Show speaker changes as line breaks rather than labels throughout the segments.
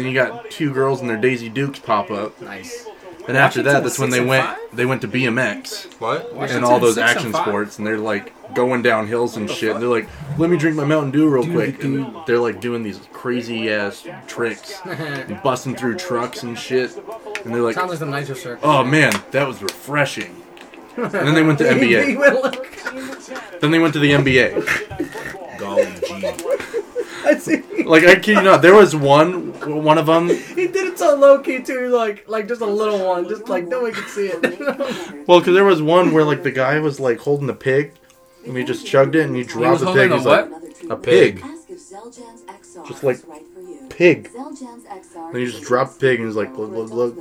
And you got two girls and their Daisy Dukes pop up.
Nice.
And after that, that's
Washington was
when they
six and
went.
five?
They went to BMX
What?
and
Washington
all those
six and
action
five?
sports, and they're like going down hills and
What the
shit.
fuck?
And they're like, "Let me drink my Mountain Dew real
Dude,
quick."
dude.
And they're like doing these crazy ass tricks, and busting through trucks and shit. And they're like,
Sounds like the Nitro Circle.
"Oh man, that was refreshing." And then they went to
He
NBA.
went like-
Then they went to the NBA.
Golly gee.
I see.
Like I kid you not, there was one one of them.
He did it so low key too, like like just a little one, just like no one could see it.
Well, because there was one where like the guy was like holding the pig, and he just chugged it and he
He was
dropped the
holding
pig.
a
He's like,
what?
A pig. Just
Just
like
like
pig.
pig.
Then
Then
you just drop the pig and he's like, look, look, look.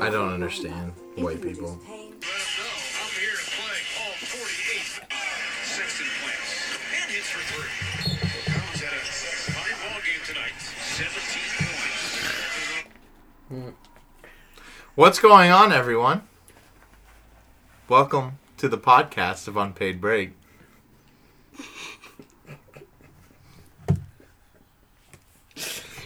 I don't understand white people.
I'm here to play all 48. Sexton plants and hits for three. Collins had a fine ball game tonight. 17 points.
What's going on, everyone? Welcome to the podcast of Unpaid Break.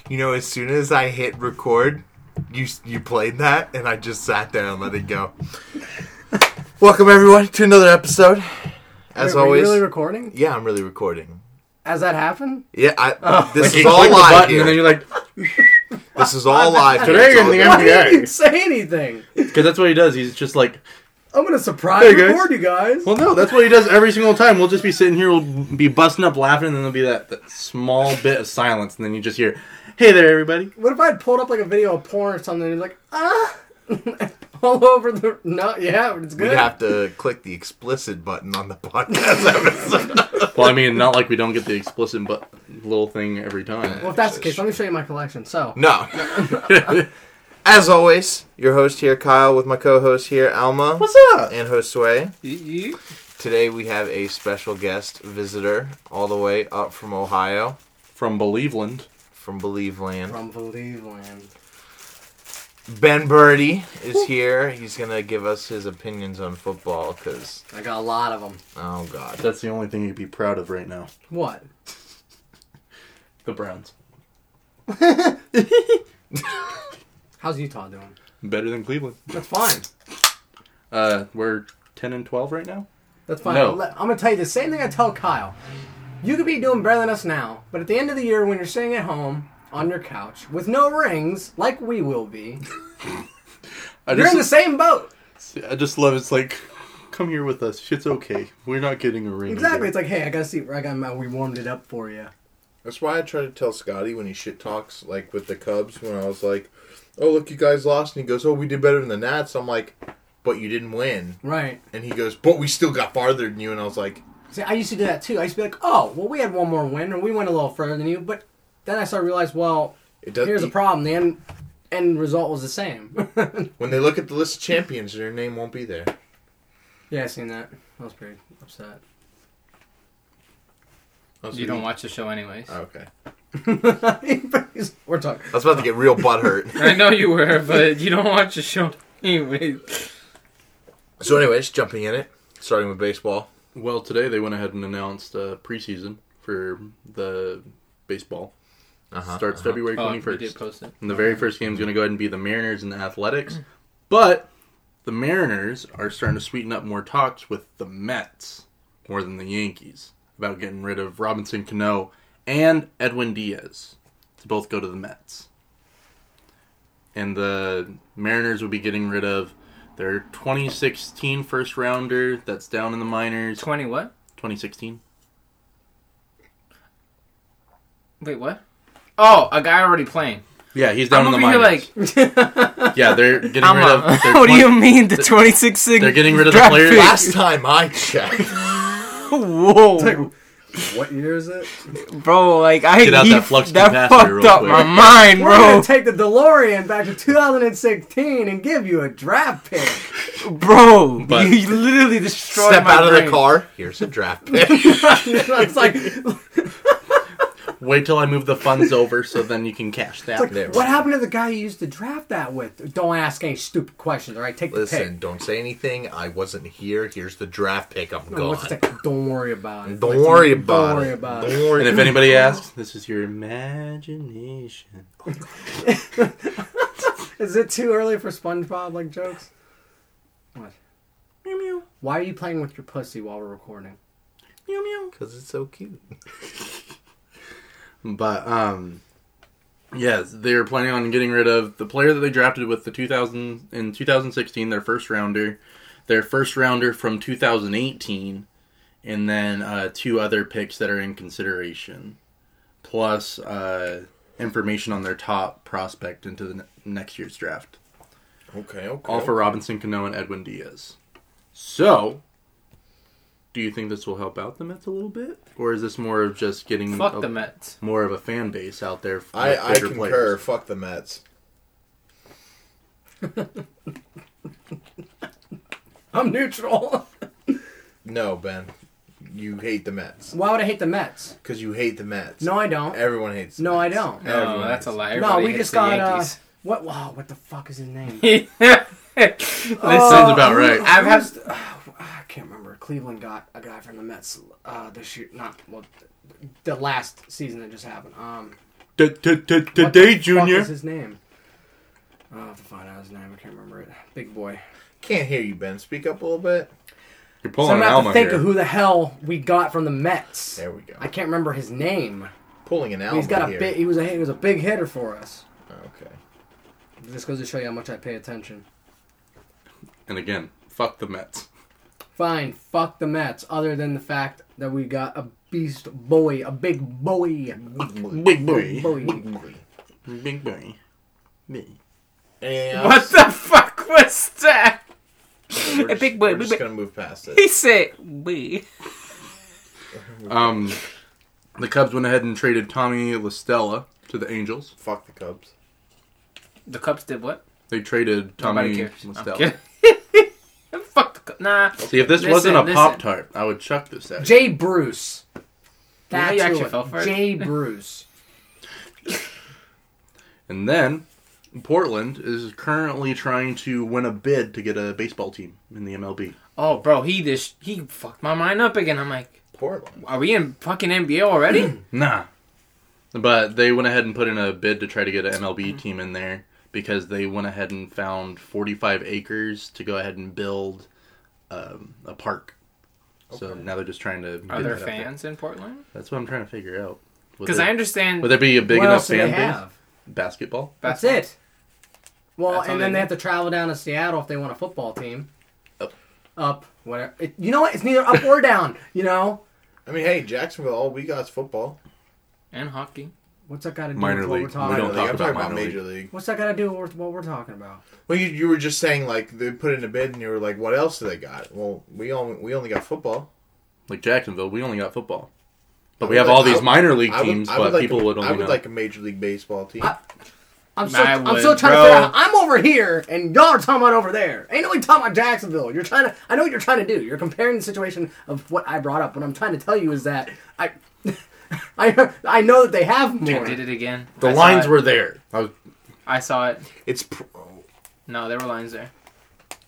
You know, as soon as I hit record, you you played that, and I just sat there and let it go. Welcome, everyone, to another episode. As
Wait, were you
always,
really recording?
yeah, I'm really recording.
Has that happened?
Yeah, I,
Oh,
this
You
is
click
all
the
live.
button,
Here.
and then you're like,
this is all live. here.
Today
It's
in
all
the
good.
Why
NBA.
didn't you say anything?
because that's what he does. He's just like,
I'm gonna surprise
Hey, guys.
record you guys.
well, no, that's what he does every single time. We'll just be sitting here, we'll be busting up laughing, and then there'll be that, that small bit of silence, and then you just hear, "Hey there, everybody."
What if I had pulled up like a video of porn or something? and He's like, ah, all over the no, yeah, but it's
We'd
good.
have to click the explicit button on the podcast episode.
Well, I mean, not like we don't get the explicit but little thing every time.
well, if that's the case, let me show you my collection. So
no. As always, your host here, Kyle, with my co-host here, Alma. What's
up?
And Josue.
You-
Today we have a special guest visitor all the way up from Ohio,
From Believeland,
from Believe Land.
from Believeland,
Ben Birdie is here. He's going to give us his opinions on football because,
I got a lot of them.
oh, God.
that's the only thing you'd be proud of right now.
What?
The Browns
How's Utah doing?
better than Cleveland.
That's fine.
Uh, we're ten and twelve right now.
That's fine.
No.
Le- I'm gonna tell you the same thing I tell Kyle. You could be doing better than us now, but at the end of the year, when you're sitting at home on your couch with no rings, like we will be,
I
you're in the
just,
same boat.
I just love it's like, come here with us. Shit's okay. We're not getting a ring.
Exactly. It's like, hey, I got a seat. I got my. We warmed it up for you.
That's why I try to tell Scotty when he shit talks, like with the Cubs, when I was like, "Oh, look, you guys lost," and he goes, "Oh, we did better than the Nats." I'm like, "But you didn't win,"
Right.
and he goes, "But we still got farther than you," and I was like,
See, I used to do that too. I used to be like, oh, well, we had one more win, and we went a little further than you. But then I started to realize, well,
"It doesn't."
here's the problem. The end end result was the same.
When they look at the list of champions, their name won't be there.
yeah, I seen that. I was pretty upset.
I was
You
like,
don't watch the show anyways.
Oh, okay.
We're talking.
I was about to get real butthurt.
I know you were, but you don't watch the show anyways.
so, anyways, jumping in it, starting with baseball.
Well, today they went ahead and announced uh, preseason for the baseball.
Uh-huh,
Starts February
Oh, we did
21st.
post it.
and the very first game is going to go ahead and be the Mariners and the Athletics. but the Mariners are starting to sweeten up more talks with the Mets more than the Yankees about getting rid of Robinson Cano and Edwin Diaz to both go to the Mets. And the Mariners will be getting rid of their 2016 first rounder that's down in the minors.
20 what?
2016.
Wait, what? Oh, a guy already playing.
Yeah, he's down
I'm
in the
over here
minors.
like,
yeah, they're getting
I'm
rid
a,
of. Their
what do
twen-
you mean the 26
They're getting rid of the players.
Last time I checked,
Whoa.
What year is it?
Bro, like, I.
Get out
he-
that flux capacitor
fucked
real
up
quick.
my mind,
We're
bro.
gonna take the DeLorean back to 2016 and give you a draft pick.
Bro,
But-
you literally destroyed
step
my
out of
brain.
the car. Here's a draft pick.
it's like
Wait till I move the funds over, so then you can cash that.
Like,
There we
what
go.
happened to the guy you used to draft that with? Don't ask any stupid questions. All right, take the
Listen,
pick.
don't say anything. I wasn't here. Here's the draft pick. I'm
No,
gone.
what's the- don't worry about it.
Don't
Like,
worry about
Don't
it.
worry about
Don't
it.
worry.
and if anybody asks, this is your imagination.
Is it too early for SpongeBob like jokes? What?
Meow meow
Why are you playing with your pussy while we're recording?
meow meow.
because it's so cute.
But um, yes, they were planning on getting rid of the player that they drafted with the 2000 in 2016, their first rounder, their first rounder from 2018, and then uh, two other picks that are in consideration, plus uh, information on their top prospect into the ne- next year's draft.
Okay, okay.
All for Robinson Cano and Edwin Diaz. So, do you think this will help out the Mets a little bit, or is this more of just getting
Fuck
a-
the Mets.
more of a fan base out there. For
I, I
bigger
concur.
players.
Fuck the Mets.
I'm neutral.
No, Ben. You hate the Mets.
Why would I hate the Mets?
Because you hate the Mets.
No, I don't.
Everyone hates the
No, I
Mets.
don't. No,
No,
Everyone
that's a
hates
lie.
no,
Everybody
we
hates
just
the
got uh,
Yankees.
what? Wow, what the fuck is his name?
Listen,
Sounds about right.
I've had
uh, I can't remember. Cleveland got a guy from the Mets uh, this year. Not well, th- the last season that just happened. Um,
T- t- t-
what the
Today,
fuck is
Junior.
his name? I'll have to find out his name. I can't remember it. Big boy.
Can't hear you, Ben. Speak up a little bit.
You're
So
pulling
I'm
an
gonna have
Alma
to think
here.
of who the hell we got from the Mets.
There we go.
I can't remember his name.
Pulling an album
He's got
here.
a big. He was a he was a big hitter for us.
Okay.
Just goes to show you how much I pay attention.
and again, fuck the Mets.
Fine, fuck the Mets. Other than the fact that we got a beast boy, a big boy,
Big boy.
boy.
Big boy. Me.
Anything else?
what the fuck was that?
We're
A
just-
big boy,
We're
big
just
boy.
gonna move past
He
it.
said we.
Um, the Cubs went ahead and traded Tommy LaStella to the Angels.
Fuck the Cubs.
The Cubs did what?
They traded Tommy
Nobody cares. I'm
LaStella.
kidding. Fuck the Cubs. Nah.
See, if this
Listen,
wasn't a
listen.
pop tart, I would chuck this at. you.
Jay Bruce.
You know
That's
you actually
who it-
fell for it.
Jay Bruce.
and then Portland is currently trying to win a bid to get a baseball team in the MLB.
Oh, bro, he just he fucked my mind up again. I'm like,
Portland.
are we in fucking NBA already?
Nah. But they went ahead and put in a bid to try to get an
Mm-hmm.
MLB team in there because they went ahead and found 45 acres to go ahead and build um, a park. So now they're just trying to.
Are
bid
there
that up there.
fans in Portland?
That's what I'm trying to figure out. Would
Because
there-
I understand.
Would there be a big
what
enough
else do they
fan base?
have?
Basketball?
That's,
basketball.
it. Well,
That's all
and
they
then they
need.
have to travel down to Seattle if they want a football team.
Up.
Up. Whatever. It, you know what? It's neither up or down. You know
I mean, hey, Jacksonville. All we got is football.
and hockey.
what's that got to do
Minor
with what
league.
we're
We
talking
don't
Like,
about?
talk
I'm
about
talking about
minor
Major League.
What's that got to do with what we're talking about?
Well, you, you were just saying like they put in a bid, and you were like, "What else do they got?" Well, we only we only got football.
Like Jacksonville, we only got football. But
I
we
would
have
like-
all
I
these
would-
minor league
I would-
teams,
I
but
like
people
a,
would only
I would
know.
like a major league baseball team.
I- I'm still,
I
I'm
would,
still trying
bro.
to figure out. I'm over here, and y'all are talking about over there. Ain't nobody talking about Jacksonville. You're trying to. I know what you're trying to do. You're comparing the situation of what I brought up. What I'm trying to tell you is that I, I, I know that they have
Dude
more.
did it again.
the
I saw
lines
it.
were there. I was,
I saw it.
it's pr- oh,
No, there were lines there.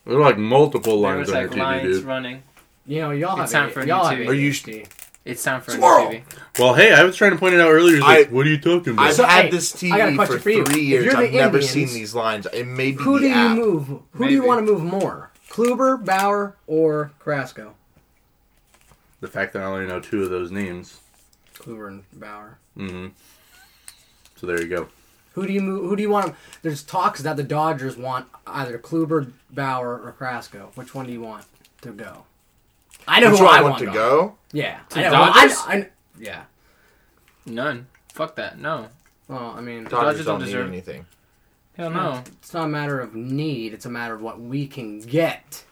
there were like multiple
There
lines
was
on your TV,
like lines
dude.
running.
You know, y'all
It's
have.
time for
y'all
new
have.
TV.
ADHD.
Are
you-
It's time for a new
Squirrel!
TV.
Well, hey, I was trying to point it out earlier. It's
I-
Like, what are you talking about?
I've
So,
had
hey,
this
I got a
TV for
question for you.
three
If you're
years.
the
I've never
Indians,
seen these lines. It may be
Who
the
do you
app.
move? Who do you
Maybe.
want to move more? Kluber, Bauer, or Carrasco?
the fact that I only know two of those names. Mm-hmm.
Kluber and Bauer.
So there you go.
Who do you move? Who do you want? There's talks that the Dodgers want either Kluber, Bauer, or Carrasco. Which one do you want to go? I know
Which
who
one
I
want to
gone.
go?
Yeah.
To
I know, well, I-
Dodgers?
I, yeah.
None. Fuck that. No.
Well, I mean,
Dodgers don't
Dodgers don't
need
deserve-
anything.
Hell no.
it's not a matter of need. It's a matter of what we can get.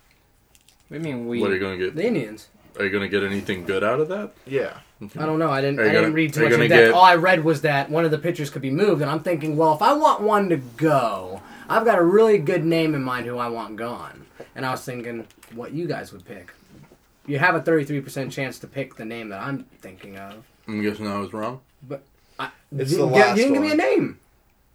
We mean we.
What are you going to
The
get?
Indians.
Are you going to get anything good out of that?
Yeah.
I don't know. I didn't.
Are
I
you
didn't
gonna-
read
are
too
you
much in
gonna
depth.
get-
All I read was that one of the pitchers could be moved, and I'm thinking, well, if I want one to go, I've got a really good name in mind who I want gone. And I was thinking, what you guys would pick. You have a 33% chance to pick the name that I'm thinking of.
I'm guessing I was wrong.
But
It's
you,
the
you
last
didn't give me
one.
a name.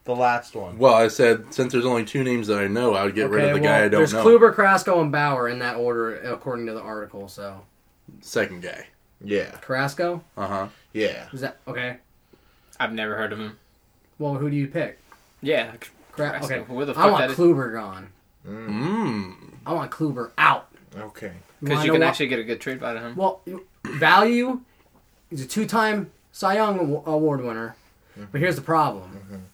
The last one.
Well, I said since there's only two names that I know, I would get rid of the guy I don't
there's
know.
Kluber, Carrasco, and Bauer in that order according to the article. So
Second guy.
Yeah.
Carrasco
Uh huh.
Yeah.
is that okay?
I've never heard of him.
Well, who do you pick?
Yeah.
Cra-
Carrasco.
okay,
Where the
I
fuck
want
that is-
Kluber gone.
Mm-hmm.
Mmm.
I want Kluber out.
Okay.
Because
Wanna
you
know
can
why-
actually get a good trade out of him.
Well, value. He's a two-time Cy Young aw- Award winner, but here's the problem.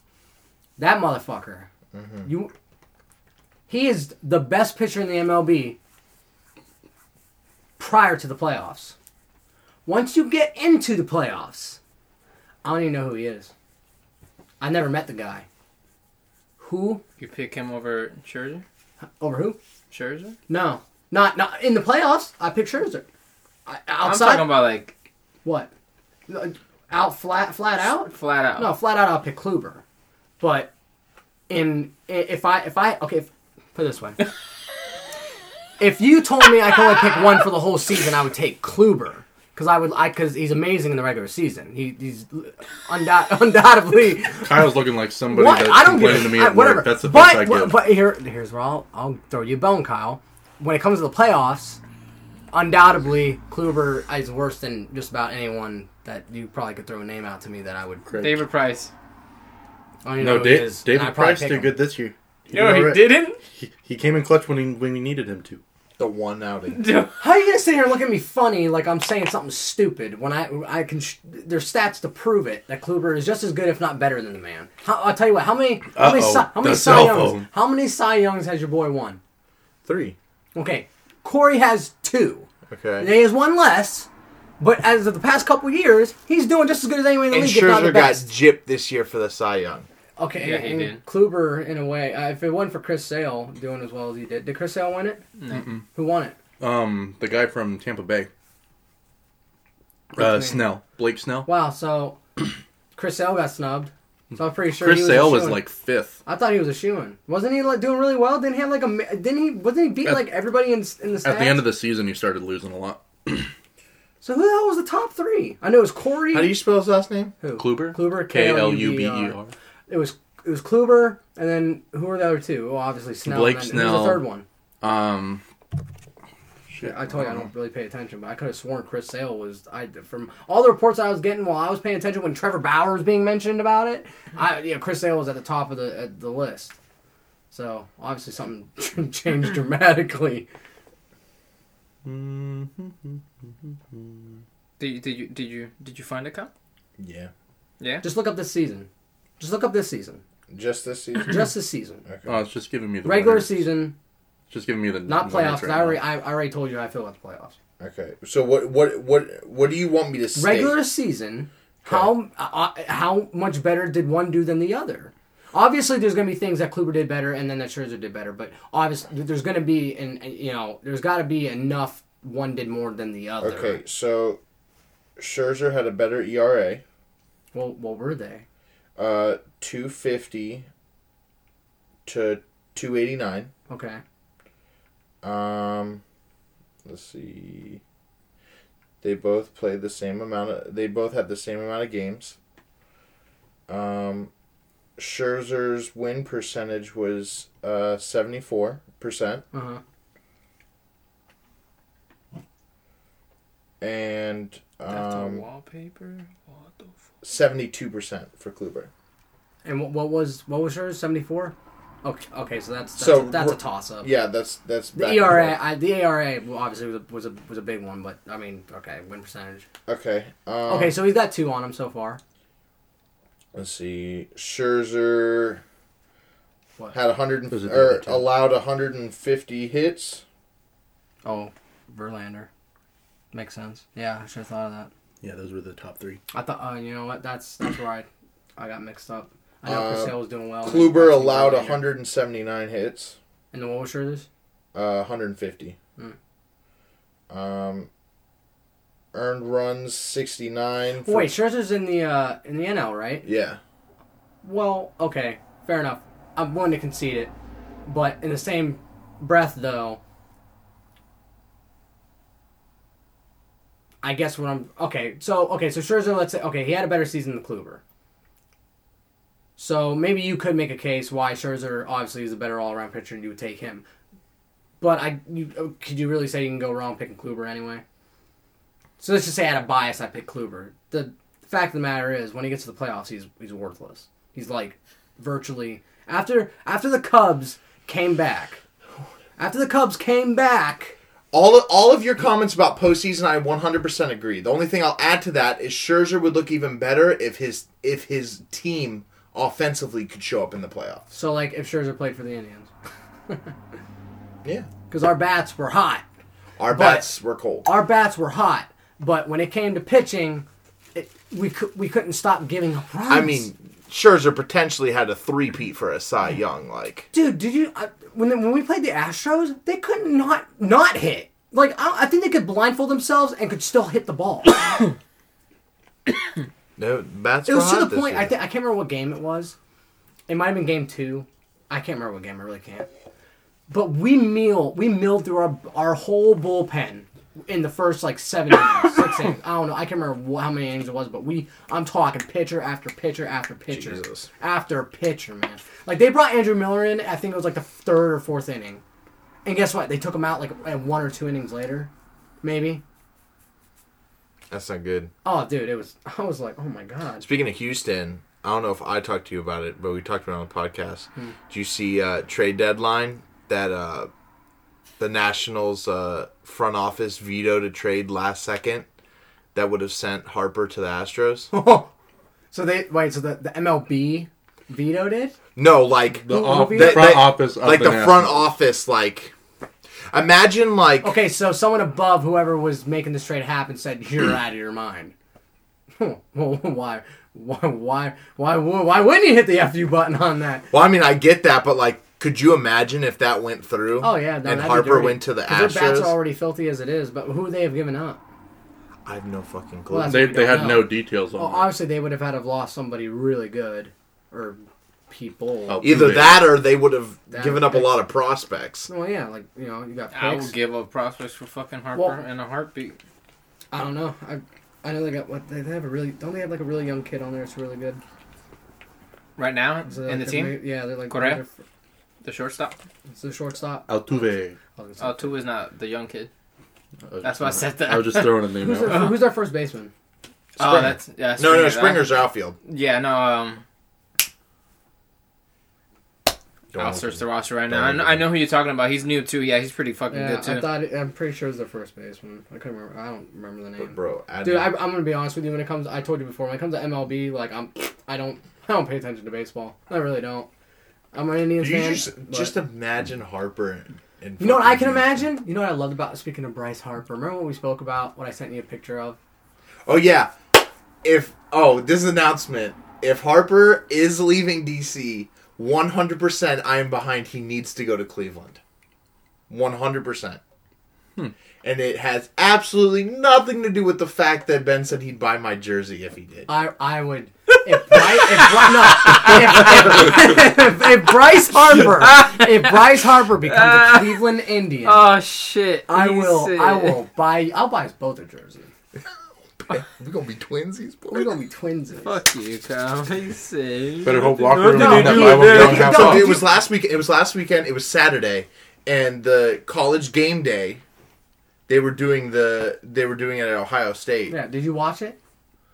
That motherfucker. You. He is the best pitcher in the MLB. Prior to the playoffs, once you get into the playoffs, I don't even know who he is. I never met the guy. Who
You pick him over Scherzer?
over who?
Scherzer?
No, not not in the playoffs. I picked Scherzer. I, outside,
I'm talking about like
What? Uh, Out flat flat out?
flat out.
No, flat out. I'll pick Kluber. But in i- if I if I okay, if, put it this way. if you told me I could only pick one for the whole season, I would take Kluber. Because I would, I because he's amazing in the regular season. He, he's undoubt, undoubtedly.
Kyle's looking like somebody
What
that's
I don't give
complaining
a
to me
I-
at
whatever.
work. That's the
but,
best I get.
But here, here's where I'll, I'll throw you a bone, Kyle. When it comes to the playoffs, undoubtedly Kluber is worse than just about anyone that you probably could throw a name out to me that I would.
David Price.
I don't even
no,
know who it
Dave,
is, and I'd
David
probably
Price
pick
did
him.
good this year. He
No, he
alright.
didn't.
He, he came in clutch when he when we needed him to.
The one outing.
How are you gonna sit here and look at me funny like I'm saying something stupid when I I can? Sh- there's stats to prove it that Kluber is just as good, if not better, than the man. How, I'll tell you what. How many? How many?
Uh-oh,
Cy- How many
the
Cy
cell
Youngs?
phone.
How many Cy Youngs has your boy won?
Three.
Okay, Corey has two. And
Okay.
he has one less, but as of the past couple years, he's doing just as good as anyone in the
And
league, if not the
Scherzer got
best.
gypped this year for the Cy Young.
okay,
Yeah,
and,
he
and
did.
Kluber, in a way, uh, if it wasn't for Chris Sale doing as well as he did, did Chris Sale win it?
No.
Who won it?
Um, the guy from Tampa Bay. Uh,
name?
Snell, Blake Snell.
Wow, so Chris Sale got snubbed. So I'm pretty sure he
Chris
was a
Sale was
shoo-in.
like fifth.
I thought he was a shoo in. Wasn't he like doing really well? Didn't he have like a ma- didn't he wasn't he beating
At-
like everybody in in the stats?
At the end of the season, he started losing a lot.
so who the hell was the top three? I know it was Corey.
How do you spell his last name?
who?
Kluber,
Kluber.
K L U B E
K-L-U-B-E-R.
R.
It was it was Kluber, and then who were the other two? Well, obviously Snell.
Blake
and then, Who's
Snell.
the third one?
Um,
Shit, I told you I don't really pay attention, but I could have sworn Chris Sale was. I from all the reports I was getting while I was paying attention when Trevor Bauer was being mentioned about it. I yeah, Chris Sale was at the top of the at the list. So obviously something changed dramatically.
oh,
Did you, did you did you did you find a cup?
Yeah.
Yeah.
Just look up this season. Just look up this season.
Just this season.
Just this season.
oh, it's just giving me the
Regular
winners.
season,
It's Just giving me the
not playoffs.
winners
'cause
right
I already
now.
I, I already told you how I feel about the playoffs.
Okay. So what what what what do you want me to state?
regular season, how uh, uh, how much better did one do than the other? Obviously, there's going to be things that Kluber did better and then that Scherzer did better, but obviously, there's going to be and you know there's got to be enough one did more than the other.
Okay. So Scherzer had a better ERA,
Well, what were they?
uh, two fifty to two eighty nine.
Okay.
Um, let's see. They both played the same amount of. They both had the same amount of games. Um, Scherzer's win percentage was uh seventy four percent,
Uh huh.
and
That's a
um
wallpaper. What the fuck?
seventy two percent for Kluber.
And what, what was what was Scherzer seventy four? Okay. Okay. So that's that's,
So,
that's a
we're-
toss up.
Yeah, that's that's
The
back and
ERA,
forth.
I, the ERA, well, obviously was a, was a was a big one, but I mean, okay, win percentage.
Okay. Um,
Okay, so he's got two on him so far.
Let's see. Scherzer
What?
had a hundred and
Those are the
or
other two.
allowed hundred and fifty hits.
Oh, Verlander. Makes sense. Yeah, I should have thought of that.
Yeah, those were the top three.
I thought, uh, you know what? That's that's where I, I got mixed up. I know Chris
Uh,
Sale was doing well.
Kluber allowed
a
179 hits,
And the what was Scherzer's?
uh, 150.
Hmm.
Um, earned runs 69. for-
Wait, Scherzer's in the uh, in the NL, right?
Yeah.
Well, okay, fair enough. I'm willing to concede it, but in the same breath, though, I guess what I'm okay. So okay, so Scherzer, let's say okay, he had a better season than Kluber. So maybe you could make a case why Scherzer obviously is a better all around pitcher and you would take him. But I, you, uh, could you really say you can go wrong picking Kluber anyway? So let's just say out of bias, I pick Kluber. The fact of the matter is, when he gets to the playoffs, he's he's worthless. He's like virtually after after the Cubs came back. After the Cubs came back,
All of, all of your comments about postseason, I 100% agree. The only thing I'll add to that is Scherzer would look even better if his if his team offensively could show up in the playoffs.
so like if Scherzer played for the Indians,
Yeah,
because our bats were hot.
our bats were cold.
our bats were hot, but when it came to pitching, it, we cou- we couldn't stop giving up runs.
I mean, Scherzer potentially had a three-peat for a Cy Young. Like,
dude, did you I, when when we played the Astros, they could not not hit. Like I, I think they could blindfold themselves and could still hit the ball. it
No, that's
was to the point. I think I can't remember what game it was. It might have been game two. I can't remember what game. I really can't. But we meal we milled through our our whole bullpen in the first like seven innings, six innings. I don't know. I can't remember wh- how many innings it was, but we I'm talking pitcher after pitcher after pitcher
Jesus.
after pitcher, man. Like they brought Andrew Miller in. I think it was like the third or fourth inning, and guess what? They took him out like uh, one or two innings later, maybe.
That's not good.
Oh, dude, it was. I was like, oh my god.
Speaking of Houston, I don't know if I talked to you about it, but we talked about it on the podcast. Do you see uh, trade deadline that uh, the Nationals uh, front office vetoed a trade last second that would have sent Harper to the Astros?
So they wait. So the, the MLB vetoed it.
no, like
The
Who
off-
will be-
front
they-
office, of
like the front
Nationals.
office, like imagine like
Okay, so someone above whoever was making this trade happen said, "You're out of your mind." well, why, why, why, why, wou- why wouldn't you hit the fu button on that?
Well, I mean, I get that, but like, could you imagine if that went through?
Oh yeah, no,
and
that'd be
Harper
dirty.
went to the
'Cause Their bats
Astros.
are already filthy as it is, but who would they have given up?
I have no fucking clue.
Well, that's-
They, they had
No. Oh,
no details
Well,
Mm.
on it.
obviously they would have had to have lost somebody really good or people.
Oh.
Either
Who
that or they would have
That
given up a
picks.
lot of prospects.
Well, yeah, like you know, you got picks.
I would give up prospects for fucking Harper
Well-
in a heartbeat.
I don't know. I I know they got what they they have a really don't they have like a really young kid on there that's really good.
Right now,
So
in the
like,
team,
they're- Yeah, they're like
Correa?
they're-
the shortstop.
It's the shortstop.
Altuve.
I was
Oh,
gonna say-
two is not the young kid.
I was
That's
just
why I
throwing-
said that.
I
Oh,
was just throwing a name
Who's,
out.
their, who's their first baseman?
Oh, that's yeah.
No,
Springer,
no,
that-
Springer's outfield.
Yeah, no. Um,
Don't
I'll
look
search
at
the
me.
roster right now.
Don't
I know,
look at
I know who you're talking about. He's new too. Yeah, he's pretty fucking
Yeah,
good too.
I thought it, I'm pretty sure it's their first baseman. I couldn't remember. I don't remember the
But
name.
bro, add
Dude, I, I'm gonna be honest with you. When it comes, I told you before. When it comes to MLB, like I'm, I don't, I don't pay attention to baseball. I really don't. I'm an Indians
you
fan.
just
but-
just imagine Harper. And, and
you know what I can
fucking-
imagine? You know what I loved about speaking of Bryce Harper. Remember what we spoke about? What I sent you a picture of?
Oh yeah, if oh this is an announcement. If Harper is leaving DC, one hundred percent, I am behind. He needs to go to Cleveland. One hundred percent. Hmm. And it has absolutely nothing to do with the fact that Ben said he'd buy my jersey if he did.
I I would. If Bryce, if, Bry- no, if, if, if, if Bryce Harper, if Bryce Harper becomes a Cleveland Indian,
oh shit!
I
He's
will.
sick.
I will buy. I'll buy us both a jersey.
We're gonna be twinsies, boy.
We're gonna be twinsies.
Fuck you, Kyle. He's sick.
Better hope Walker
Nothing
remembered
to
that
do
by when
with
we
that.
all got
No,
off.
it was last week. It was last weekend. It was Saturday, and the college game day. They were doing the. They were doing it at Ohio State.
Yeah. Did you watch it?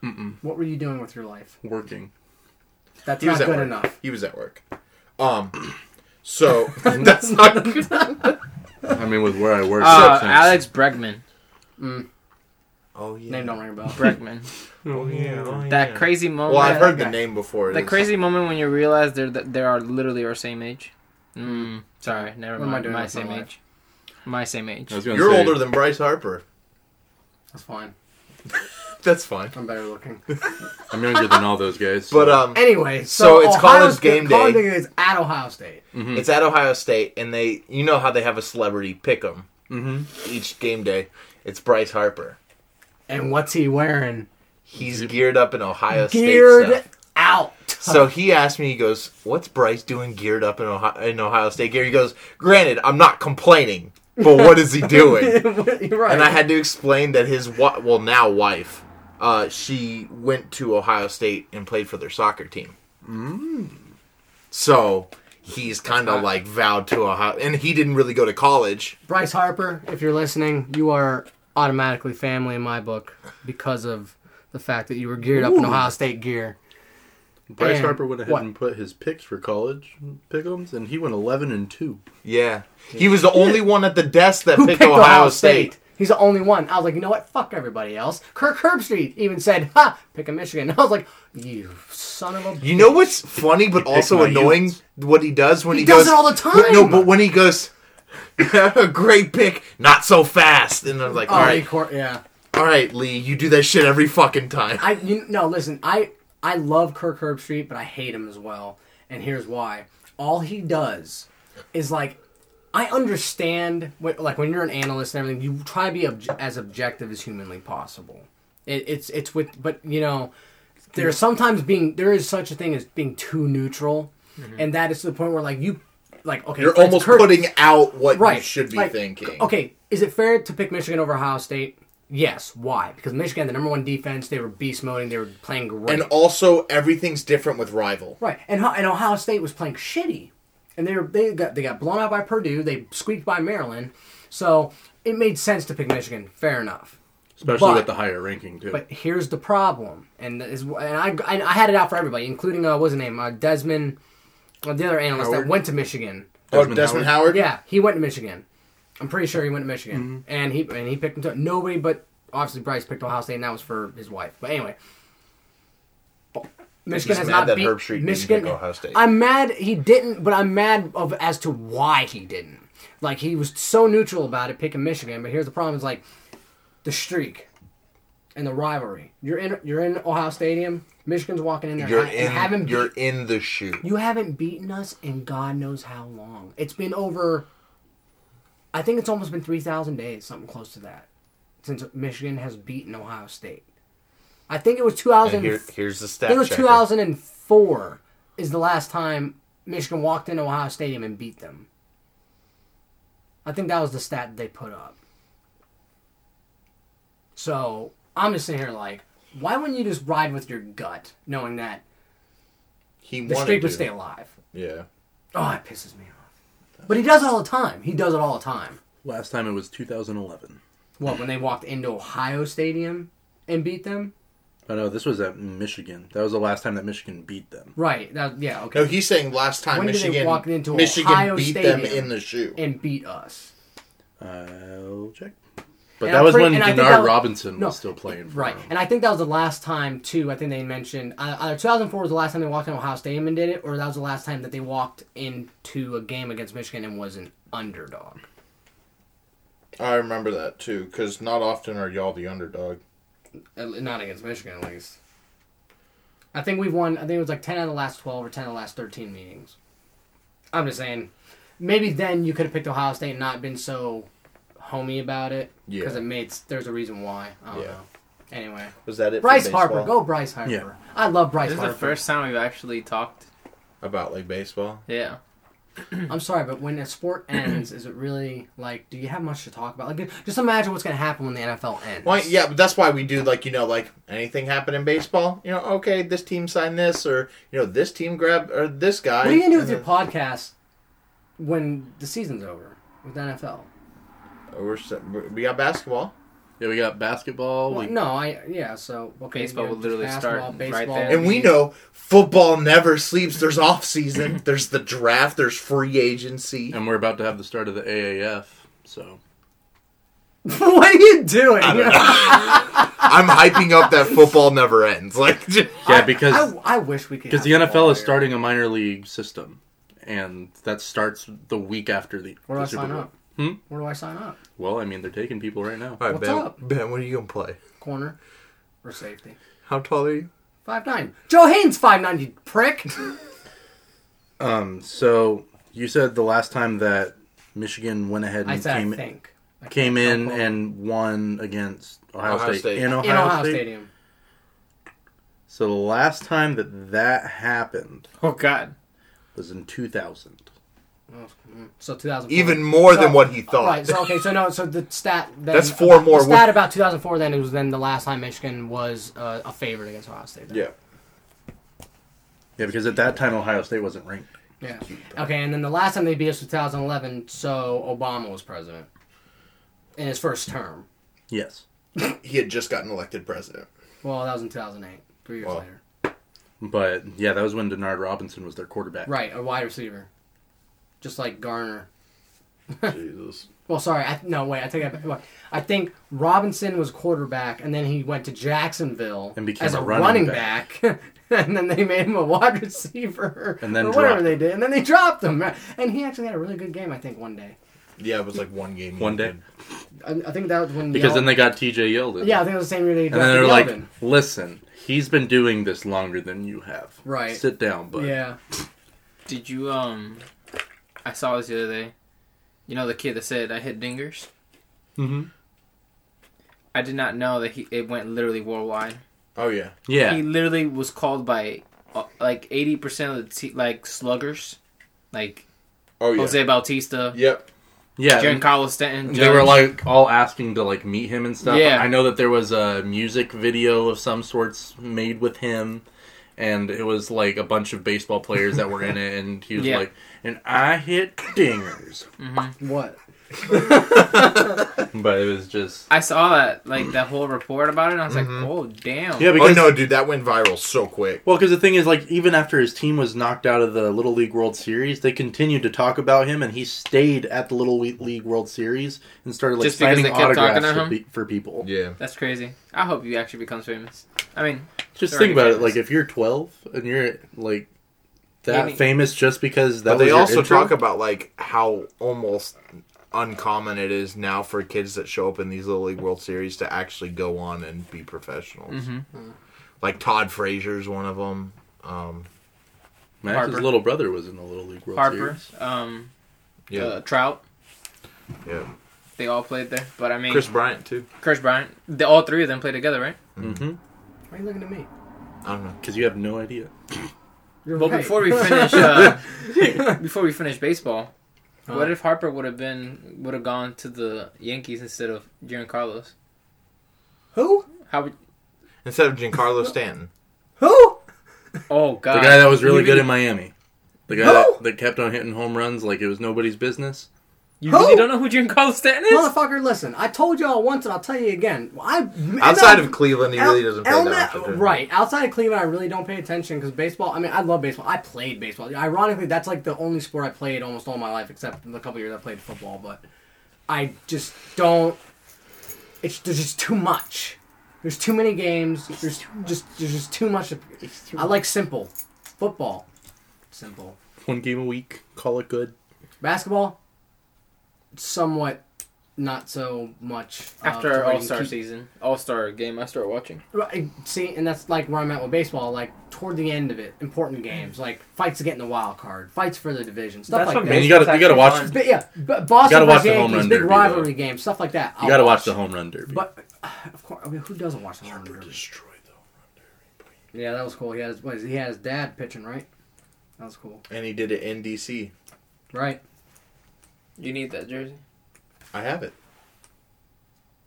Mm-mm. What were you doing with your life?
working.
That's
he was
not
at
good
work.
enough.
He was at work. Um, so that's not good.
I mean, with where I work.
Uh,
it makes sense.
Alex Bregman.
Oh yeah.
Name don't ring a bell.
Bregman.
Oh yeah.
That crazy moment.
Well, I've heard the
Okay.
name before.
The
It's-
crazy moment when you realize they're th- they are literally our same age.
Hmm.
Mm, sorry, never
What am I
mind.
doing
My
with my
same
life?
age. My same age.
I was gonna
You're
say,
older than Bryce Harper.
That's fine.
That's fine.
I'm better looking.
I'm younger than all those guys. so-
But um,
Anyway,
So
so,
it's
Ohio
college
State-
game
college
day.
is at Ohio State.
it's at Ohio State, and they, you know how they have a celebrity pick 'em Mm-hmm. each game day. It's Bryce Harper.
And what's he wearing?
He's geared up in Ohio State
Geared
stuff.
out.
So he asked me, he goes, "What's Bryce doing geared up in Ohio, in Ohio State gear?" He goes, "Granted, I'm not complaining, but what is he doing?"
You're right.
and I had to explain that his wa- well now wife, uh, she went to Ohio State and played for their soccer team. So he's kind of like vowed to a high, and he didn't really go to college.
Bryce Harper, if you're listening, you are automatically family in my book because of the fact that you were geared up in Ohio State gear.
Bryce
And
Harper went ahead
what?
and put his picks for college pickums, and he went eleven and two.
Yeah, he was the only one at the desk that
Who
picked, Ohio, State.
He's the only one. I was like, you know what? Fuck everybody else. Kirk Herbstreit even said, "Ha, pick a Michigan." I was like, you son of a.
You know what's funny, but also
my
annoying?
Utes.
What he does when he,
He does
goes,
it all the time!
No, but when he goes, great pick, not so fast, and I'm like,
Oh,
all right,
Cor- yeah.
all right, Lee, you do that shit every fucking time.
I you, no listen. I I love Kirk Herbstreit, but I hate him as well. And here's why: all he does is like I understand. What, like when you're an analyst and everything, you try to be obj- as objective as humanly possible. It, it's it's with but you know there's sometimes being there is such a thing as being too neutral, and that is to the point where like you like okay
Mm-hmm. You're
it's
almost
Kirk-
putting out what
right
you should be
like,
thinking.
Okay, is it fair to pick Michigan over Ohio State? Yes. Why? Because Michigan, had the number one defense, they were beast moding, they were playing great.
And also, everything's different with rival.
Right, and Ho- and Ohio State was playing shitty, and they were they got they got blown out by Purdue. They squeaked by Maryland, so it made sense to pick Michigan. Fair enough.
Especially
But-
with the higher ranking too.
But here's the problem, and is and I and I had it out for everybody, including uh, what's his name, uh, Desmond, uh, the other analyst that
Howard?
went to Michigan.
oh,
Desmond
Desmond Howard. Mm-hmm.
Yeah, he went to Michigan. I'm pretty sure he went to Michigan, and he and he picked him. Nobody but obviously Bryce picked Ohio State, and that was for his wife. But anyway, Michigan
just
has
mad
not
that
beat
Herb Street didn't
Michigan.
pick Ohio State.
I'm mad he didn't, but I'm mad of as to why he didn't. Like he was so neutral about it picking Michigan, but here's the problem: is like the streak and the rivalry. You're in you're in Ohio Stadium. Michigan's walking in there.
You're
ha- you
in.
haven't
You're
beat-
in the shoe.
you haven't beaten us in God knows how long. It's been over. I think it's almost been three thousand days, something close to that, since Michigan has beaten Ohio State. I think it was two thousand.
And here- here's the
I
stat.
think it was
checker.
two thousand and four is the last time Michigan walked into Ohio Stadium and beat them. I think that was the stat they put up. So I'm just sitting here like, why wouldn't you just ride with your gut, knowing that
He
the
wanted
streak would
to.
stay alive?
Yeah.
Oh, it pisses me off. But he does it all the time. He does it all the time.
Last time it was 2011.
What, when they walked into Ohio Stadium and beat them?
Oh no, this was at Michigan. That was the last time that Michigan beat them.
Right. That, yeah, okay.
No, he's saying last time
When did they
Michigan
walk into
Michigan
Ohio
beat them
Stadium?
in the shoe.
And beat us.
I'll check. But
And
that
I'm
was
pretty-
when
and I think
Denard
that was-
Robinson
no,
was still playing. For
Right.
them.
And I think that was the last time, too. I think they mentioned uh, either 2004 was the last time they walked into Ohio Stadium and did it, or that was the last time that they walked into a game against Michigan and was an underdog.
I remember that too, because not often are y'all the underdog.
At le- Not against Michigan, at least. I think we've won. I think it was like ten out of the last twelve or ten out of the last thirteen meetings. I'm just saying, maybe then you could have picked Ohio State and not been so homey about it
Yeah.
because it made s- there's a reason why. I don't
Yeah.
know. Anyway,
Was that it? for
Bryce
baseball?
Harper, go Bryce Harper.
Yeah.
I love Bryce
This is
Harper.
the first time we've actually talked.
about like baseball.
Yeah.
I'm sorry, but when a sport ends, is it really like? Do you have much to talk about? Like, just imagine what's gonna happen when the NFL ends.
Why, yeah, but that's why we do like you know like anything happen in baseball. You know, okay, this team signed this, or you know, this team grabbed or this guy. Uh,
What are you gonna do with
and
your
then-
podcast when the season's over with the NFL?
We're, s- we got basketball,
Yeah, we got basketball. we,
Well, no, I yeah. So okay,
Baseball
yeah,
will literally
basketball,
start
baseball.
right there.
and we know football never sleeps. There's off season. There's the draft. There's free agency.
And we're about to have the start of the AAF. So
what are you doing?
I'm hyping up that football never ends. Like,
yeah, because
I, I wish we could.
Because
have
the NFL
football
is
here.
starting a minor league system, and that starts the week after the,
Where do
the
I sign
Bowl. Hmm?
up? Where do I sign up?
Well, I mean, they're taking people right now.
All right,
What's
ben,
up?
Ben, what are you gonna play?
Corner or safety?
How tall are you?
Five nine. Joe Hayden's five nine. You prick.
Um, so you said the last time that Michigan went ahead and
I said
came
I think. I
came
can't
in
recall.
and won against Ohio,
Ohio
State,
State.
in Ohio,
in Ohio
State.
Stadium.
So the last time that that happened
Oh God.
was in 2000.
Oh, mm. So 2004.
Even more than what he thought.
Right. So okay. So no. So the stat. Then,
That's four
about-
more
The stat
win-
about 2004. Then it was then the last time Michigan was uh, a favorite against Ohio State.
Yeah.
Yeah, because at that time Ohio State wasn't ranked.
Yeah. Okay, and then the last time they beat us was 2011, so Obama was president in his first term.
Yes.
He had just gotten elected president.
Well, that was in 2008, three years
Wow.
later.
But yeah, that was when Denard Robinson was their quarterback.
Right, a wide receiver, just like Garner.
Jesus.
Well, sorry, I, no wait, I take that back. Look, I think Robinson was quarterback, and then he went to Jacksonville
And became
as
a
a
running
running, back. and then they made him a wide receiver,
And then
or whatever
dropped
they did, and then they dropped him. And he actually had a really good game, I think, one day.
Yeah, it was like one game.
One day.
I, I think that was when
Because
Yeldon-
then they got TJ Yeldon.
yeah, I think it was the same year they
And then
drafted
they're like,
Yeldon.
listen, he's been doing this longer than you have.
Right.
Sit down, bud.
yeah,
Did you um? I saw this the other day. You know the kid that said I hit dingers.
Mhm.
I did not know that he it went literally worldwide.
Oh yeah.
Yeah.
He literally was called by uh, like eighty percent of the te- like sluggers, like
Oh yeah.
Jose Bautista,
Yep.
yeah.
Jaron Carlos Stanton.
They were
Judge.
like all asking to like meet him and stuff.
Yeah.
I know that there was a music video of some sorts made with him and it was like a bunch of baseball players that were in it and he was
Yeah.
like and I hit dingers.
what?
but it was just
I saw that like that whole report about it. and I was like, oh damn.
Yeah,
Oh
because
no, dude, that went viral so quick.
Well, because the thing is, like, even after his team was knocked out of the Little League World Series, they continued to talk about him, and he stayed at the Little Le- League World Series and started like
Just because
signing
they kept
autographs
talking to
for,
him?
pe- for people.
Yeah.
That's crazy. I hope he actually becomes famous. I mean,
Just
They're
think about
already
it. Like,
famous.
if you're 12 and you're like that
Maybe-
famous just because that
But
was
they
your
also
intro-
talk about like how almost uncommon it is now for kids that show up in these little league world series to actually go on and be professionals.
Mm-hmm.
mm-hmm.
Like Todd Frazier's one of them. Um,
Max's
Harper.
little brother was in the Little League World
Harper,
Series.
um,
yeah,
uh, Trout,
yeah.
they all played there. But I mean,
Chris
Chris,
Bryant too.
Bryant, they, all three of them played together, right?
Mm-hmm.
Why are you looking at me?
I don't know.
Because you have no idea.
You're
But
right.
before we finish, uh, before we finish baseball, what if Harper would have been would have gone to the Yankees instead of Jaron Carlos?
who?
How would?
Instead of Giancarlo Stanton.
Who?
Oh
The
God,
guy that was really
you
good
really,
in Miami. The guy
Who?
that, that kept on hitting home runs like it was nobody's business.
You
Who?
really don't know who Jaron Carlos Stanton is?
Motherfucker, listen. I told y'all once, and I'll tell you again. I
Outside
and uh,
of Cleveland, he really doesn't play
Elma-
that much.
Right. Outside of Cleveland, I really don't pay attention because baseball. I mean, I love baseball. I played baseball. Ironically, that's like the only sport I played almost all my life, except the couple years I played football. But I just don't. It's there's just too much. There's too many games. there's just there's just too much. to- I like simple football. Simple
One game a week. Call it good.
basketball. Somewhat, not so much. uh, to
After
where you
All Star
keep-
season, All Star game, I start watching.
Right, see, and that's like where I'm at with baseball. Like toward the end of it, important games like fights to get in the wild card, fights for the division, stuff
Mm. That's
like
what
that.
Man, you gotta-
baseball's
you gotta
actually
watch
fun.
But yeah, but Boston
Gotta
versus
watch the home
Yankees,
run
big
derby,
rivalry
though.
game, stuff like that.
You got to watch the home run derby.
But uh, of course, I mean, who doesn't watch the home run? derby?
Destroyed though.
Yeah, that was cool. He has what, is- he has dad pitching right. That was cool.
And he did it in DC.
Right.
You need that jersey.
I have it.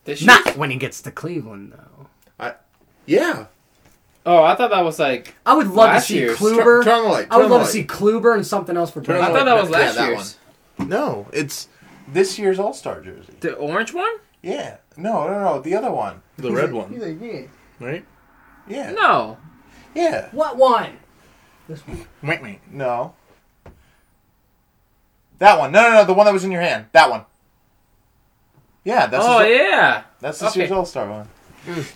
This year?
Not when he gets to Cleveland though.
Yeah.
Oh, I thought that was like
I would love
Last
to see
year's.
Kluber.
Turn- turn the light,
I would
turn the
love to
light.
see Kluber and something else for
the
I
Brooklyn.
light.
thought that was
Yeah,
last
that
year's.
No, it's this year's All Star jersey.
The orange one?
Yeah. No, no, no. The other one.
the red one, right?
Yeah.
No.
Yeah.
What one? This one.
Wait, wait.
No. That one. No, no, no. The one that was in your hand. That one. Yeah. That's
oh
this-
yeah.
That's
this year's
All Star one.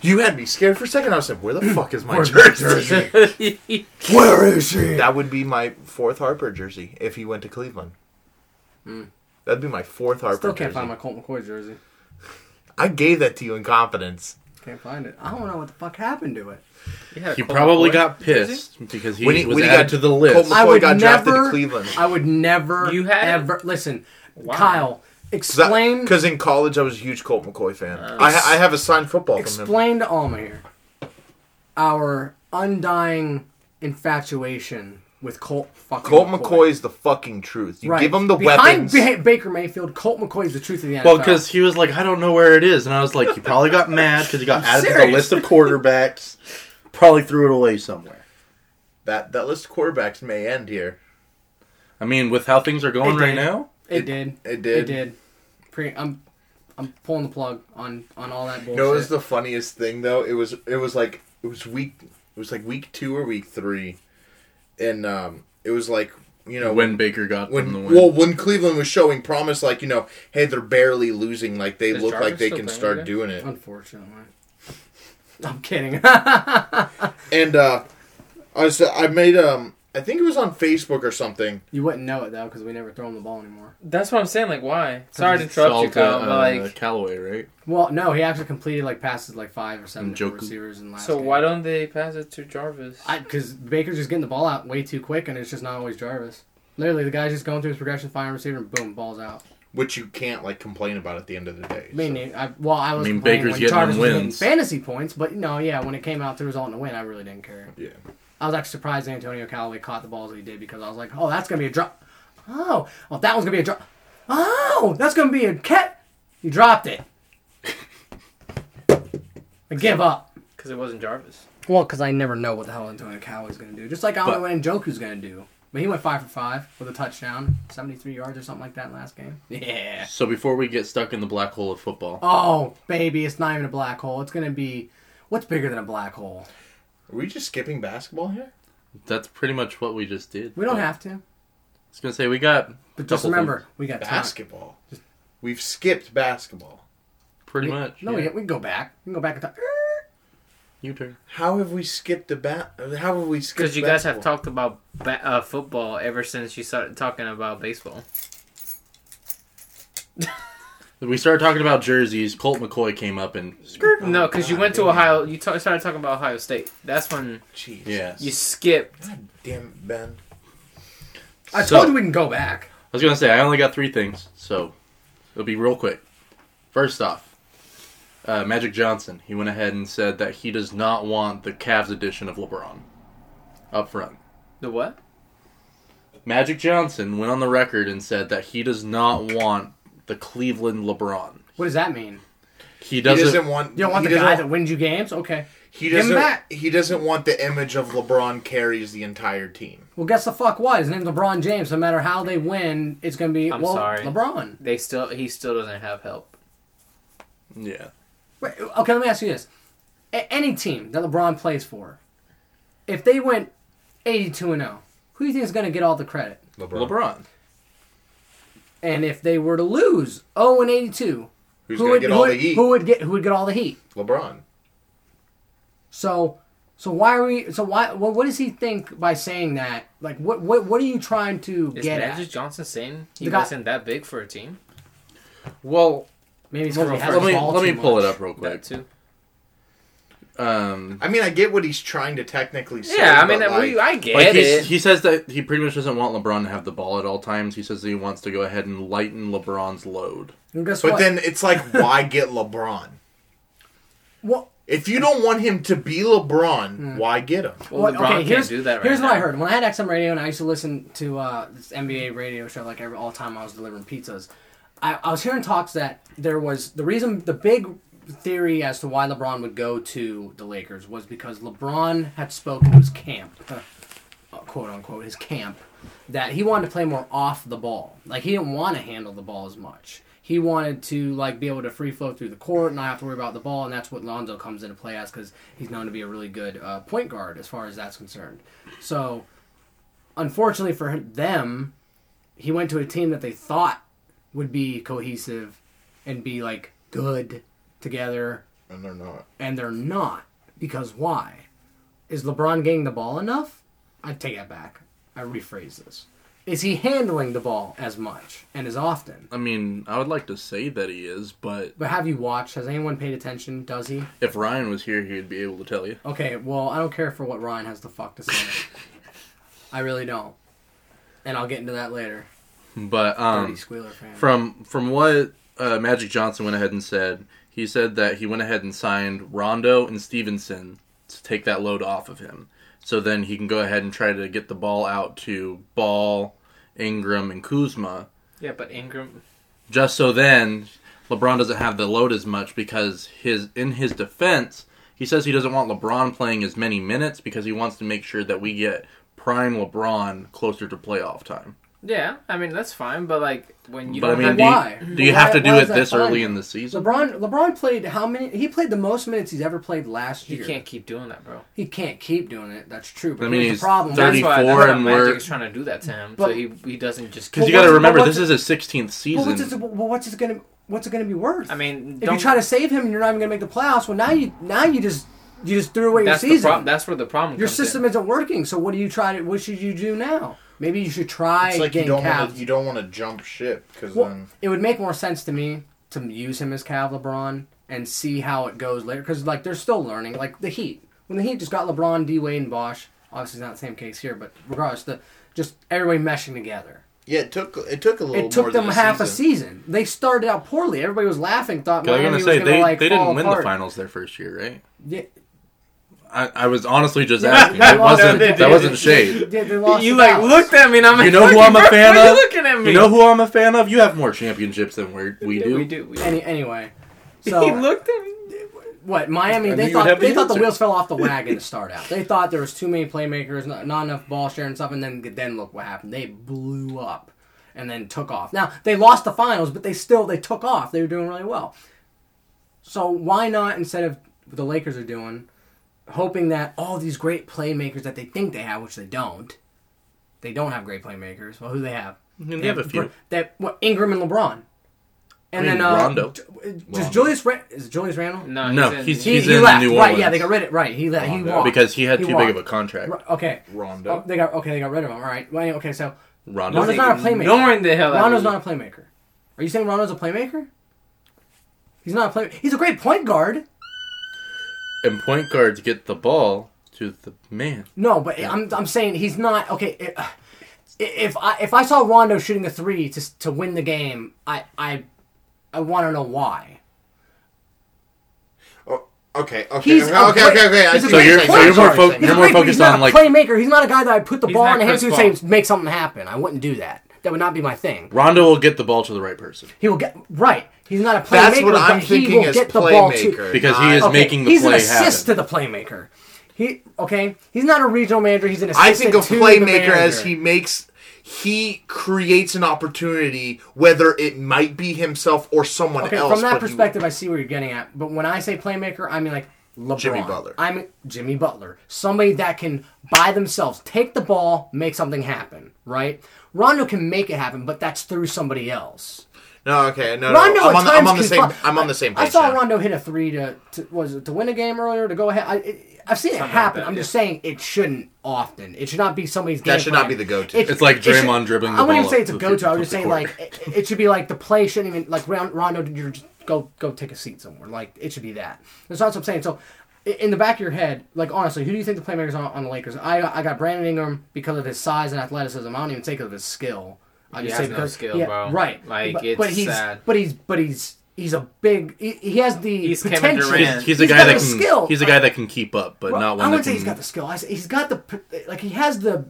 You had me scared for a second. I was like, "Where the fuck is my jersey?"
Where is he?
That would be my fourth Harper jersey if he went to Cleveland. That'd be my fourth Harper
Still can't
jersey.
find my Colt McCoy jersey.
I gave that to you in confidence.
Can't find it. I don't know what the fuck happened to it.
He probably got pissed because he
When he-
was
when he
added
got-
to the list.
Colt-
I
Boy
would
got drafted to
never.
Cleveland.
I would never.
You had it?
ever listen, Kyle. Explain.
Because in college, I was a huge Colt McCoy fan. I, ha- I have a signed football from him.
explain to Alma here our undying infatuation with Colt fucking
Colt McCoy is the fucking truth. You
Right.
give him the
Behind
weapons.
Ba- Baker Mayfield, Colt McCoy is the truth of the NFL.
well, because he was like, I don't know where it is, and I was like, he probably got mad because he got added to the
serious.
list of quarterbacks. Probably threw it away somewhere.
that that list of quarterbacks may end here.
I mean, with how things are going
It
right
did.
now,
It, did.
It
It
did.
did. Pre- I'm I'm pulling the plug on on all that
You
bullshit.
know, what was the funniest thing though? It was it was like it was week it was like week two or week three, and um, it was like you know
when Baker got
when
from the win,
well when Cleveland was showing promise like you know hey they're barely losing like they
Is
look
Jarvis
like they
still
can
playing
start
again?
doing it
Unfortunately, I'm kidding.
and uh, I was I made um I think it was on Facebook or something
you wouldn't know it though because we never throw him the ball anymore.
That's what I'm saying. Like, why? Sorry to interrupt
solved
you, Kyle.
uh,
but like,
Callaway, right?
Well, no, he actually completed like passes like five or seven
And
different
Joku.
receivers in last.
so why don't they pass it to Jarvis?
Because Baker's just getting the ball out way too quick, and it's just not always Jarvis. Literally, the guy's just going through his progression, finding a receiver, and boom, balls out.
which you can't like complain about at the end of the day.
I mean,
so.
I, well, I was
I mean,
complaining
Baker's
when
getting
Jarvis
them
was getting
wins.
fantasy points, but no, yeah, when it came out to result in a win, I really didn't care.
Yeah.
I was actually surprised Antonio Callaway caught the balls that he did because I was like, oh, that's gonna be a drop. Oh, well, that one's gonna be a drop. Oh, that's gonna be a cat. You dropped it. I give up.
Because it wasn't Jarvis.
Well, because I never know what the hell Antonio Callaway's gonna do. Just like I don't know what Njoku's gonna do. But he went five for five with a touchdown, seventy-three yards or something like that last game. Yeah.
So before we get stuck in the black hole of football,
Oh, baby, it's not even a black hole. It's gonna be what's bigger than a black hole?
Are we just skipping basketball here?
that's pretty much what we just did.
We don't
But
have to.
I was gonna say we got,
But just
Couple
remember, we got time.
Basketball. We've skipped basketball.
pretty much.
No,
yeah.
we, we can go back. We can go back and talk.
you turn.
How have we skipped the bat? How have we skipped?
Because you guys have
basketball?
talked about ba- uh, football ever since you started talking about baseball.
We started talking about jerseys. Colt McCoy came up and
no, because you
God,
went to
damn.
Ohio. You ta started talking about Ohio State. That's when
Jeez.
yes.
you skipped.
God damn it, Ben.
I
So-
told you we can go back.
I was gonna say I only got three things, so it'll be real quick. First off, uh, Magic Johnson. He went ahead and said that he does not want the Cavs edition of LeBron up front.
The what?
Magic Johnson went on the record and said that he does not want the Cleveland LeBron.
What does that mean?
He
He
doesn't.
doesn't want.
You don't want
he
the guy
doesn't-
that wins you games? Okay.
He
Give him
doesn't.
back.
He doesn't want the image of LeBron carries the entire team.
Well, guess the fuck what? His name's LeBron James. No matter how they win, it's going to be,
I'm
well,
sorry.
LeBron.
They still. He still doesn't have help.
yeah,
Wait, okay, let me ask you this. A- any team that LeBron plays for, if they went 82 and 0, who do you think is going to get all the credit?
LeBron.
And if they were to lose 0 and 82,
Who's
who
gonna
would,
get
who
all
would-
the heat?
who would get who would get all the heat?
LeBron.
So so why are we so why what, what does he think by saying that? Like what what what are you trying to
Is
get
Magic
at?
Johnson saying he
The guy-
wasn't that big for a team?
Well,
Maybe it's 'cause he has
let
the
me
ball
let me
too
pull
much.
it up real
That
quick.
too.
Um,
I mean, I get what he's trying to technically say.
Yeah, I mean,
but,
that
like,
we, I get
Like he's-
it.
he says that he pretty much doesn't want LeBron to have the ball at all times. He says that he wants to go ahead and lighten LeBron's load.
And guess
But
what?
then it's like, why get LeBron?
Well,
If you don't want him to be LeBron,
Hmm.
why get him?
well,
Well,
LeBron
here's-
can't do that right
Here's
now.
what I heard. When I had XM Radio and I used to listen to uh, this NBA radio show like every, all the time I was delivering pizzas, I, I was hearing talks that there was the reason, the big theory as to why LeBron would go to the Lakers was because LeBron had spoken to his camp, uh, quote unquote, his camp, that he wanted to play more off the ball. Like he didn't want to handle the ball as much. He wanted to like be able to free flow through the court and not have to worry about the ball, and that's what Lonzo comes into play as because he's known to be a really good uh, point guard as far as that's concerned. So, unfortunately for him- them, he went to a team that they thought would be cohesive and be like good together,
And they're not.
and they're not because why? Is LeBron getting the ball enough? I take that back. I rephrase this. Is he handling the ball as much and as often?
I mean, I would like to say that he is, but
But have you watched? Has anyone paid attention? Does he?
if Ryan was here, he'd be able to tell you.
Okay, well, I don't care for what Ryan has the fuck to say. I really don't. And I'll get into that later.
But
Dirty
um,
squealer fan.
from from what uh, Magic Johnson went ahead and said, he said that he went ahead and signed Rondo and Stevenson to take that load off of him. So then he can go ahead and try to get the ball out to Ball, Ingram, and Kuzma.
Yeah, but Ingram.
just so then LeBron doesn't have the load as much because his in his defense, he says he doesn't want LeBron playing as many minutes because he wants to make sure that we get prime LeBron closer to playoff time.
Yeah, I mean that's fine, but like when you
but I
don't
mean,
have
do
Why?
you, do you
Why-
have to do
why
it
is that
this
fine?
early in the season?
LeBron LeBron played how many? He played the most minutes he's ever played last
you
year.
can't keep doing that, bro.
He can't keep doing it. That's true. But
I mean,
here's
he's
the problem.
30
That's why, that's
34
why
and we're-
Magic is trying to do that to him, so
But-
he he doesn't just.
Because you
Well,
got to
what's-
remember,
well,
this
what's-
is his 16th
But
season.
what's it, well, what's it gonna what's it gonna be worth?
I mean,
if you
don't-
try to save him and you're not even gonna make the playoffs, well now you now you just you just threw away
that's
your
the
season.
problem. That's where the problem.
your
comes
system
in.
isn't working. So what do you try to? What should you do now? Maybe you should try
It's like you
getting
don't
Cav.
want to you don't want to jump ship because
Well,
then
it would make more sense to me to use him as Cav LeBron and see how it goes later. Because like they're still learning. Like the Heat, when the Heat just got LeBron, D Wade, and Bosch. Obviously, it's not the same case here, but regardless, the just everybody meshing together.
yeah, it took it took a little.
It took
more
them
than
half
a
a season. They started out poorly. Everybody was laughing, thought
I was
Miami
gonna
was
say
going to
they,
like
they
fall
didn't win
apart.
the finals their first year, right?
Yeah,
I, I was honestly just
Yeah,
asking.
they
That
lost
wasn't
to the
that wasn't
Jazz.
shade.
yeah, they lost
You
to
like
Dallas.
looked at me, and I'm like,
You know who
"Fucking
I'm a
bro,
fan
why
of?
You looking at me?
You know who I'm a fan of? You have more championships than we're, we
Yeah,
do.
we do. We do.
Any, anyway, so
he looked at me.
what Miami?
I knew
They
you would
thought
have the
they thought the
answer.
wheels fell off the wagon to start out. They thought there was too many playmakers, not, not enough ball share and stuff, and then then look what happened. They blew up and then took off. Now they lost the finals, but they still they took off. They were doing really well. So why not instead of what the Lakers are doing, hoping that all these great playmakers that they think they have, which they don't, they don't have great playmakers. Well, who they have?
mean, they have a few.
That what Ingram and LeBron. And
I mean,
then uh,
Rondo.
d- Does Julius Ra- is Julius Randle?
No,
No,
he's,
he's-
in,
He,
he's
he
in
left.
New
Right, yeah,
Orleans.
they got rid of right. He left. He walked
because he had too big of a
walked.
contract.
Ri- Okay.
Rondo.
Oh, they got okay. They got rid of him. All right. Well, okay. So
Rondo.
Rondo's not a playmaker.
ignoring the hell out of
Rondo's
you.
not a playmaker. Are you saying Rondo's a playmaker? He's not a playmaker. He's a great point guard.
and point guards get the ball to the man.
No, but I'm I'm saying he's not okay. i- i- If I if I saw Rondo shooting a three to s- to win the game, I I I want to know why.
Oh, okay, okay,
He's
okay,
a
okay,
great-
okay, okay. I
he's a
see
great
what you're
So
saying.
you're more fo-
Sorry, sorry.
He's
You're
not
more
a playmaker,
focused
he's not
on,
a
like-
playmaker. He's not a guy that I put the
He's
ball
not
in the hands and
Chris
say
Paul.
make something happen. I wouldn't do that. That would not be my thing.
Rondo will get the ball to the right person
He will get right. He's not a playmaker.
That's what
but
I'm
he
thinking
will
as
get the ball to-
playmaker.
because he is
not-
Okay,
making the
he's
play
an assist
happen.
to the playmaker. He okay. He's not a regional manager. He's an assistant.
I think of
to the
playmaker as
manager.
he makes he creates an opportunity, whether it might be himself or someone
Okay,
else.
from that
but he-
perspective, I see where you're getting at. But when I say playmaker, I mean like LeBron.
Jimmy Butler.
I mean Jimmy Butler, somebody that can by themselves take the ball, make something happen. Right? Rondo can make it happen, but that's through somebody else.
no, okay, no, no,
Rondo,
no. I'm
at
on, the, I'm
times
on the
can
same.
fi-
I'm on the same page.
I saw
now.
Rondo hit a three to, to was it to win a game earlier to go ahead. I, it, I've seen it happen.
that,
I'm
yeah.
just saying it shouldn't often. It should not be somebody's.
That
game
should not
plan.
be the go-to.
It-
It's like
it should-
Draymond dribbling the
I wouldn't
ball
even say
up
it's a
the
go-to. I was just
fifty-
saying like it, it should be like the play shouldn't even like Ron- Rondo. You're just go go take a seat somewhere. Like it should be that. That's not what I'm saying. So. i- In the back of your head, like honestly, who do you think the playmakers on, on the Lakers? I I got Brandon Ingram because of his size and athleticism. I don't even think of his skill. I
He
just
has
say
no
because
skill, bro.
right?
Like,
but,
it's
but he's,
sad.
But he's but he's he's a big. He, he has the
He's Kevin
potential.
Durant.
He's a
He's
guy
got
that
the
can.
skill.
He's a guy that can keep up, but
Well,
not
I
one
wouldn't
that
say he's got
can.
the skill. I say he's got the p- like he has the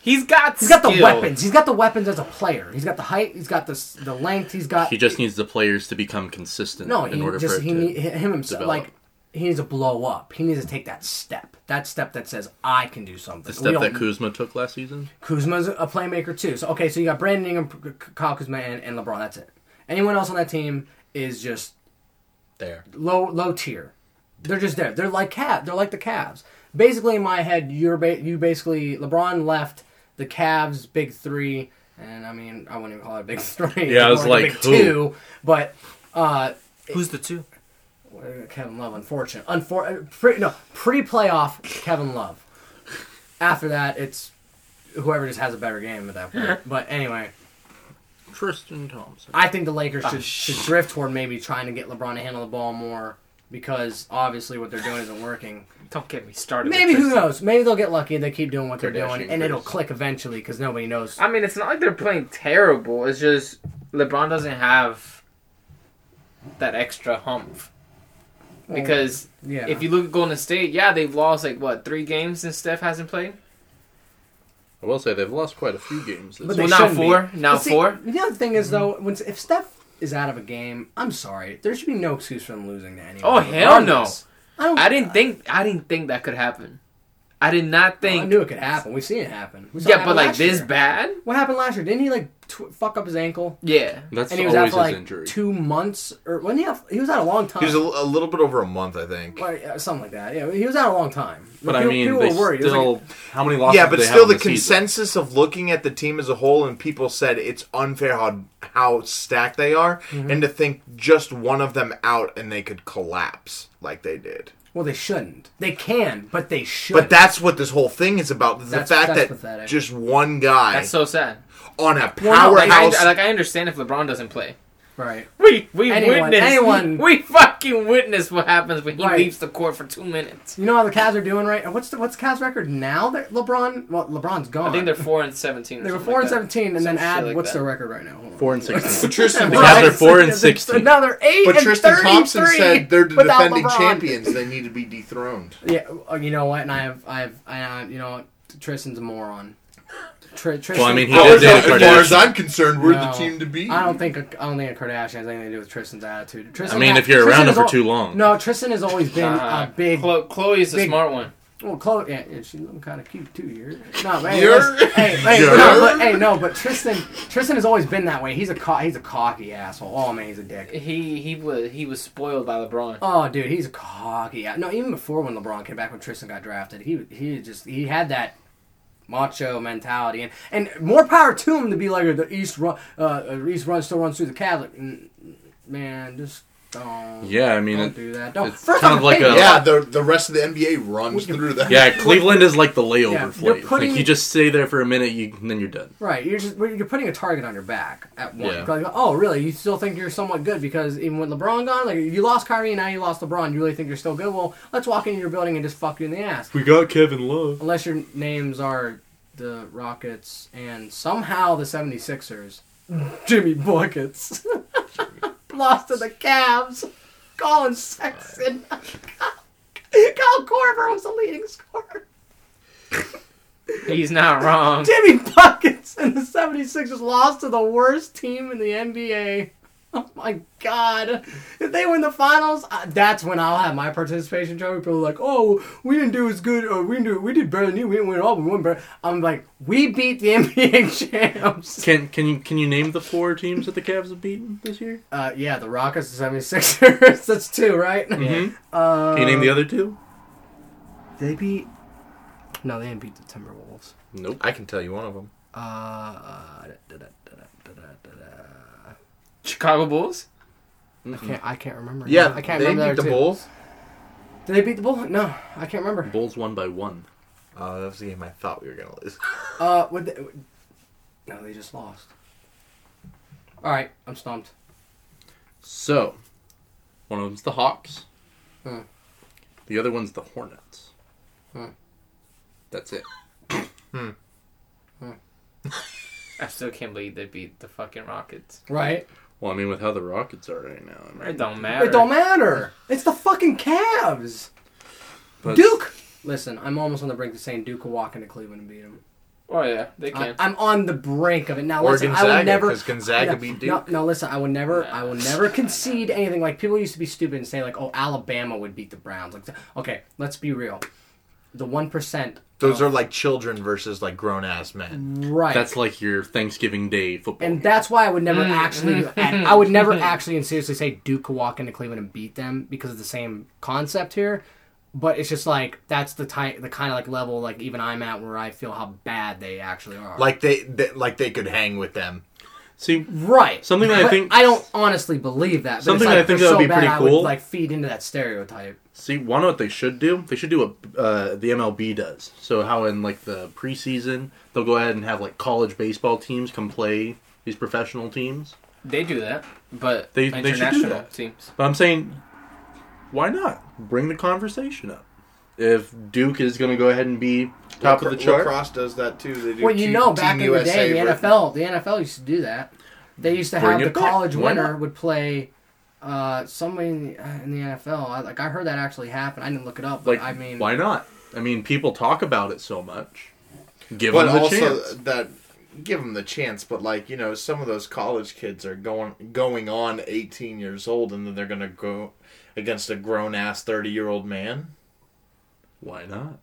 He's got.
he's got the
skill.
weapons. He's got the weapons as a player. He's got the height. He's got the s- the length. He's got
He just needs the players to become consistent
no.
in
he
order
just
for it
he
to.
need, him himself
develop.
like he needs to blow up. He needs to take that step. That step that says I can do something.
the
We
step that
don't-
Kuzma took last season.
Kuzma's a playmaker too. So okay, so you got Brandon Ingram, K- Kyle Kuzma, and, and LeBron. That's it. Anyone else on that team is just
there.
low low tier. They're just there. They're like cat. They're like the Cavs. Basically, in my head, you're ba- you basically LeBron left the Cavs big three, and I mean I wouldn't even call it a big three.
Yeah, I was
More a
like,
big
who?
two, but uh,
Who's the two?
Kevin Love, unfortunate, unfor- uh, pre- no pre playoff Kevin Love. After that, it's whoever just has a better game at that point. But anyway.
Tristan Thompson.
I think the Lakers
Ah.
should, should drift toward maybe trying to get LeBron to handle the ball more because obviously what they're doing isn't working.
Don't get me started. with
Maybe who
Tristan.
knows? Maybe they'll get lucky and they keep doing what they're doing,
Kardashian
and it'll
Chris.
click eventually because nobody knows.
I mean, it's not like they're playing terrible. It's just LeBron doesn't have that extra hump. Because
yeah.
if you look at Golden State, yeah, they've lost like what three games since Steph hasn't played.
I will say they've lost quite a few games. This
But
year.
they
well, now
shouldn't be.
four, now
But see,
four.
The other thing is though, when if Steph is out of a game, I'm sorry, there should be no excuse for them losing to anyone.
Oh, hell no.
I don't.
I didn't think I didn't think that could happen. I did not
I
think.
knew it could happen. We've seen it happen. We saw it
yeah,
happen
but like
last
this
year.
bad?
What happened last year? Didn't he like tw- fuck up his ankle?
Yeah.
That's
and he was out
always
for
his
like
injury.
two months, or when he out, he was out a long time,
He was a, a little bit over a month, I think.
Like, uh, something like that. Yeah, he was out a long time.
but I
Like, people-
mean,
people
they
were worried. It was
still
like,
how many losses?
Yeah, but
did they
still,
have
the
in season?
consensus of looking at the team as a whole and people said it's unfair how how stacked they are, and to think just one of them out and they could collapse like they did.
well, they shouldn't. They can, but they should.
But that's what this whole thing is about: the
That's-
fact
that's
that
pathetic.
just one guy
That's so sad.
on a
Well,
Like I,
powerhouse.
like I understand if LeBron doesn't play.
right.
We we
Anyone-
witness
anyone-
we fucking witness what happens when he
Right.
leaves the court for two minutes.
You know how the Cavs are doing right? What's the what's Cavs record now that LeBron? Well, LeBron's gone.
I think they're four and seventeen. Or
They were
something
four and
like that.
seventeen, and then
Some shit
add
like
what's
that.
their record right now? Hold on.
four and sixteen.
Tristan
The Cavs
Right.
are four and
It's
sixteen.
Another eight
But
and
Tristan Thompson
33
said they're the
without
defending
LeBron.
champions. They need to be dethroned.
Yeah, uh, you know what? And I have, I have, I have, you know what? Tristan's a moron. Tri- Tristan,
Well, I mean, he
Well,
did
as
date a
far as
Kardashian.
I'm concerned, we're
No.
the team to beat.
I don't think a, I don't think a Kardashian has anything to do with Tristan's attitude. Tristan
I mean,
ha-
if you're
Tristan
around him
has
for
al-
too long,
no, Tristan has always been
Nah.
a big.
Chlo- Chloe's the
big-
smart one.
well, Chloe, yeah, yeah, she's looking kind of cute too. You're, no, but hey,
You're-
listen- hey, hey,
You're-
no, but, hey, no, but Tristan, Tristan has always been that way. He's a co- he's a cocky asshole. Oh man, he's a dick.
He he was he was spoiled by LeBron.
Oh, dude, he's cocky. No, even before when LeBron came back, when Tristan got drafted, he he just he had that macho mentality, and and more power to him to be like the East run, uh, East run still runs through the Cavs. Like, mm, man, just don't.
yeah, I mean,
don't
it-
do that. Don't.
it's kind
off,
of like
hey,
a-
Yeah, the the rest of the NBA runs through that.
yeah, Cleveland is like the layover
Yeah,
flight.
you're putting-
Like you just stay there for a minute, you and then you're done.
Right, you're just you're putting a target on your back at one.
Yeah.
Like, oh, really? You still think you're somewhat good because even with LeBron gone, like you lost Kyrie, now you lost LeBron. You really think you're still good? Well, let's walk into your building and just fuck you in the ass.
We got Kevin Love.
Unless your names are the Rockets and somehow the 76ers. Jimmy Buckets. Lost to the Cavs. Colin Sexton. Kyle Korver was the leading scorer.
He's not wrong.
Jimmy Buckets and the 76ers lost to the worst team in the NBA. Oh my god. If they win the finals, uh, that's when I'll have my participation trophy. People are like, oh, we didn't do as good, or we, didn't do, we did better than you, we didn't win all, we won better. I'm like, we beat the NBA champs.
Can can you can you name the four teams that the Cavs have beaten this year?
Uh, yeah, the Rockets, the 76ers, that's two, right?
Mm-hmm.
Mhm.
Uh,
Can you name the other two?
They beat. No, they didn't beat the Timberwolves.
Nope.
I can tell you one of them.
Uh, da, da, da, da, da, da, da.
Chicago Bulls.
I can't, I can't remember.
Mm-hmm. Yeah,
I can't
they
remember
beat the
other two.
Bulls.
Did they beat the Bulls? No, I can't remember.
Bulls won by one.
Oh, that was the game I thought we were gonna lose.
Uh, would they, would- no, they just lost. All right, I'm stumped.
So, one of them's the Hawks.
Hmm.
The other one's the Hornets.
Hmm.
That's it.
I still can't believe they beat the fucking Rockets.
Right?
Well, I mean, with how the Rockets are right now, I mean,
It don't matter.
It don't matter. It's the fucking Cavs.
but-
Duke. Listen, I'm almost on the brink of saying Duke will walk into Cleveland and beat him.
Oh yeah, they
I,
can.
I'm on the brink of it now.
Or
Listen, I
Gonzaga,
will never.
because Gonzaga
no,
beat
No,
Duke.
no, listen, I will never. I will never concede anything. Like people used to be stupid and say like, "Oh, Alabama would beat the Browns." Like, okay, let's be real. The one percent.
Those are like children versus like grown ass men.
Right.
That's like your Thanksgiving Day football.
And that's why I would never actually, I would never actually and seriously say Duke could walk into Cleveland and beat them because of the same concept here. But it's just like that's the type, the kind of like level like even I'm at where I feel how bad they actually are.
Like they, they like they could hang with them.
See,
right,
Something that I
But
think-
I don't honestly believe that. But
Something
it's
that
like,
I think
they're
that would
so
be
bad,
pretty
I would,
cool.
like feed into that stereotype.
See, one what they should do? They should do what uh, the MLB does. So how in like the preseason, they'll go ahead and have like college baseball teams come play these professional teams.
They do that, but
They- they should do
international
that.
teams.
But I'm saying, why not bring the conversation up? If Duke is going to go ahead and be top of the chart,
Lacrosse does that too. They do
Well, you
Team-
know, back
Team
in the day,
USA
the
versus-
NFL, the NFL used to do that. They used to
Bring
have
it
the
back.
college
Why
winner
not?
would play uh, somebody in the, in the NFL. I, like I heard that actually happened. I didn't look it up, but
like
I mean,
why not? I mean, people talk about it so much. Give
but
them the
also
chance.
that give them the chance but like you know some of those college kids are going going on 18 years old and then they're gonna go against a grown-ass 30 year old man
Why not?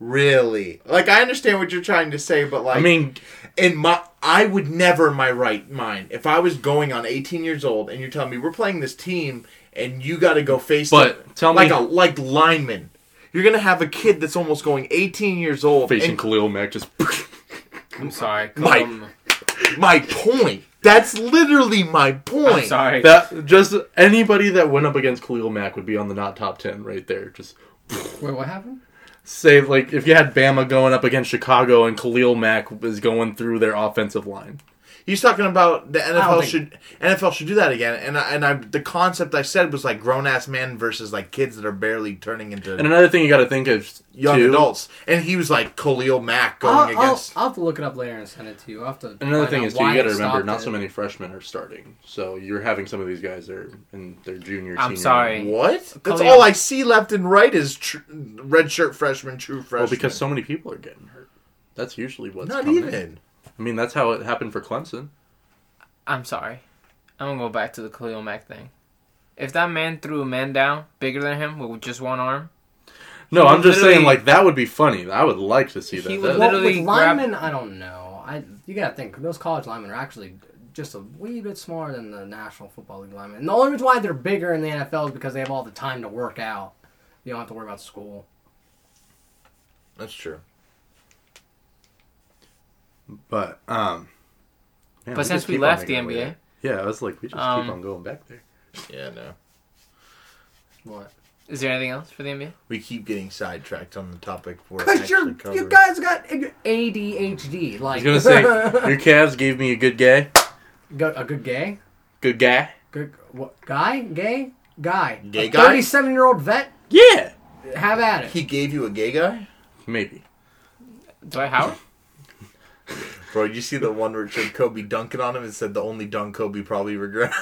Really? Like I understand what you're trying to say, but like
I mean,
in my I would never in my right mind if I was going on 18 years old and you're telling me we're playing this team and you got to go face
But
the-
tell
like
me-
a like lineman. You're gonna have a kid that's almost going 18 years old.
facing
and
Khalil Mack just
I'm sorry.
Mike.
Um,
my point. That's literally my point.
I'm sorry.
that just anybody that went up against Khalil Mack would be on the not top ten right there. Just
Wait, what happened?
say like if you had Bama going up against Chicago and Khalil Mack is going through their offensive line.
He's talking about the NFL
think-
should NFL should do that again, and I, and I the concept I said was like grown ass men versus like kids that are barely turning into
And another thing you got to think of
young
too,
adults. And he was like Khalil Mack
I'll,
going
I'll,
against.
I'll have to look it up later and send it to you. I'll have to
Another
find
thing
out
is too you
why
got to
it
remember
stopped
not
it.
so many freshmen are starting, so you're having some of these guys that are in their junior.
I'm
senior
sorry.
what? That's
Khalil-
all I see left and right is tr- red shirt freshman, true freshman.
Well, because so many people are getting hurt. That's usually what's
not
coming.
even.
I mean, that's how it happened for Clemson.
I'm sorry. I'm gonna go back to the Khalil Mack thing. If that man threw a man down bigger than him with just one arm,
No,
He
I'm just
literally-
saying like that would be funny. I would like to see that.
He would
That-
Well,
literally
with linemen, I don't know. I you gotta think those college linemen are actually just a wee bit smaller than the National Football League linemen. And the only reason why they're bigger in the NFL is because they have all the time to work out. You don't have to worry about school.
That's true.
but um, man,
but since
just
we
keep on
left the
making our way
NBA,
there. yeah, I was like, we just
Um,
keep on going back there.
Yeah, no.
What?
is there anything else for the NBA?
We keep getting sidetracked on the topic. We're
Because
actually
you you
covering.
guys got ADHD. Like
I was gonna say your Cavs gave me a good guy,
Go- a good gay,
good guy.
good what guy, gay guy,
Gay
a
guy?
thirty-seven year old vet.
Yeah,
Have at it.
He gave you a gay guy,
maybe.
Dwight Howard?
bro. You see the one where it showed Kobe dunking on him and said the only dunk Kobe probably regrets.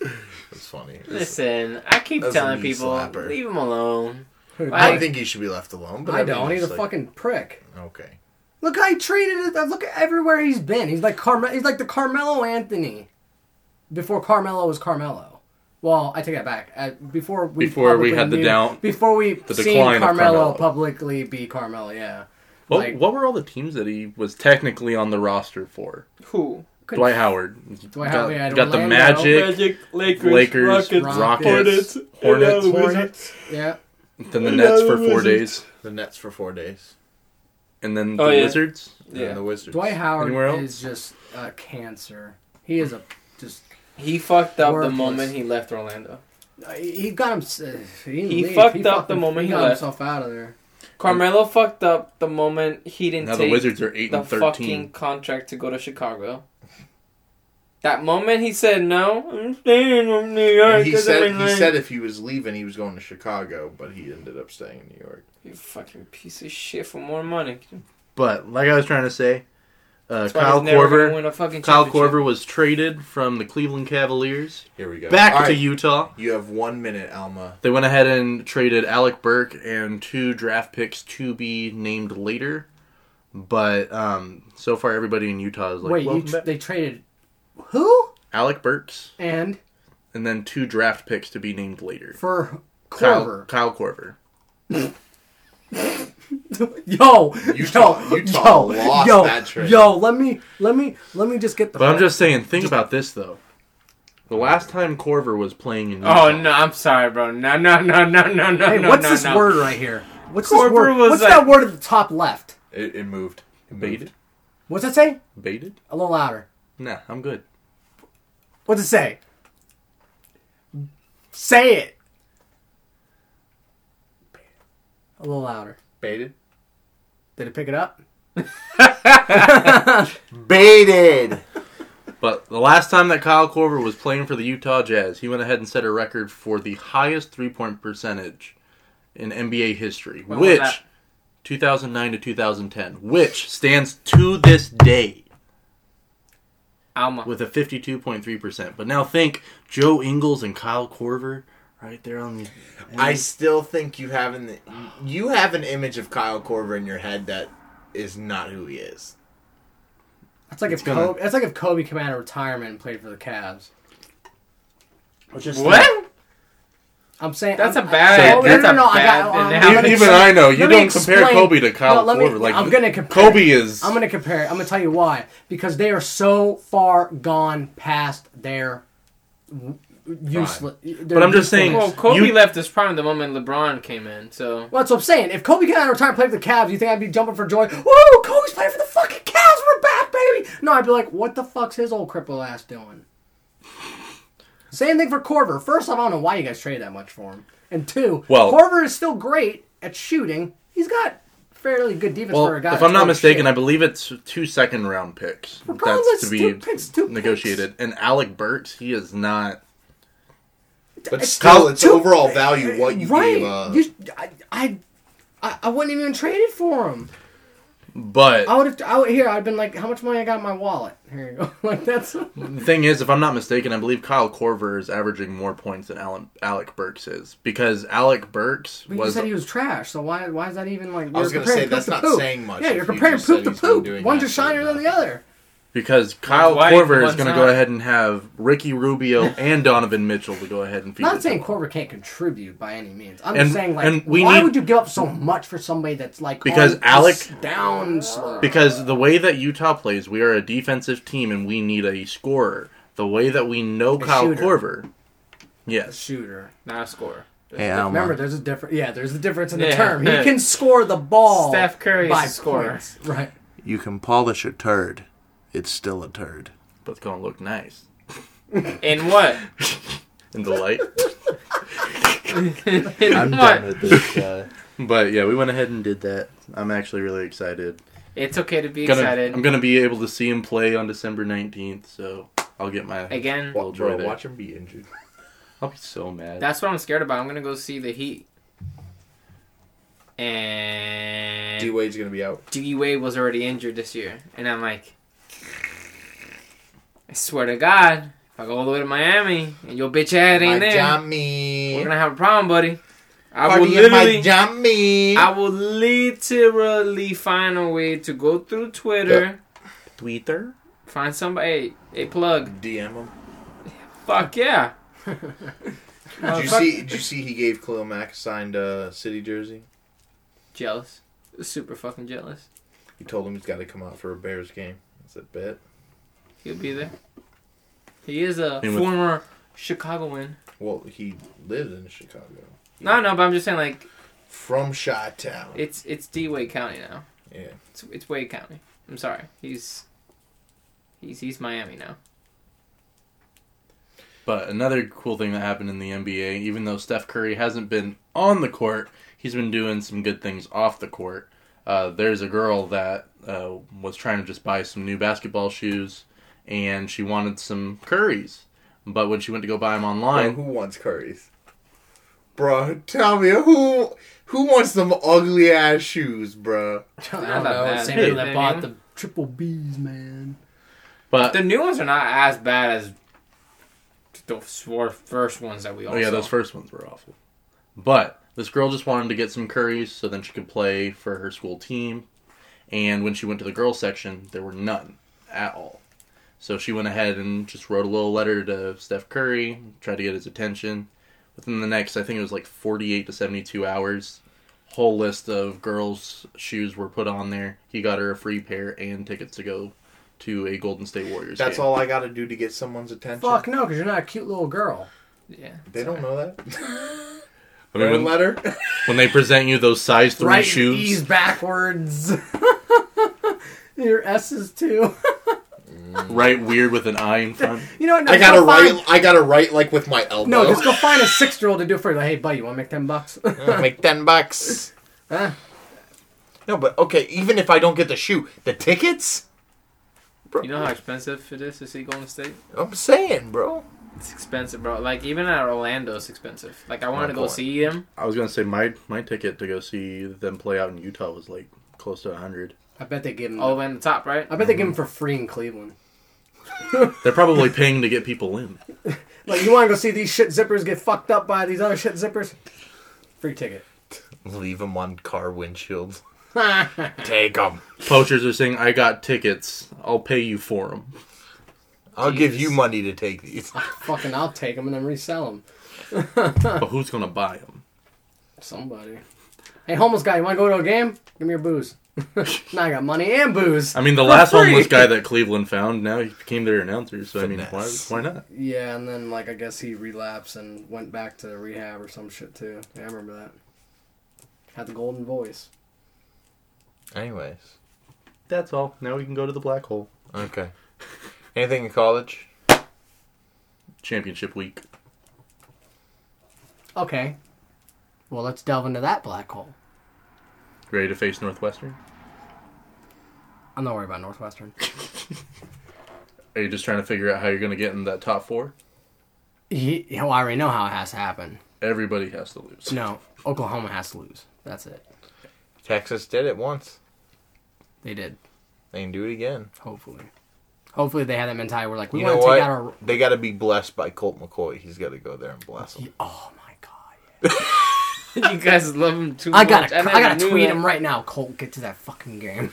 That's funny.
Listen, I keep
That's a
telling
knee
people
slapper.
leave him alone.
I
Like-
think he should be left alone. But
I don't.
mean,
He's a
it's like-
fucking prick.
Okay.
Look how he treated it. uh, Look at everywhere he's been. He's like Carme- He's like the Carmelo Anthony before Carmelo was Carmelo. Well, I take that back. Uh, before we
Before we
publicly
had the
knew-
down-
Before we
the
seen
decline of
Carmelo,
Carmelo.
publicly be Carmelo. Yeah.
What,
Like-
what were all the teams that he was technically on the roster for?
Who?
Good
Dwight Howard.
Dwight
got,
Howard, we had
got the
Orlando,
Magic,
Lakers,
Lakers, Rockets,
Rockets,
Rockets,
Hornets,
Hornets. Yeah.
then the Nets for four
Wizards.
days,
The Nets for four days.
and then the
Oh, yeah.
Wizards.
Yeah.
Yeah.
And the Wizards.
Dwight
Anywhere else?
Howard is just a cancer. He is a just.
He fucked up
Worthless.
the moment he left Orlando.
uh, He got him. He, didn't
He
leave.
fucked up
fucking-
the moment he
got
left.
himself out of there.
Carmelo fucked up the moment he didn't
Now
take
the Wizards are eight
the
and thirteen.
fucking contract to go to Chicago. That moment he said no, I'm staying in New York.
And he said he said if he was leaving, he was going to Chicago, but he ended up staying in New York.
You fucking piece of shit for more money.
But like I was trying to say, uh,
That's why
Kyle
he's never gonna
Korver.
win a fucking
Kyle
championship.
Korver was traded from the Cleveland Cavaliers
Here we go.
back
All
to
right,
Utah.
You have one minute, Alma.
They went ahead and traded Alec Burke and two draft picks to be named later. But um, so far, everybody in Utah is like,
Wait,
well,
you tr- they traded who
Alec Burks
and
and then two draft picks to be named later.
for
Kyle,
Corver?
Kyle Korver.
Yo,
Utah-
yo,
Utah
yo,
lost
yo,
that trade.
yo. Let me, let me, let me just get the.
But I'm just saying, think about this though. The last time Corver was playing in Utah,
Oh no, I'm sorry, bro. No, no, no, no, no, no.
Hey,
no,
what's
no,
this
no.
word right here? What's
Corver
this word?
was
What's
like-
that word at the top left?
It, it moved. It
baited,
What's that say?
baited.
A little louder.
Nah, I'm good.
What's it say? Say it. A little louder.
Baited.
Did it pick it up?
Baited.
But the last time that Kyle Korver was playing for the Utah Jazz, he went ahead and set a record for the highest three point percentage in NBA history,
When was
which
that?
2009 to 2010, which stands to this day
Alma.
with a 52.3%. But now think Joe Ingles and Kyle Korver right there on the.
I still think you have an you have an image of Kyle Korver in your head that is not who he is.
That's like if
gonna-
Kobe, that's like if Kobe came out of retirement and played for the Cavs.
Just
What?
I'm saying
That's
I'm,
a bad-
I,
that's
no,
a
no, no,
bad
I got, I'm
analogy.
gonna
Even
explain-
I know you
let me
don't compare
explain-
Kobe to Kyle
No, let me-
Korver. Like
I'm gonna compare.
Kobe is.
I'm gonna compare. it. I'm gonna tell you why. Because they are so far gone past their w- useless.
But I'm just saying-
Well, Kobe
You-
left his prime the moment LeBron came in, so
Well, that's what I'm saying. If Kobe came out of retirement and played for the Cavs, you think I'd be jumping for joy? Whoa, Kobe's playing for the fucking Cavs. We're back, baby. No, I'd be like, what the fuck's his old cripple ass doing? Same thing for Corver. First off, I don't know why you guys traded that much for him. And two,
Well-
Corver is still great at shooting. He's got fairly good defense
well,
for a guy.
if I'm not mistaken, I believe it's two second round picks.
Regardless,
That's to be
two picks, two picks.
negotiated. And Alec Burks, he is not.
But
It's
still, it's
two-
overall value what you
right.
gave uh,
uh,
up.
You- I, I, I, I wouldn't even trade it for him.
But
I would have. I would, here, I'd been like, how much money I got in my wallet? Here you go. like that's.
the thing is, if I'm not mistaken, I believe Kyle Korver is averaging more points than Alec, Alec Burks is because Alec Burks
But you
was
said he was trash, so why why is that even like?
was
you're
gonna
comparing
say,
poop
that's
to
not
poop.
saying much
Yeah,
if
you're
you
comparing
just said
poop to
he's been
poop.
doing
One's just
absolutely
shinier than the
nothing.
other.
because Kyle
white,
Korver is
one's
going to
not.
go ahead and have Ricky Rubio and Donovan Mitchell to go ahead and feed.
I'm
it
not
to
saying
him.
Corver can't contribute by any means. I'm
And-
just saying like,
and we
why
need-
would you give up so much for somebody that's like
Because
on
Alec-
this down slope?
Because the way that Utah plays, we are a defensive team and we need a scorer. The way that we know Kyle
shooter.
Korver. Yes.
shooter.
not a scorer.
Hey, Alma.
Remember, there's a difference. Yeah, there's a difference in the
Yeah.
term. He can score the ball.
Steph Curry is
by
a scorer.
points. right?
you can polish a turd. It's still a turd.
But it's going to look nice
In what?
in the light.
In
I'm
what?
done with this
uh,
guy.
but yeah, we went ahead and did that. I'm actually really excited.
It's okay to be
Gonna-
excited.
I'm going to be able to see him play on December 19th, so I'll get my.
Again,
Well, Bro,
Bro,
watch
watch him be injured.
I'll be so mad.
that's what I'm scared about. I'm gonna go see the Heat. And
D Wade's gonna be out.
D Wade was already injured this year, and I'm like, I swear to God, if I go all the way to Miami and your bitch ad ain't
My
there,
Johnny.
we're gonna have a problem, buddy. I
Party
will
in my
literally,
Johnny.
I will literally find a way to go through Twitter,
Tweeter?
find somebody, hey, hey, plug,
DM him.
fuck yeah.
Uh,
Did you see? Did you see? He gave Khalil Mack a signed uh, city jersey.
Jealous, super fucking jealous.
He told him he's got to come out for a Bears game. I said, bet.
He'll be there. He is a
He was-
former Chicagoan.
Well, he lives in Chicago.
No, no, but I'm just saying, like,
From Chi Town.
it's it's D Wade County now.
yeah.
It's, it's Wade County. I'm sorry. He's he's he's Miami now.
But another cool thing that happened in the NBA, even though Steph Curry hasn't been on the court, he's been doing some good things off the court. Uh, there's a girl that uh, was trying to just buy some new basketball shoes, and she wanted some Curries. But when she went to go buy them
Bro,
online,
who wants curries? Bro, tell me who who wants them ugly ass shoes,
I
bro?
Not
don't know.
that bad.
Same
Hey.
people that bought the triple B's, man.
but
The new ones are not as bad as the four first ones that we all
oh yeah,
saw.
those first ones were awful. But this girl just wanted to get some Curries so then she could play for her school team. And when she went to the girls section, there were none at all. So she went ahead and just wrote a little letter to Steph Curry, tried to get his attention. Within the next, I think it was like 48 to 72 hours, whole list of girls' shoes were put on there. He got her a free pair and tickets to go to a Golden State Warriors.
That's
game.
all I gotta do to get someone's attention.
Fuck no, because you're not a cute little girl.
yeah.
They don't know that.
I mean,
Write a
when,
letter.
when they present you those size three
right
shoes,
E's backwards. Your S's too.
right weird with an eye in front.
You know what? No,
I gotta
go find-
write. I gotta write like with my elbow.
No, just go find a six year old to do it for you. Like, hey, buddy, you want to make 10 bucks?
make ten bucks.
Huh?
No, but okay. Even if I don't get the shoe, the tickets. Bro,
You know how expensive it is to see Golden State?
I'm saying, bro.
It's expensive, bro. Like even at Orlando, it's expensive. Like I wanted to go
going.
see him.
I was gonna say my my ticket to go see them play out in Utah was like close to hundred.
I bet they give him.
all the way on the top, right?
I bet they give him for free in Cleveland.
They're probably paying to get people in.
Like, you want to go see these shit zippers get fucked up by these other shit zippers? Free ticket.
Leave them on car windshields. Take them.
Poachers are saying, "I got tickets. I'll pay you for them."
I'll give you money to take these.
Fucking, I'll take them and then resell them.
but who's gonna buy them?
Somebody. Hey, homeless guy, you want to go to a game? Give me your booze. now I got money and booze.
I mean, the last
free.
homeless guy that Cleveland found now he became their announcer. So
Finesse.
I mean, why why not?
Yeah, and then like I guess he relapsed and went back to rehab or some shit too. Yeah, I remember that. Had the golden voice.
Anyways,
That's all. Now we can go to the black hole.
okay. Anything in college?
Championship week.
Okay. Well, let's delve into that black hole.
Ready to face Northwestern?
I'm not worried about Northwestern.
Are you just trying to figure out how you're gonna get in that top four?
He, well, I already know how it has to happen.
Everybody has to lose.
No, Oklahoma has to lose. That's it.
Texas did it once.
They did.
They can do it again.
Hopefully. Hopefully they had that mentality where like we
You know
want to
what?
take out our.
They got to be blessed by Colt McCoy. He's got to go there and bless them.
Oh my god.
you guys love him too
I
much.
gotta, I,
never
gotta
knew
tweet
that.
him right now. Colt, get to that fucking game.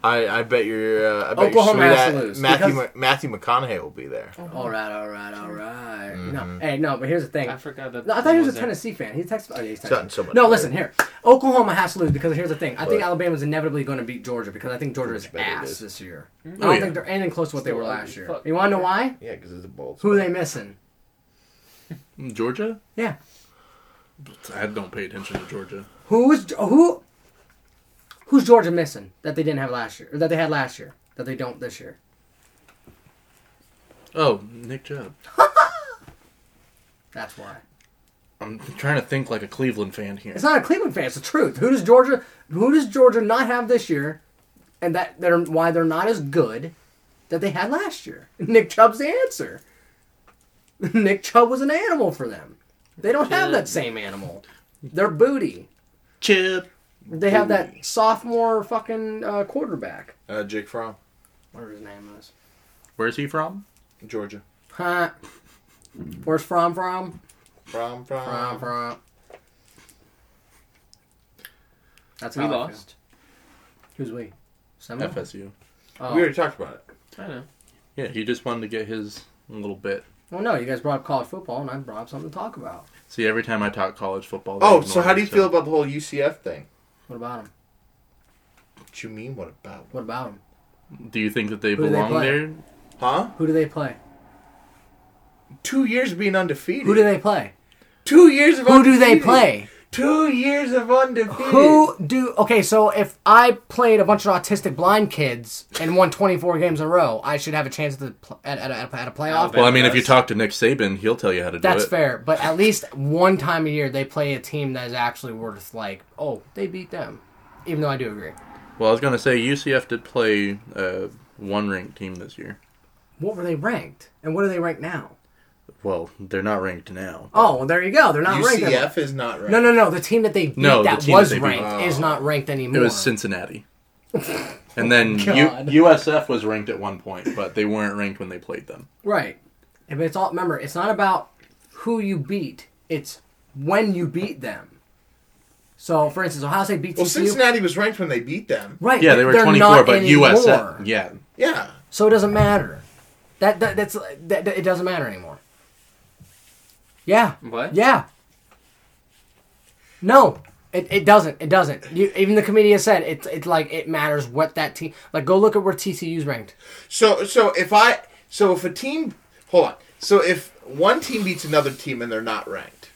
I, I bet your uh, I bet your
Oklahoma
sweet
has to
ass-
lose,
Matthew
because- Oh.
Ma- Matthew McConaughey will be there.
all right, all right, all right. No, hey, no, but here's the thing.
Mm-hmm. I forgot that.
No, I thought he was a
that.
Tennessee fan. He's Texas. Oh, yeah, he's
Something
Texas.
so much
no,
better.
listen here. Oklahoma has to lose because here's the thing. I think
But-
Alabama's inevitably going to beat Georgia because I think Georgia is
better it
ass
is.
this year. I
Oh,
don't
yeah.
think they're anything close to what they
Still
were
ugly
last
as
year.
fuck.
You want to know why?
Yeah, because it's a bald.
Who are
spot.
they missing?
Georgia?
Yeah.
I don't pay attention to Georgia.
Who's who? Who's Georgia missing that they didn't have last year or that they had last year that they don't this year?
Oh, Nick Chubb.
That's why.
I'm trying to think like a Cleveland fan here.
It's not a Cleveland fan. It's the truth. Who does Georgia? Who does Georgia not have this year, and that they're why they're not as good that they had last year? Nick Chubb's the answer. Nick Chubb was an animal for them. They don't have that same animal. They're booty.
Chip.
They have that sophomore fucking uh, quarterback.
Uh, Jake Fromm,
Whatever his name is.
Where's he from?
Georgia.
Huh. Where's From from? From
Fromm, Fromm.
from. That's
We
how I feel.
lost.
Who's we? Seminole?
FSU.
Oh.
We already talked about it.
I know.
Yeah, he just wanted to get his little bit.
Well, no, you guys brought up college football, and I brought up something to talk about.
See, every time I talk college football. they
Oh,
ignore
so how
me,
do you feel about the whole UCF thing?
What about him?
What you mean? What about?
What about him?
Do you think that they
Who do they
belong
play?
there?
Huh?
Who do they play?
Two years being undefeated.
Who do they play?
Two years of
Who do they
undefeated.
play?
Two years of undefeated.
Who do? Okay, so if I played a bunch of autistic blind kids and won 24 games in a row, I should have a chance at the pl- at, at, at, at a playoff.
Well, I mean, if you
Yes.
talk to Nick Saban, he'll tell you how to do
That's
it.
fair, but at least one time a year they play a team that is actually worth like, oh, they beat them. Even though I do agree.
Well, I was gonna say UCF did play uh, one ranked team this year.
What were they ranked, and what are they ranked now?
Well, they're not ranked now.
Oh, well, there you go. They're not ranked. anymore.
UCF is not right.
No, no, no. The team that they beat
No, the
that
team
was
that they beat.
ranked is not ranked anymore.
It was Cincinnati. And then
God.
U- USF was ranked at one point, but they weren't ranked when they played them.
right. And it's all. Remember, it's not about who you beat. It's when you beat them. So, for instance, Ohio State beat
Well,
TCU.
Cincinnati was ranked when they beat them.
Right.
Yeah, they were
they're
24,
not
but
anymore.
USF. Yeah.
Yeah.
So it doesn't matter. That, that that's that, that- it doesn't matter anymore. Yeah.
What?
Yeah. No, it, it doesn't. It doesn't. You, even the comedian said it's it's like it matters what that team. Like go look at where TCU's ranked.
So so if I so if a team hold on. So if one team beats another team and they're not ranked,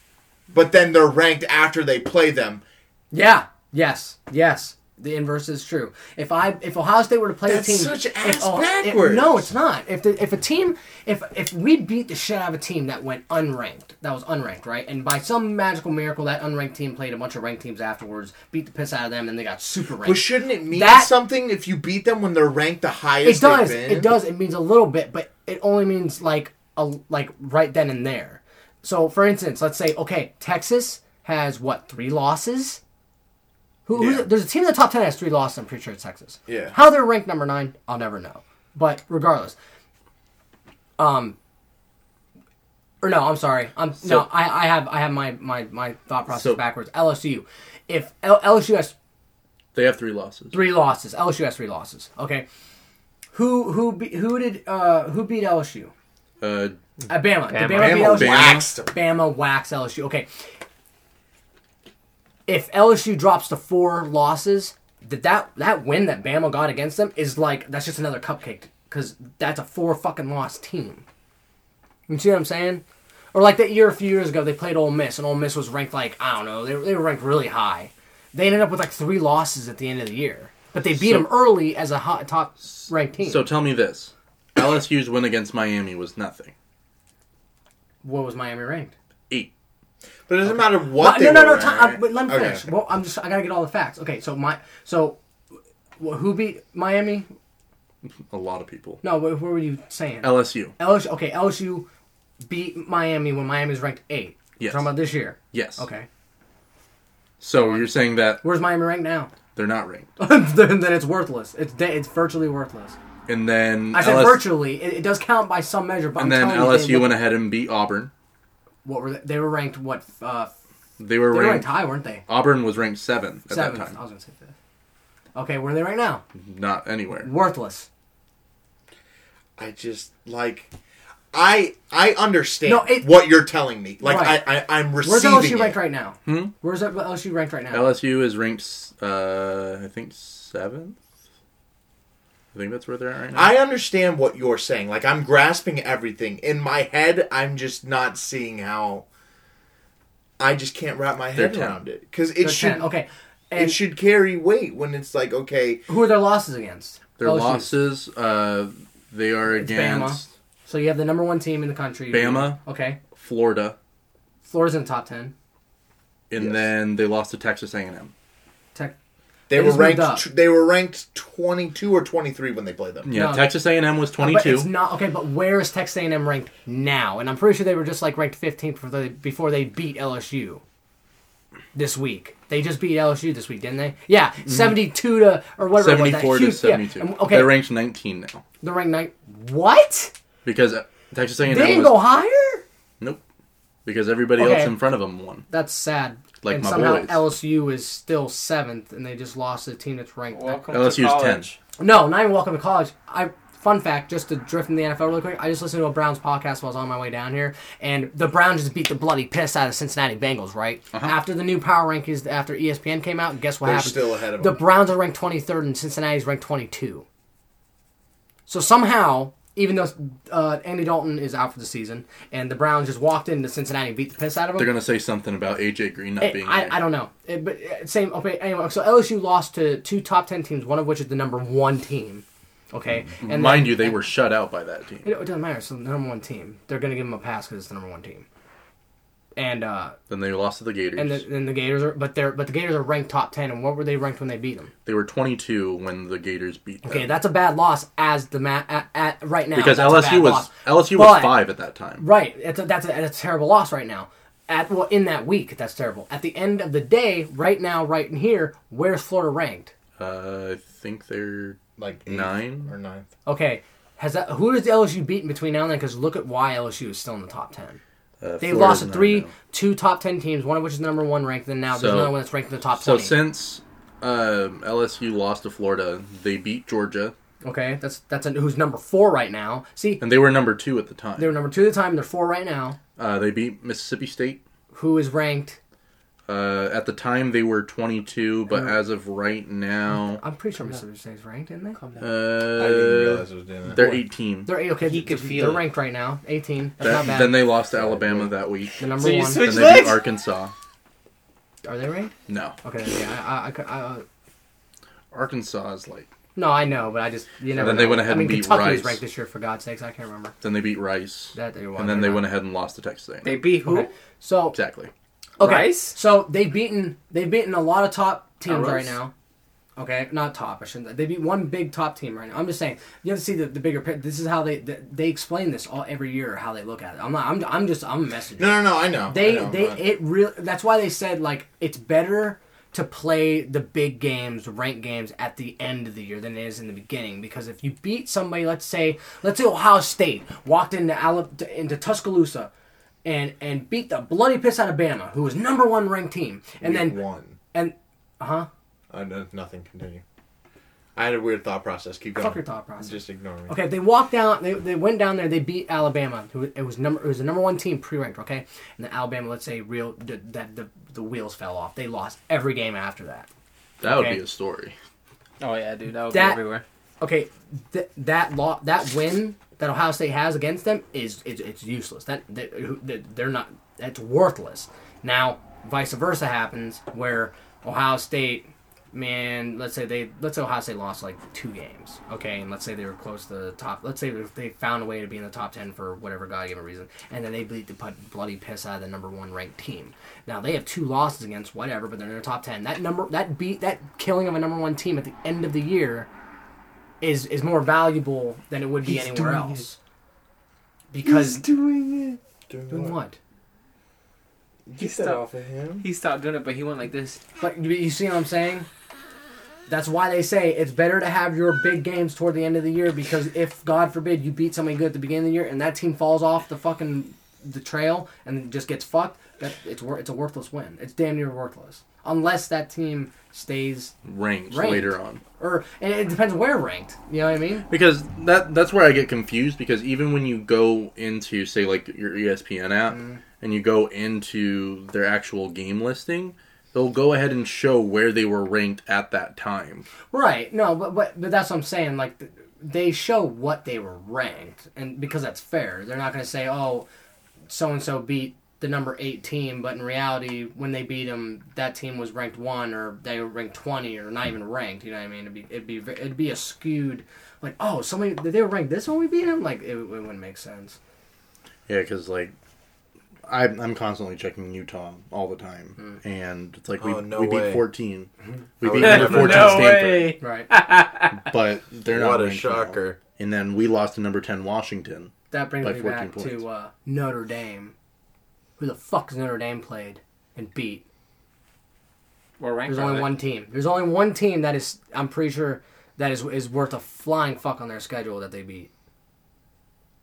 but then they're ranked after they play them,
Yeah. Yes. Yes. The inverse is true. If I if Ohio State were to play
That's
a team,
such
if
ass
Ohio- if-
backwards.
no, it's not. If the, if a team if if we beat the shit out of a team that went unranked, that was unranked, right? And by some magical miracle, that unranked team played a bunch of ranked teams afterwards, beat the piss out of them, and they got super ranked.
well, shouldn't it mean
That-
something if you beat them when they're ranked the
it
highest?
does.
They've been?
It does. It means a little bit, but it only means like a like right then and there. So, for instance, let's say okay, Texas has what three losses? Who, who's-
Yeah.
there's a team in the top ten that has three losses. I'm pretty sure it's Texas.
Yeah.
How they're ranked number nine, I'll never know. But regardless, um, or no, I'm sorry. I'm no, I, I have I have my my my thought process
So-
backwards. LSU, if L- LSU has
They have three losses.
three losses. LSU has three losses. Okay, who who be, who did uh, who beat LSU?
Uh,
Uh, Bama.
Bama.
The Bama, beat
Bama.
LSU.
Waxed 'em.
Bama wax LSU. Okay. If LSU drops to four losses, that that that win that Bama got against them is like that's just another cupcake because that's a four fucking loss team. You see what I'm saying? Or like that year a few years ago, they played Ole Miss and Ole Miss was ranked like I don't know they were, they were ranked really high. They ended up with like three losses at the end of the year, but they beat
So-
them early as a hot, top ranked team.
so tell me this: LSU's win against Miami was nothing.
what was Miami ranked?
Eight.
But it doesn't matter
Well,
what.
no,
they
no,
were
no.
in,
Tom,
right?
I, wait, let me
Okay.
finish. Well, I'm just. I gotta get all the facts. Okay, so my so wh- who beat Miami?
A lot of people.
No, wh- what were you saying?
LSU.
LSU. Okay, LSU beat Miami when Miami was ranked eight. You're
Yes.
Talking about this year.
Yes.
Okay,
So you're saying that
where's Miami ranked now?
they're not ranked,
then, then it's worthless. It's de- it's virtually worthless.
and then
I said
LS
virtually. It, it does count by some measure, but
and
I'm
then
telling you, they
LSU
were-
went ahead and beat Auburn.
What were they, they were ranked? What? Uh,
They were
they were ranked
ranked.
high, weren't they?
Auburn was ranked seventh at
Seventh.
that
I
time.
was gonna say fifth. Okay, where are they right now?
Not anywhere.
Worthless.
I just like I I understand
No, it-
what you're telling me. Like
Right.
I, I I'm
Where's
receiving.
LSU
it.
ranked right now?
Hmm?
Where's LSU ranked right now?
LSU is ranked, uh, I think seventh. I think that's where they're at right now.
I understand what you're saying. Like I'm grasping everything in my head. I'm just not seeing how. I just can't wrap my head
They're
around it because it
They're
should
10. okay.
it
And
should carry weight when it's like okay
who are their losses against?
Their
LSU.
losses, uh, they are against
So you have the number one team in the country.
Bama.
Okay.
Florida,
Florida's in the top ten.
and
Yes.
then they lost to Texas A&M.
Tech.
they
They
were
just moved
ranked
up.
tw- they were ranked 22 or 23 when they played them.
Yeah,
No.
Texas A&M was
But it's
22.
not okay. But where is Texas A&M ranked now? And I'm pretty sure they were just like ranked 15th before they, before they beat LSU this week. They just beat LSU this week, didn't they? Yeah, 72 to or whatever. it was, that
74 Mm-hmm. to
huge- yeah,
72.
and- okay,
They're ranked 19 now
they're ranked ninth. What?
because uh, Texas A&M
They didn't
was
go higher.
nope because everybody
Okay.
else in front of them won.
That's sad.
Like
and
my
somehow
boys.
LSU is still seventh, and they just lost to a team that's ranked.
Welcome
LSU's
to college.
No, not even welcome to college. I fun fact, just to drift in the NFL really quick. I just listened to a Browns podcast while I was on my way down here, and the Browns just beat the bloody piss out of Cincinnati Bengals. Right
Uh-huh.
after the new power rankings, after E ESPN came out, guess what
They're
happened?
still ahead of
the
them.
Browns are ranked twenty third, and Cincinnati's ranked twenty two. So somehow, even though uh, Andy Dalton is out for the season, and the Browns just walked into Cincinnati and beat the piss out of them,
They're gonna say something about AJ Green not
it-
being.
Eh, I,
ranked.
I don't know. It- but uh, same. Okay. Anyway, so LSU lost to two top ten teams, one of which is the number one team. Okay. And
Mind
then-
you, they were shut out by that team.
It, doesn't matter. It's the number one team. They're gonna give them a pass because it's the number one team. And uh,
Then they lost to the Gators.
and the, and the Gators are, but they're but the Gators are ranked top ten. And what were they ranked when they beat them?
they were 22 when the Gators beat them.
Okay, that's a bad loss as the ma- at, at right now
Uh, because
that's a bad
LSU was
loss.
LSU
But-
was five at that time.
Right. It's a, that's, a, that's a terrible loss right now. At well, in that week, that's terrible. At the end of the day, right now, right in here, where's Florida ranked?
Uh, I think they're uh,
Like eighth
Nine?
or ninth.
Okay, has that who does LSU beat between now and then? Because look at why LSU is still in the top ten.
uh,
They
Florida's
lost to
nine
three,
now.
two top ten teams, one of which is the number one ranked. Then now there's
So-
another one that's ranked in the top
So
twenty.
since um, LSU lost to Florida, they beat Georgia,
okay, that's that's an, who's number four right now. See,
and they were number two at the time.
they were number two at the time. They're four right now.
uh, they beat Mississippi State.
Who is ranked?
Uh, at the time, they were 22, but
Uh-huh.
as of right now,
I'm pretty sure Mississippi State's ranked, isn't they?
Come down.
I didn't
uh,
realize it was doing that.
they're 18.
They're okay.
He could
they're
feel it.
ranked right now, 18. That's
That-
not bad.
then they lost to Alabama that week.
the number
So you
one.
switch-
Then
Which
they beat
legs?
Arkansas.
Are they ranked?
No,
Okay, yeah. I, I, I, cou- I, uh,
Arkansas is like.
no, I know, but I just you never.
then they
know.
went ahead
I mean,
and beat
Kentucky was
Rice.
ranked this year for God's sakes. I can't remember.
Then they beat Rice,
That they were-
and then they
they're
went
not-
ahead and lost to Texas A&M.
They beat who?
Okay. So
exactly.
Okay.
Rice?
So they've beaten they've beaten a lot of top teams
Arrows?
right now. Okay, not top. I shouldn't. They beat one big top team right now. I'm just saying you have to see the, the bigger. pic- This is how they, they they explain this all every year how they look at it. I'm not. I'm, I'm just. I'm messaging.
No, no, no. I know.
They
I know,
they
but-
it really. That's why they said like it's better to play the big games, ranked games at the end of the year than it is in the beginning because if you beat somebody, let's say let's say Ohio State walked into Alab- into Tuscaloosa. And, and beat the bloody piss out of Bama, who was number one ranked team, and
we
then
won.
and uh huh.
I know nothing. Continue. I had a weird thought process. Keep going.
Fuck your thought process.
Just ignore me.
Okay, if they walked down. They, they went down there. They beat Alabama. Who it was number. It was the number one team pre-ranked. Okay, and then Alabama, let's say, real the, that the the wheels fell off. They lost every game after that.
That would
Okay.
be a story.
Oh yeah, dude, that would
That-
be everywhere.
Okay, th- that law that win that Ohio State has against them is it's, it's useless. That that- who- that- they're not. That's worthless. Now, vice versa happens where Ohio State. Man, let's say they let's say Ohio State lost like two games, okay, and let's say they were close to the top. Let's say they- they found a way to be in the top ten for whatever god given reason, and then they beat the put- bloody piss out of the number one ranked team. Now they have two losses against whatever, but they're in the top ten. That number that beat that killing of a number one team at the end of the year is is more valuable than it would be
He's
anywhere
doing
else. Because
doing
doing what?
Get
He's
that
stuck.
off of him.
He stopped doing it, but he went like this.
But you, you see what I'm saying? That's why they say it's better to have your big games toward the end of the year because if God forbid you beat somebody good at the beginning of the year and that team falls off the fucking the trail and just gets fucked, that it's wor- it's a worthless win. It's damn near worthless unless that team stays
Ranked,
Ranked.
later on.
or and it depends where ranked. You know what I mean?
Because that that's where I get confused because even when you go into say like your E ESPN app and you go into their actual game listing, they'll go ahead and show where they were ranked at that time.
Right. No, but but, but that's what I'm saying. Like th- they show what they were ranked, and because that's fair, they're not going to say, "Oh, so and so beat the number eight team," but in reality, when they beat them, that team was ranked one, or they were ranked twenty, or not even ranked. You know what I mean? It'd be it'd be ve- it'd be a skewed. Like, oh, somebody they were ranked this when we beat them. Like, it, it wouldn't make sense.
Yeah, because like I, I'm constantly checking Utah all the time, and it's like we,
Oh, no
we beat
way.
14. We beat
I would
number
never-
14
No
Stanford,
Right.
but they're not.
What a
ranked now.
shocker.
And then we lost to number 10 Washington.
That brings
By
me
14
back
points.
to uh, Notre Dame. Who the fuck has Notre Dame played and beat?
Or ranked.
There's only one team. There's only one team that is. I'm pretty sure that is is worth a flying fuck on their schedule that they beat.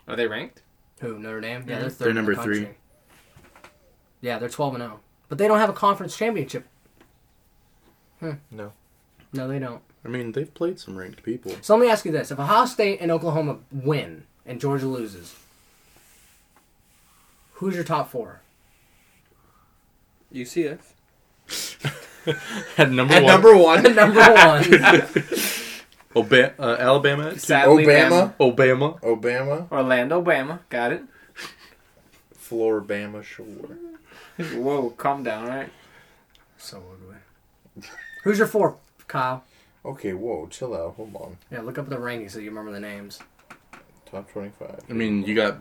Are they ranked?
Who Notre Dame? Yeah,
They're
they're, third in the
number
country.
three.
Yeah, they're 12 and 0, but they don't have a conference championship. Hmm.
No.
No, they don't.
I mean, they've played some ranked people.
So let me ask you this: If Ohio State and Oklahoma win and Georgia loses, who's your top four?
UCF.
At number
At
one,
number one,
Number one,
Oba- uh, Alabama,
Sadly,
Obama.
Bama.
Obama.
Obama,
Orlando, Bama. Got it.
Floribama Shore.
Whoa, calm down, all right?
so ugly. Who's your four, Kyle?
Okay, whoa, chill out. Hold on.
Yeah, look up the rankings so you remember the names.
Top twenty-five.
I mean, you got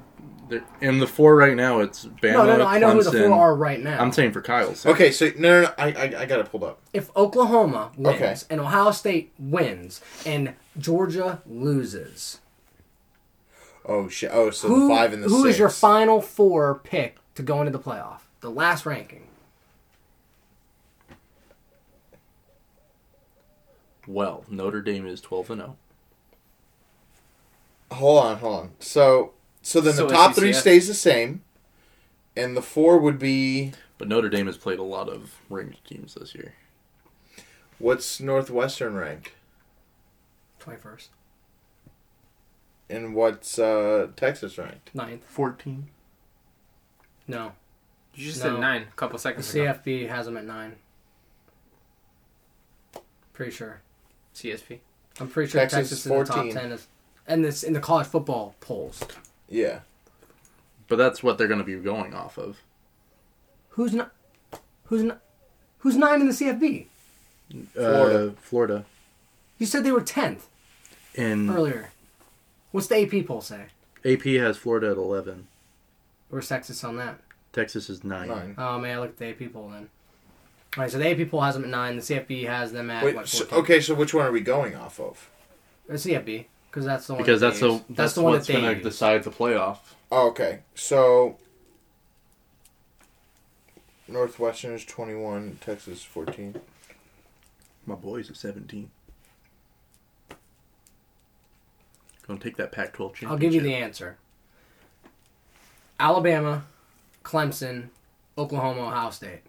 there- in the four right now. It's Bama.
no, no, no. I know who the
Clemson.
four are right now.
I'm saying for Kyle's. sake.
Okay, so no, no, no I, I, I got it pulled up.
if Oklahoma wins
Okay.
and Ohio State wins and Georgia loses,
Oh shit. Oh, so
who,
the five and the
who
six.
is your final four pick to go into the playoff? The last ranking.
Well, Notre Dame is 12 and oh, 0.
Hold on, hold on. So, so then
So
the
is
top three
UCF.
stays the same, and the four would be
But Notre Dame has played a lot of ranked teams this year.
what's Northwestern ranked,
21st.
and what's uh, Texas ranked.
9th.
14.
No.
You just
No.
said nine a couple
The
seconds ago.
CFB has them at 9. Pretty sure.
CSP.
I'm pretty sure
Texas
Texas, is
is
in the top
14.
10. Is, and this in the college football polls.
Yeah.
But that's what they're going to be going off of.
Who's not. Who's not. Who's 9 in the CFB?
Florida. Uh, Florida.
You said they were 10th
Mm.
And
earlier. What's the AP poll say?
AP has Florida at 11.
Where's Texas on that?
Texas is 9.
Nine.
Oh man, I looked at the AP poll then. All right, so the AP poll has them at nine. The CFB has them at
Wait.
what?
So,
14?
okay. So which one are we going off of?
The CFB because that's the one.
Because
that
that's
they
the
use.
that's, the one that's
they
going to
use.
decide the playoff.
Oh, okay. So Northwestern is twenty-one. Texas is fourteen.
My boys at 17. Going to take that Pac-12 championship.
I'll give you the answer. Alabama, Clemson, Oklahoma, Ohio State.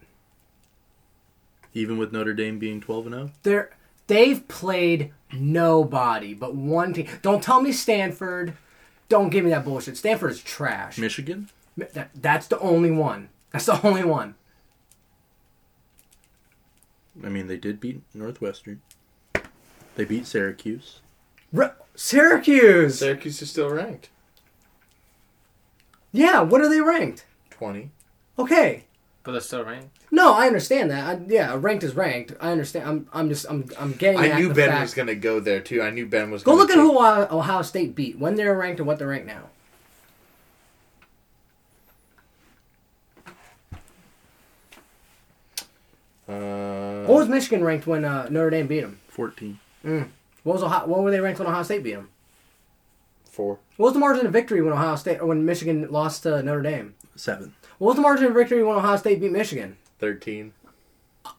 even with Notre Dame being 12 and oh. 0.
They're They've played nobody but one team. Don't tell me Stanford. Don't give me that bullshit. Stanford is trash.
Michigan.
That, that's the only one. That's the only one.
I mean, they did beat Northwestern. They beat Syracuse.
Re- Syracuse.
Syracuse is still ranked
Yeah. What are they ranked?
twenty.
Okay.
But they're still ranked.
No, I understand that. I, yeah, ranked is ranked. I understand. I'm, I'm just, I'm, I'm getting.
I
at
knew
the
Ben
fact-
was gonna go there too. I knew Ben was.
Go
gonna
look at
take-
who Ohio, Ohio State beat, when they're ranked, and what they're ranked now.
Uh,
What was Michigan ranked when uh, Notre Dame beat them?
14.
What was Ohio, what were they ranked when Ohio State beat them?
four.
What was the margin of victory when Ohio State or when Michigan lost to Notre Dame?
7.
What was the margin of victory when Ohio State beat Michigan?
13.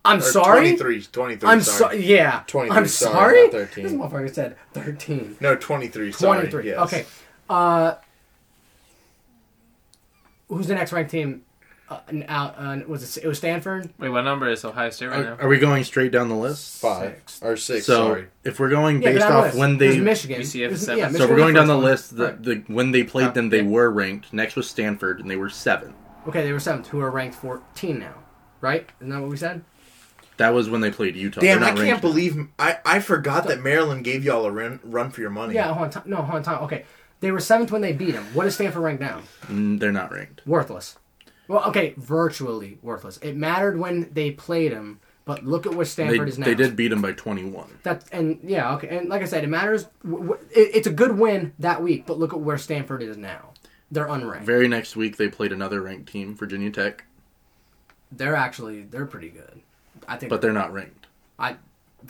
I'm
Or
sorry.
23. 23.
I'm
sorry.
sorry. Yeah.
23,
I'm
sorry,
sorry.
not 13.
This motherfucker said 13.
No, 23. Sorry.
23.
Yes.
Okay. Uh, who's the next ranked team? Uh, n- out uh, was it, it was Stanford?
Wait, what number is Ohio State right now?
Are, are we going straight down the list?
Five. Or six.
so
sorry.
if we're going
Yeah,
based
but I
off
was.
when
it was
they
Michigan.
UCF
It was-
seven. So
so
Michigan
we're going
was
down the
the first Uh,
list. The, the when they played them, they
yeah.
were ranked. Next was Stanford, and they were seven.
one. Okay, they were seventh, who are ranked 14 now, right? Isn't that what we said?
That was when they played Utah.
Damn,
They're
I
not
can't
ranked.
believe. I, I forgot that Maryland gave y'all a run, run for your money.
Yeah, hold on, ti- no, hold on, time. Okay, they were seventh when they beat them. What is Stanford ranked now?
Mm, They're not ranked.
Worthless. Well, okay, virtually worthless. It mattered when they played them, but look at where
They,
Stanford is now.
they did beat them by 21.
That and yeah, okay, and like I said, it matters. W- w- it, it's a good win that week, but look at where Stanford is now. They're unranked.
Very next week, they played another ranked team, Virginia Tech,
they're actually they're pretty good. I think.
but they're not ranked.
I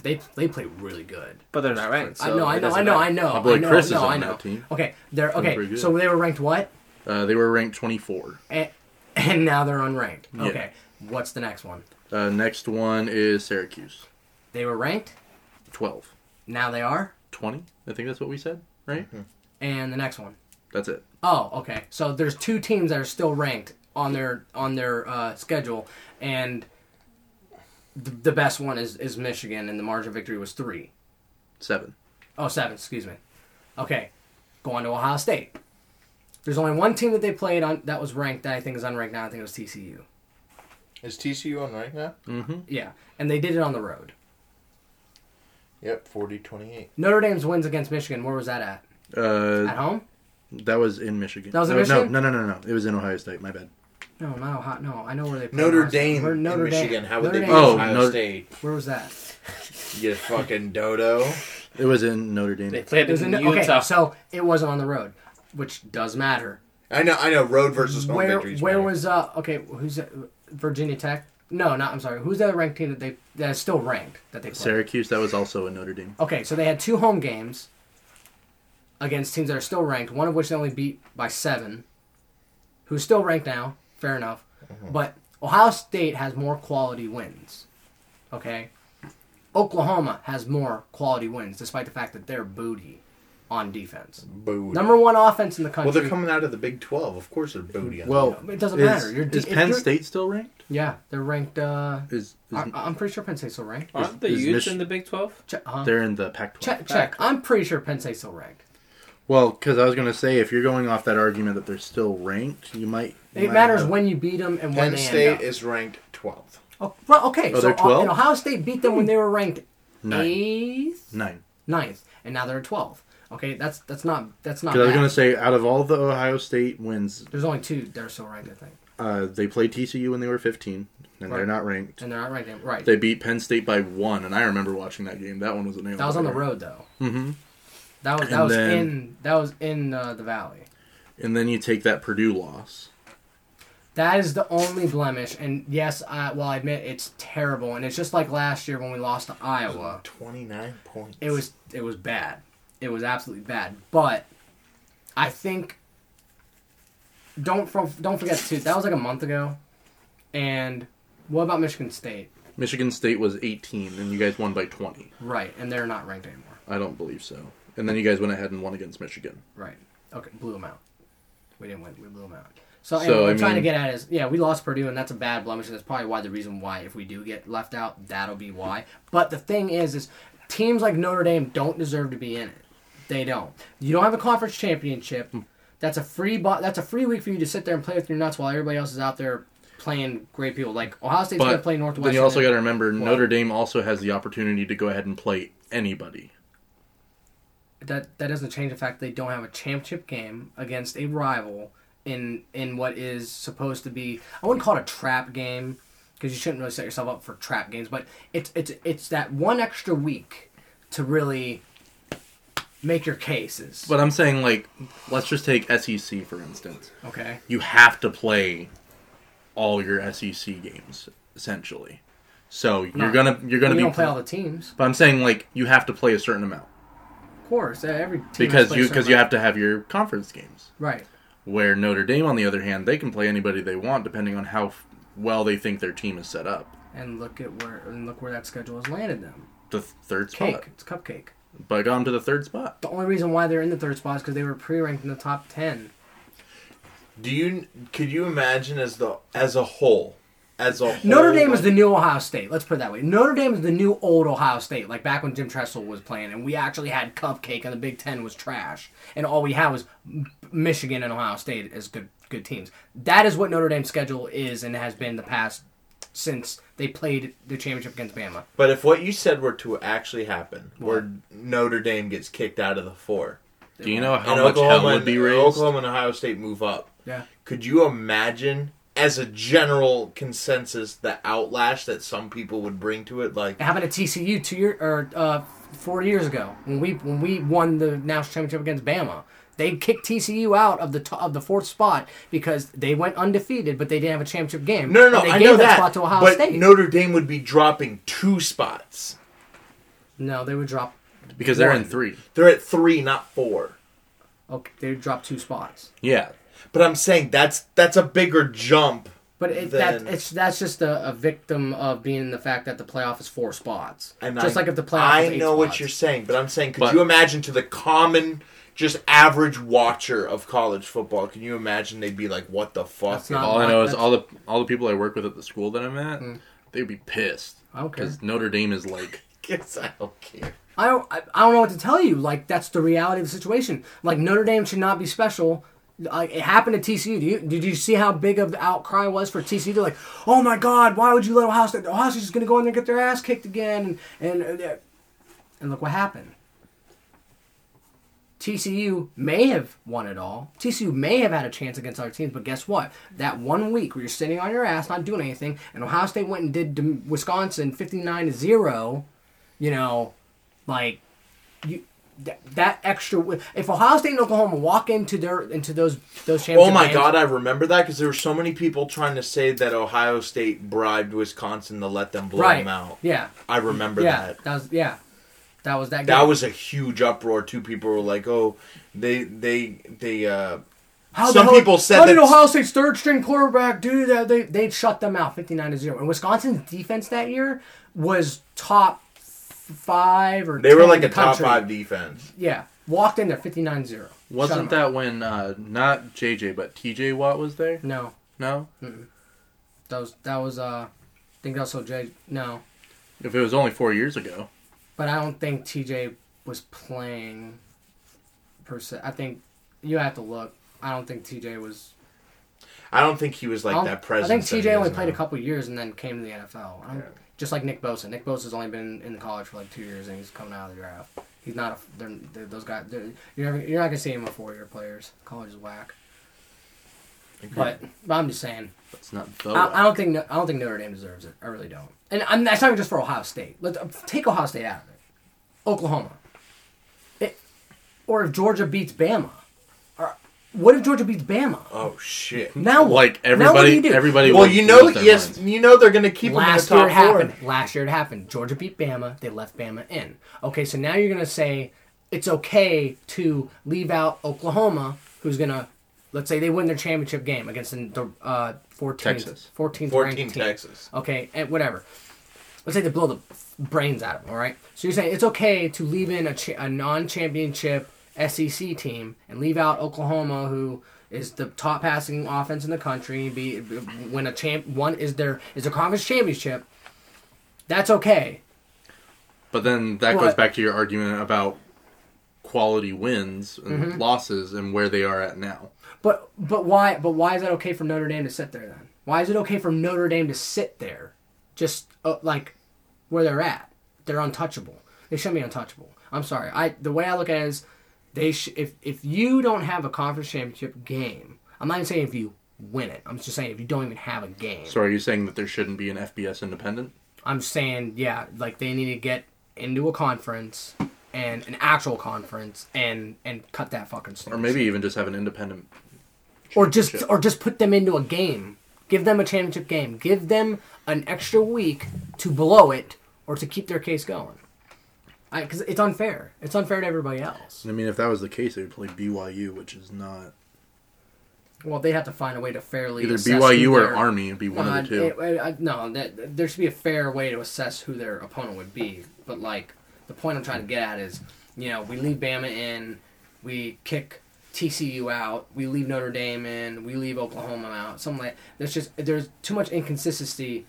they they play really good.
But they're not ranked.
I know, I know, I know, I know,
My boy
I know,
Chris is
no,
on
I know.
that team.
Okay, they're
pretty
okay.
good.
So they were ranked what?
Uh, they were ranked 24.
And, and now they're unranked.
Yeah.
Okay, what's the next one?
Uh, next one is Syracuse,
They were ranked.
12.
Now they are.
20? I think that's what we said, right?
And the next one.
That's it.
Oh, okay. So there's two teams that are still ranked on their on their uh, schedule, and the, the best one is is Michigan, and the margin of victory was three.
Seven.
Oh, seven. Excuse me. Okay, going to Ohio State. There's only one team that they played on that was ranked that I think is unranked now. I think it was TCU.
Is TCU on right now?
Mm-hmm.
Yeah, and they did it on the road.
Yep, 40 28.
Notre Dame's wins against Michigan. Where was that at? At
Uh,
home?
that was in Michigan.
That was in
no,
Michigan?
No, no, no, no, no. It was in Ohio State. My bad.
No, not Ohio. No, I know where they. played
Notre
Ohio State.
Dame.
Where- Notre
in Michigan.
Dame.
How would
Notre
they beat
Dame.
Oh,
Ohio
Notre-
State?
Where was that?
You fucking dodo.
It was in Notre Dame.
They played
It was
in,
in,
Utah.
okay, so it wasn't on the road, which does matter.
I know, I know. Road versus home
Where
victories.
where
matter.
was uh okay who's that- Virginia Tech? No, not I'm sorry. Who's the other ranked team that they that is still ranked that they played?
Syracuse, that was also in Notre Dame.
Okay, so they had two home games against teams that are still ranked. One of which they only beat by seven, who's still ranked now. Fair enough, but Ohio State has more quality wins. Okay, Oklahoma has more quality wins, despite the fact that they're booty on defense.
Booty.
Number one offense in the country.
Well, they're coming out of the Big 12. Of course they're booty. on
Well,
It doesn't
is-
matter. You're de-
is
if
Penn
you're-
State still ranked?
Yeah, they're ranked. Uh,
Is, is
I, I'm pretty sure Penn State's still ranked.
Aren't the
is
Utes
Mich-
in the Big 12?
Check, huh?
they're in the Pac-12?
uh-huh. check, check. I'm pretty sure Penn State's still ranked.
Well, because I was going to say, if you're going off that argument that they're still ranked, you might. you
It
might
matters
have-
when you beat them and when
Penn
they
State
end up.
is ranked 12th.
Oh, well, okay,
Oh,
so
they're
uh,
12?
and Ohio State beat them when they were ranked
Nine.
eighth,
nine.
ninth, and now they're 12th. Okay, that's that's not that's not.
Because I was
bad.
going to say, out of all the Ohio State wins,
There's only two that are still ranked, I think,
uh, they played TCU when they were 15, and
Right.
they're not ranked.
and they're not ranked. Right,
They beat Penn State by one, and I remember watching that game. That one was a nail.
that was on the
biter.
road though.
Mhm.
That was that
And
was
then-
in that was in uh, the valley.
And then you take that Purdue loss.
That is the only blemish, and yes, I, well, I admit it's terrible, and it's just like last year when we lost to Iowa.
29 points.
It was it was bad. It was absolutely bad. But I think don't for, don't forget too. That was like a month ago. And what about Michigan State?
Michigan State was 18, and you guys won by 20.
Right, and they're not ranked anymore.
I don't believe so. And then you guys went ahead and won against Michigan.
Right. Okay, blew them out. We didn't win. We blew them out. So,
So,
and what
I
I'm trying to
mean-
get at is, yeah, we lost Purdue, and that's a bad blemish. And that's probably why the reason why if we do get left out, that'll be why. But the thing is, is teams like Notre Dame don't deserve to be in it. They don't. You don't have a conference championship.
Hmm.
That's a free bo- that's a free week for you to sit there and play with your nuts while everybody else is out there playing great people. Like Ohio State's going to
But
play Northwestern.
then you also
and-
got to remember Notre Dame also has the opportunity to go ahead and play anybody.
that that doesn't change the fact they don't have a championship game against a rival in in what is supposed to be I wouldn't call it a trap game because you shouldn't really set yourself up for trap games, but it's it's it's that one extra week to really make your cases.
But I'm saying like, let's just take SEC for instance.
okay.
You have to play all your SEC games essentially. So you're
No.
gonna you're gonna
You
be
don't play all the teams,
But I'm saying like you have to play a certain amount
of course. eh, Every team has
because
played
you
certain
because you have
amount.
to have your conference games.
right.
Where Notre Dame, on the other hand, they can play anybody they want depending on how f- well they think their team is set up.
And look at where and look where that schedule has landed them.
The th- third
Cake.
spot,
It's cupcake.
but I got them to the third spot.
The only reason why they're in the third spot is because they were pre-ranked in the top ten.
Do you could you imagine as the as a whole, as a whole,
Notre Dame is the new Ohio State. Let's put it that way. Notre Dame is the new old Ohio State, like back when Jim Tressel was playing, and we actually had cupcake, and the Big Ten was trash, and all we had was M- Michigan and Ohio State as good good teams. That is what Notre Dame's schedule is and has been the past since they played the championship against Bama.
But if what you said were to actually happen, where Notre Dame gets kicked out of the four,
Do you know how
and
much hell
and-
would be raised?
Oklahoma and Ohio State move up,
Yeah.
could you imagine as a general consensus the outlash that some people would bring to it? Like,
It happened at TCU two year or uh, four years ago when we when we won the national championship against Bama. They kicked TCU out of the to of the fourth spot because they went undefeated, but they didn't have a championship game.
no,
And
no, no
they
I know that,
spot to Ohio
but
State.
Notre Dame would be dropping two spots.
No, they would drop.
because they're in
One.
three.
They're at three, not four.
Okay, they would drop two spots.
Yeah,
But I'm saying that's that's a bigger jump.
But it,
than-
that it's that's just a, a victim of being the fact that the playoff is four spots.
And
just
I-
like if the playoff.
I
is eight
know what
spots.
you're saying, but I'm saying, could
But-
you imagine to the common, just average watcher of college football? Can you imagine they'd be like, "What the fuck?"
That's not-
all I know is
that's-
all the all the people I work with at the school that I'm at, they'd be pissed
I don't care.
because Notre Dame is like
Guess I don't care.
I don't. I, I don't know what to tell you. Like that's the reality of the situation. Like Notre Dame should not be special. Like it happened to TCU. Do you, did you see how big of the outcry was for TCU? They're like, oh my god, why would you let Ohio State? Ohio State's going to go in there and get their ass kicked again. And and uh, and look what happened. TCU may have won it all. TCU may have had a chance against other teams, but guess what? That one week where you're sitting on your ass not doing anything, and Ohio State went and did to Wisconsin 59 to 0, you know, like you that, that extra wi- if Ohio State and Oklahoma walk into their into those those
Oh
championship
my
games-
god, I remember that because there were so many people trying to say that Ohio State bribed Wisconsin to let them blow
right.
them out.
Yeah.
I remember
Yeah.
that.
That. was yeah. That was that game.
That was a huge uproar. Two people were like, "Oh, they they they." uh
How the
Some
hell-
people said
how did
that-
Ohio State's third string quarterback do that? They they shut them out fifty nine to zero. And Wisconsin's defense that year was top f- five or
They were
10
like
in
a
the
top
country.
five defense.
Yeah, walked in there 59-0.
wasn't that when uh, not JJ but TJ Watt was there?
no?
No,
That was that was uh, I think that was so J no,
if it was only four years ago,
but I don't think TJ was playing. Per se, I think you have to look. I don't think TJ was.
I don't think he was
I
like
don't-
that presence.
I think TJ only played
a
a couple years and then came to the NFL. I don't, Just like Nick Bosa. Nick Bosa's only been in college for like two years and he's coming out of the draft. He's not a. They're, they're- those guys. They're, you're, never, you're not gonna see him with four year players. College is whack. But, but I'm just saying.
that's not
Oh,
the.
I, I don't think I don't think Notre Dame deserves it. I really don't. And I'm, that's not even just for Ohio State. Let's uh, take Ohio State out of it. Oklahoma, it, or if Georgia beats Bama, or what if Georgia beats Bama?
Oh shit!
Now what?
like
Now what do
everybody,
you do?
everybody.
Well,
would
you know,
lose their
yes,
minds.
you know they're gonna keep
Last
him
year
in
it
the top four.
happened. Last year it happened. Georgia beat Bama. They left Bama in. Okay, so now you're gonna say it's okay to leave out Oklahoma, who's gonna, let's say they win their championship game against the uh, 14th,
Texas.
14th, ranked
Fourteen
team.
Texas.
Okay, and whatever. Let's say they blow the brains out of them. All right. So you're saying it's okay to leave in a, cha- a non-championship SEC team and leave out Oklahoma, who is the top passing offense in the country, be when a champ one is their is a conference championship. That's okay.
But then that
Well,
goes
I-
back to your argument about quality wins and
Mm-hmm.
losses and where they are at now.
But but why but why is that okay for Notre Dame to sit there then? Why is it okay for Notre Dame to sit there, just uh, like where they're at? They're untouchable. They shouldn't be untouchable. I'm sorry. I the way I look at it is, they sh- if if you don't have a conference championship game, I'm not even saying if you win it. I'm just saying if you don't even have a game.
So are you saying that there shouldn't be an FBS independent?
I'm saying, yeah, like they need to get into a conference and an actual conference and and cut that fucking
Or
slack.
maybe even just have an independent
or just or just put them into a game. Give them a championship game. Give them an extra week to blow it or to keep their case going. Because it's unfair. It's unfair to everybody else.
I mean, if that was the case, they would play BYU, which is not
Well, they have to find a way to fairly
either
assess
BYU
who
or
their-
Army. It'd be one
Nah,
of the two.
it- it- I- no, that, there should be a fair way to assess who their opponent would be. But like the point I'm trying to get at is, you know, we leave Bama in, we kick TCU out, we leave Notre Dame in, we leave Oklahoma out. Something like there's just there's too much inconsistency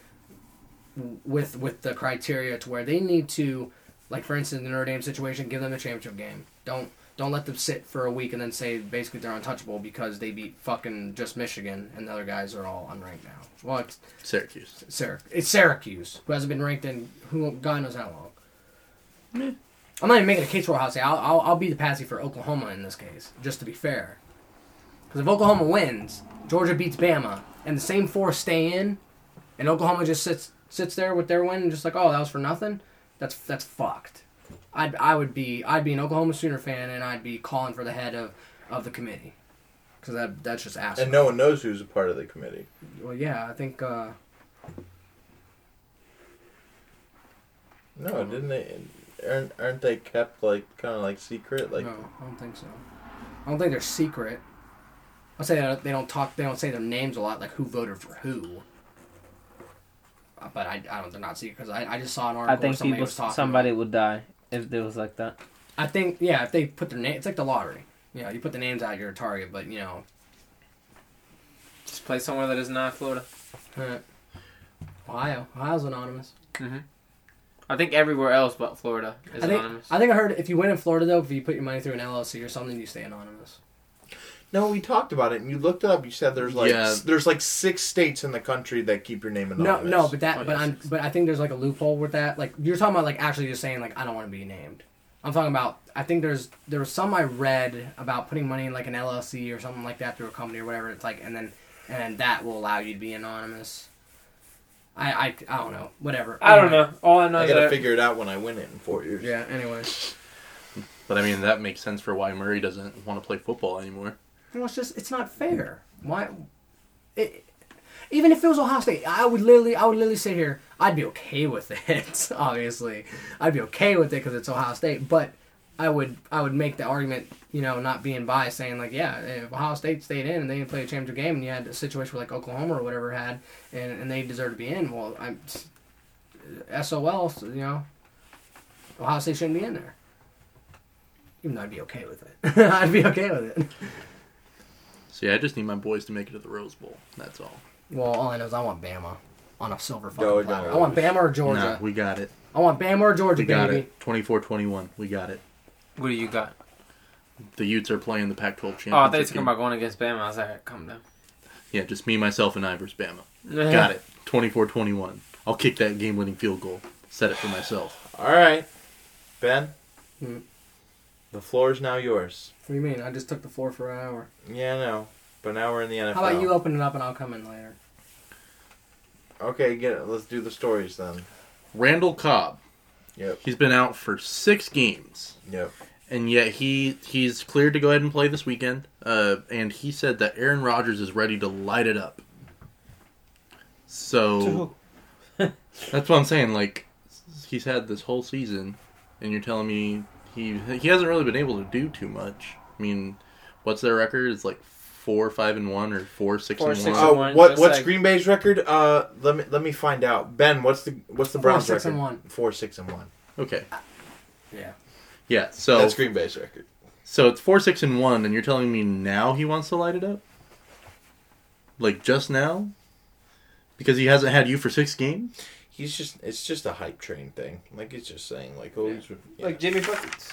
with with the criteria to where they need to, like for instance, the Notre Dame situation, give them the championship game. Don't don't let them sit for a week and then say basically they're untouchable because they beat fucking just Michigan and the other guys are all unranked now. Well, it's
Syracuse.
Syrac- it's Syracuse who hasn't been ranked in who God knows how long. I'm not even making a case for Ohio State. I'll, I'll I'll be the patsy for Oklahoma in this case, just to be fair. Because if Oklahoma wins, Georgia beats Bama, and the same four stay in, and Oklahoma just sits sits there with their win and just like, oh, that was for nothing. That's that's fucked. I'd I would be I'd be an Oklahoma Sooner fan, and I'd be calling for the head of, of the committee, because that that's just ass.
And no one knows who's a part of the committee.
Well, yeah, I think uh,
Oh.
No, didn't they? Aren't, aren't they kept like kind of like secret? Like
no, Oh, I don't think so. I don't think they're secret. I say that they don't talk. They don't say their names a lot, like who voted for who. Uh, But I, I don't. They're not secret because I, I just saw an article.
I think
somebody
people,
was talking.
somebody
about
would die if it was like that.
it. I think yeah. If they put their name, it's like the lottery. You know, you put the names out, you're a target. But you know,
Just play somewhere that is not Florida.
eh. Ohio, Ohio's anonymous.
I think everywhere else but Florida is
I think
anonymous.
I think I heard if you win in Florida though, if you put your money through an LLC or something, you stay anonymous.
no, we talked about it, and you looked it up. You said there's like
Yeah.
s- there's like six states in the country that keep your name
No,
anonymous.
no, but that,
Oh,
but
yes,
I'm, but I think there's like a loophole with that. Like you're talking about, like actually just saying, like I don't want to be named. I'm talking about. I think there's there was some I read about putting money in like an LLC or something like that through a company or whatever. It's like and then and then that will allow you to be anonymous. I I, I don't know. Whatever.
I don't know. All I know
I
is
gotta
that
figure it out when I win it in four years.
uh, Yeah. Anyway,
But I mean, that makes sense for why Murray doesn't want to play football anymore.
well, it's just it's not fair. Why? It, even if it was Ohio State, I would literally, I would literally sit here. I'd be okay with it. Obviously, I'd be okay with it because it's Ohio State. But I would, I would make the argument, you know, not being biased, saying like, yeah, if Ohio State stayed in and they didn't play a championship game, and you had a situation where like Oklahoma or whatever had, and, and they deserve to be in. Well, I'm, SOL, so, you know, Ohio State shouldn't be in there. Even though I'd be okay with it. I'd be okay with it.
See, I just need my boys to make it to the Rose Bowl. That's all.
Well, all I know is I want Bama on a silver fucking
No, no,
platter.
no.
I want Bama or Georgia.
Nah, we got it.
I want Bama or Georgia,
We got
baby.
it. 24-21. We got it.
what do you got?
The Utes are playing the Pac-12 championship.
Oh, I thought you were talking
game.
about going against Bama. I was like, alright, calm down.
Yeah, just me, myself, and I versus Bama. Got it. 24-21. I'll kick that game-winning field goal. Set it for myself.
All right, Ben.
Hmm.
The floor is now yours.
What do you mean? I just took the floor for an hour.
Yeah, I know. But now we're in the NFL.
How about you open it up and I'll come in later?
Okay, get it. Let's do the stories then.
Randall Cobb.
Yep.
He's been out for six games.
Yep.
and yet he he's cleared to go ahead and play this weekend. Uh, and he said that Aaron Rodgers is ready to light it up. So that's what I'm saying. Like he's had this whole season, and you're telling me he he hasn't really been able to do too much. I mean, what's their record? It's like four five and one or four six
Four,
and
six
one.
Oh,
one,
what
just
what's
like-
Green Bay's record? Uh, let me let me find out. Ben, what's the what's the
Four,
Browns
six,
record?
and one.
Four six and one.
Okay,
Yeah.
yeah. So
That's Green Bay's record.
So it's four, six, and one, and you're telling me now he wants to light it up? Like just now? Because he hasn't had you for six games?
he's just it's just a hype train thing. Like it's just saying like oh he's yeah.
Like Jimmy Buckets.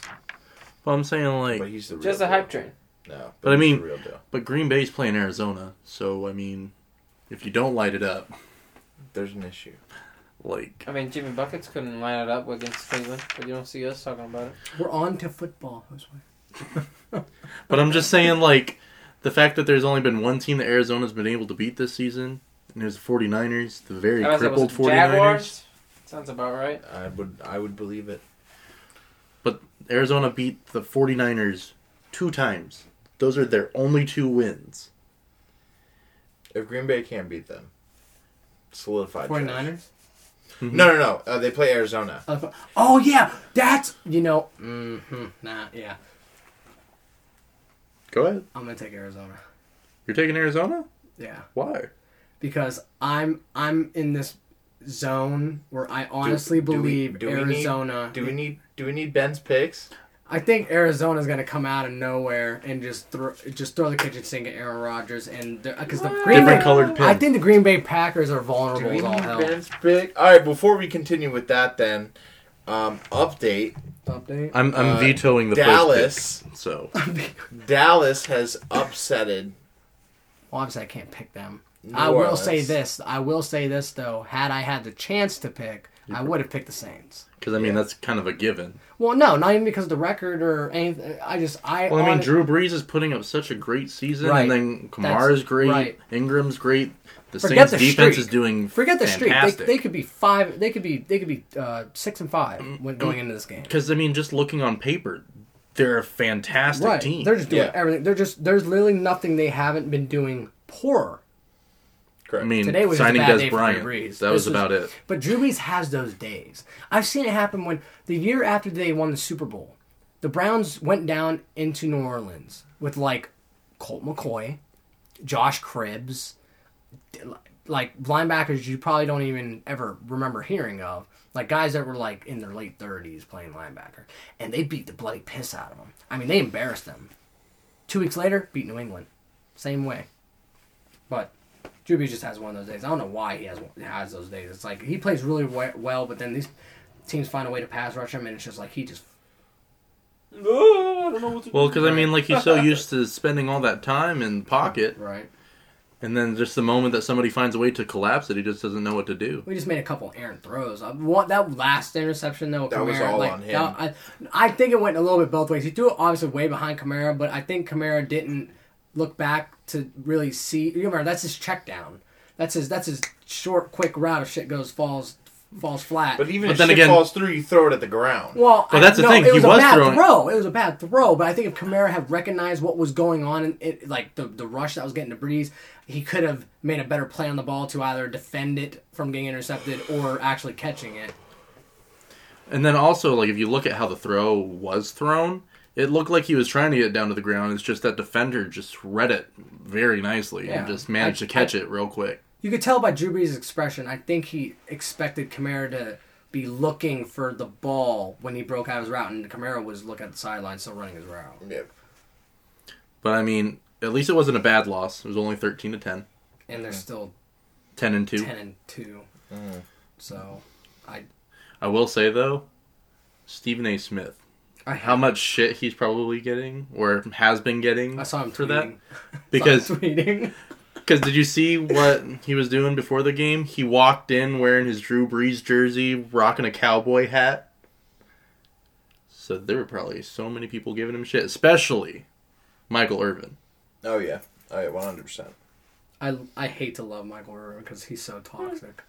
Well, I'm saying
but
like,
he's the real
Just a
deal.
hype train.
No,
But I
he's
mean-
the real deal.
but Green Bay's playing Arizona, so I mean, if you don't light it up,
There's an issue.
like,
I mean, Jimmy Buckets couldn't line it up against Cleveland, but you don't see us talking about it.
We're on to football, Jose.
but I'm just saying like, the fact that there's only been one team that Arizona's been able to beat this season, and it was the 49ers, the very
Unless it was
crippled 49ers.
Jaguars. Sounds about right.
I would I would believe it.
Arizona beat the 49ers two times. Those are their only two wins.
If Green Bay can't beat them, solidified. trash.
49ers?
Mm-hmm.
No, no, no. Uh, they play Arizona.
Uh, Oh, yeah. That's, you know, mm-hmm, nah, yeah.
Go ahead.
I'm going to take Arizona.
You're taking Arizona?
Yeah.
Why?
Because I'm I'm in this zone where I honestly
do we-
believe
do we need-
Arizona.
Do we need do we need Ben's picks?
I think Arizona's going to come out of nowhere and just throw just throw the kitchen sink at Aaron Rodgers and because the Green
Different
Bay,
colored pin.
I think the Green Bay Packers are
Do
vulnerable
we
as all
need
hell.
Ben's pick? All right. Before we continue with that, then um, update.
Update.
I'm I'm
Uh,
vetoing the first
Dallas.
pick, so
Dallas has upsetted.
Well, obviously, I can't pick them.
New
I will
Orleans.
say this. I will say this though. Had I had the chance to pick, I would have picked the Saints.
because I mean that's kind of a given.
Well, no, not even because of the record or anything. I just I.
Well, I mean
hon-
Drew Brees is putting up such a great season,
Right.
and then
That's-
Kamara's great,
right.
Ingram's great. The
Forget
Saints
the
defense is
streak.
doing
Forget the
fantastic.
streak. They, they could be five. They could be. They could be uh, six and five when going into this game.
Because I mean, just looking on paper, they're a fantastic
Right.
team.
They're just doing
Yeah.
everything. They're just. There's literally nothing they haven't been doing poor.
I mean,
Today was just a
signing
bad
Des
day for
Bryant.
Drew Brees.
That
This
was about it.
But Drew Brees has those days. I've seen it happen when the year after they won the Super Bowl, the Browns went down into New Orleans with like Colt McCoy, Josh Cribbs, like linebackers you probably don't even ever remember hearing of, like guys that were like in their late thirties playing linebacker, and they beat the bloody piss out of them. I mean, they embarrassed them. Two weeks later, beat New England, same way. But Drew Brees just has one of those days. I don't know why he has one, has those days. It's like he plays really we- well, but then these teams find a way to pass rush him, and it's just like he just
I don't know what to
Well, because I mean, like he's so used to spending all that time in pocket,
right.
and then just the moment that somebody finds a way to collapse it, he just doesn't know what to do.
We just made a couple errant throws. Uh, What that last interception though,
That was
Kamara,
all
like,
on him.
that- I, I think it went a little bit both ways. He threw it obviously way behind Kamara, but I think Kamara didn't look back to really see. You remember that's his check down. That's his that's his short, quick route. If shit goes falls falls flat.
But even
But
if
then
shit
again-
falls through, you throw it at the ground.
Well,
Well, that's the
no,
thing.
It
He
was,
was
a bad
throwing-
throw. It was a bad throw, but I think if Kamara had recognized what was going on and it, like the the rush that was getting to Breeze, he could have made a better play on the ball to either defend it from getting intercepted or actually catching it.
And then also, like if you look at how the throw was thrown, it looked like he was trying to get it down to the ground. It's just that defender just read it very nicely and
Yeah.
just managed
I-
to catch it real quick.
You could tell by Drew Brees' expression. I think he expected Kamara to be looking for the ball when he broke out his route, and Kamara was looking at the sideline, still running his route.
Yeah.
But I mean, at least it wasn't a bad loss. It was only thirteen to 10.
And they're still
10 and two.
ten and two. So, I
I will say though, Stephen A. Smith.
I-
How much shit he's probably getting or has been getting
I saw him
for that?
tweeting.
Because
tweeting.
Because did you see what he was doing before the game? He walked in wearing his Drew Brees jersey, rocking a cowboy hat. So there were probably so many people giving him shit, especially Michael Irvin.
Oh yeah. Oh yeah. One hundred percent.
I I hate to love Michael Irvin because he's so toxic.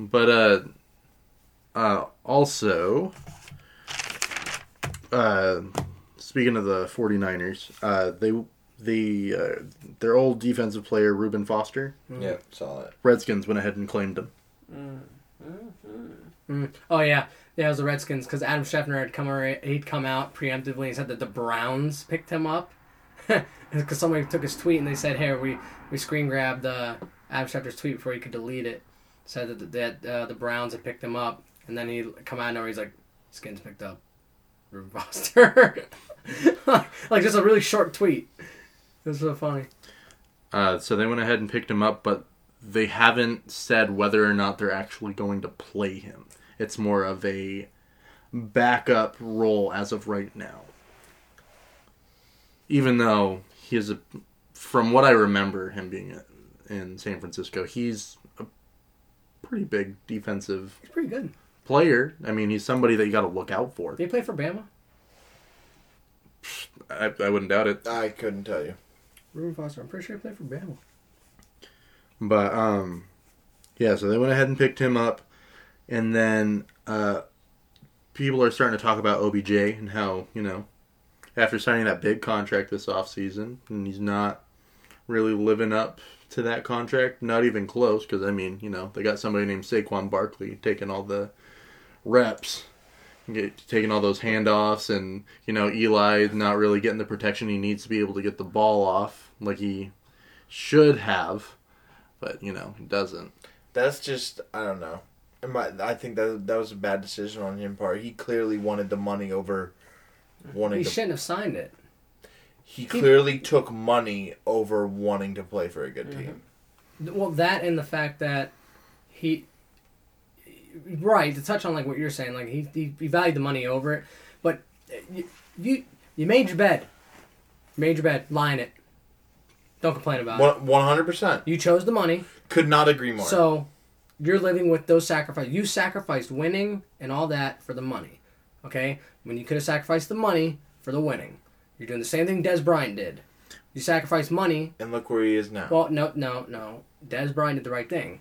But uh, uh, also, uh, speaking of the 49ers, uh, they the uh, their old defensive player Reuben Foster,
Mm-hmm.
Yeah. Saw it.
Redskins went ahead and claimed him.
Oh yeah, yeah, it was the Redskins because Adam Scheffner had come ar- he'd come out preemptively and said that the Browns picked him up because somebody took his tweet and they said, "Here, we we screen grabbed uh, Adam Scheffner's tweet before he could delete it." Said that that uh, the Browns had picked him up, and then he come out and he's like, "Skins picked up, Ruben Foster." like just a really short tweet. It was so funny.
Uh, so they went ahead and picked him up, but they haven't said whether or not they're actually going to play him. It's more of a backup role as of right now. Even though he is a, from what I remember him being in San Francisco, he's a pretty big defensive
He's pretty good.
player. I mean, he's somebody that you got to look out for.
They play for Bama.
I, I wouldn't doubt it.
I couldn't tell you.
Ruben Foster. I'm pretty sure he played for Bama.
But um yeah, so they went ahead and picked him up and then uh people are starting to talk about OBJ and how, you know, after signing that big contract this offseason and he's not really living up to that contract, not even close cuz I mean, you know, they got somebody named Saquon Barkley taking all the reps. Get, taking all those handoffs and you know Eli not really getting the protection he needs to be able to get the ball off like he should have but you know it doesn't.
That's just I don't know. Am I, I think that that was a bad decision on his part. He clearly wanted the money over wanting
He
to.
shouldn't have signed it.
He clearly took money over wanting to play for a good team.
Well, that and the fact that he, right, to touch on like what you're saying, like he he, he valued the money over it, but eh, you, you you made your bed, you made your bed, lie in it. Don't complain about it.
One hundred percent.
You chose the money,
Could not agree more.
so you're living with those sacrifices. You sacrificed winning and all that for the money, okay? When you could have sacrificed the money for the winning, you're doing the same thing Des Bryant did. You sacrificed money
and look where he is now.
well, no, no, no. Des Bryant did the right thing.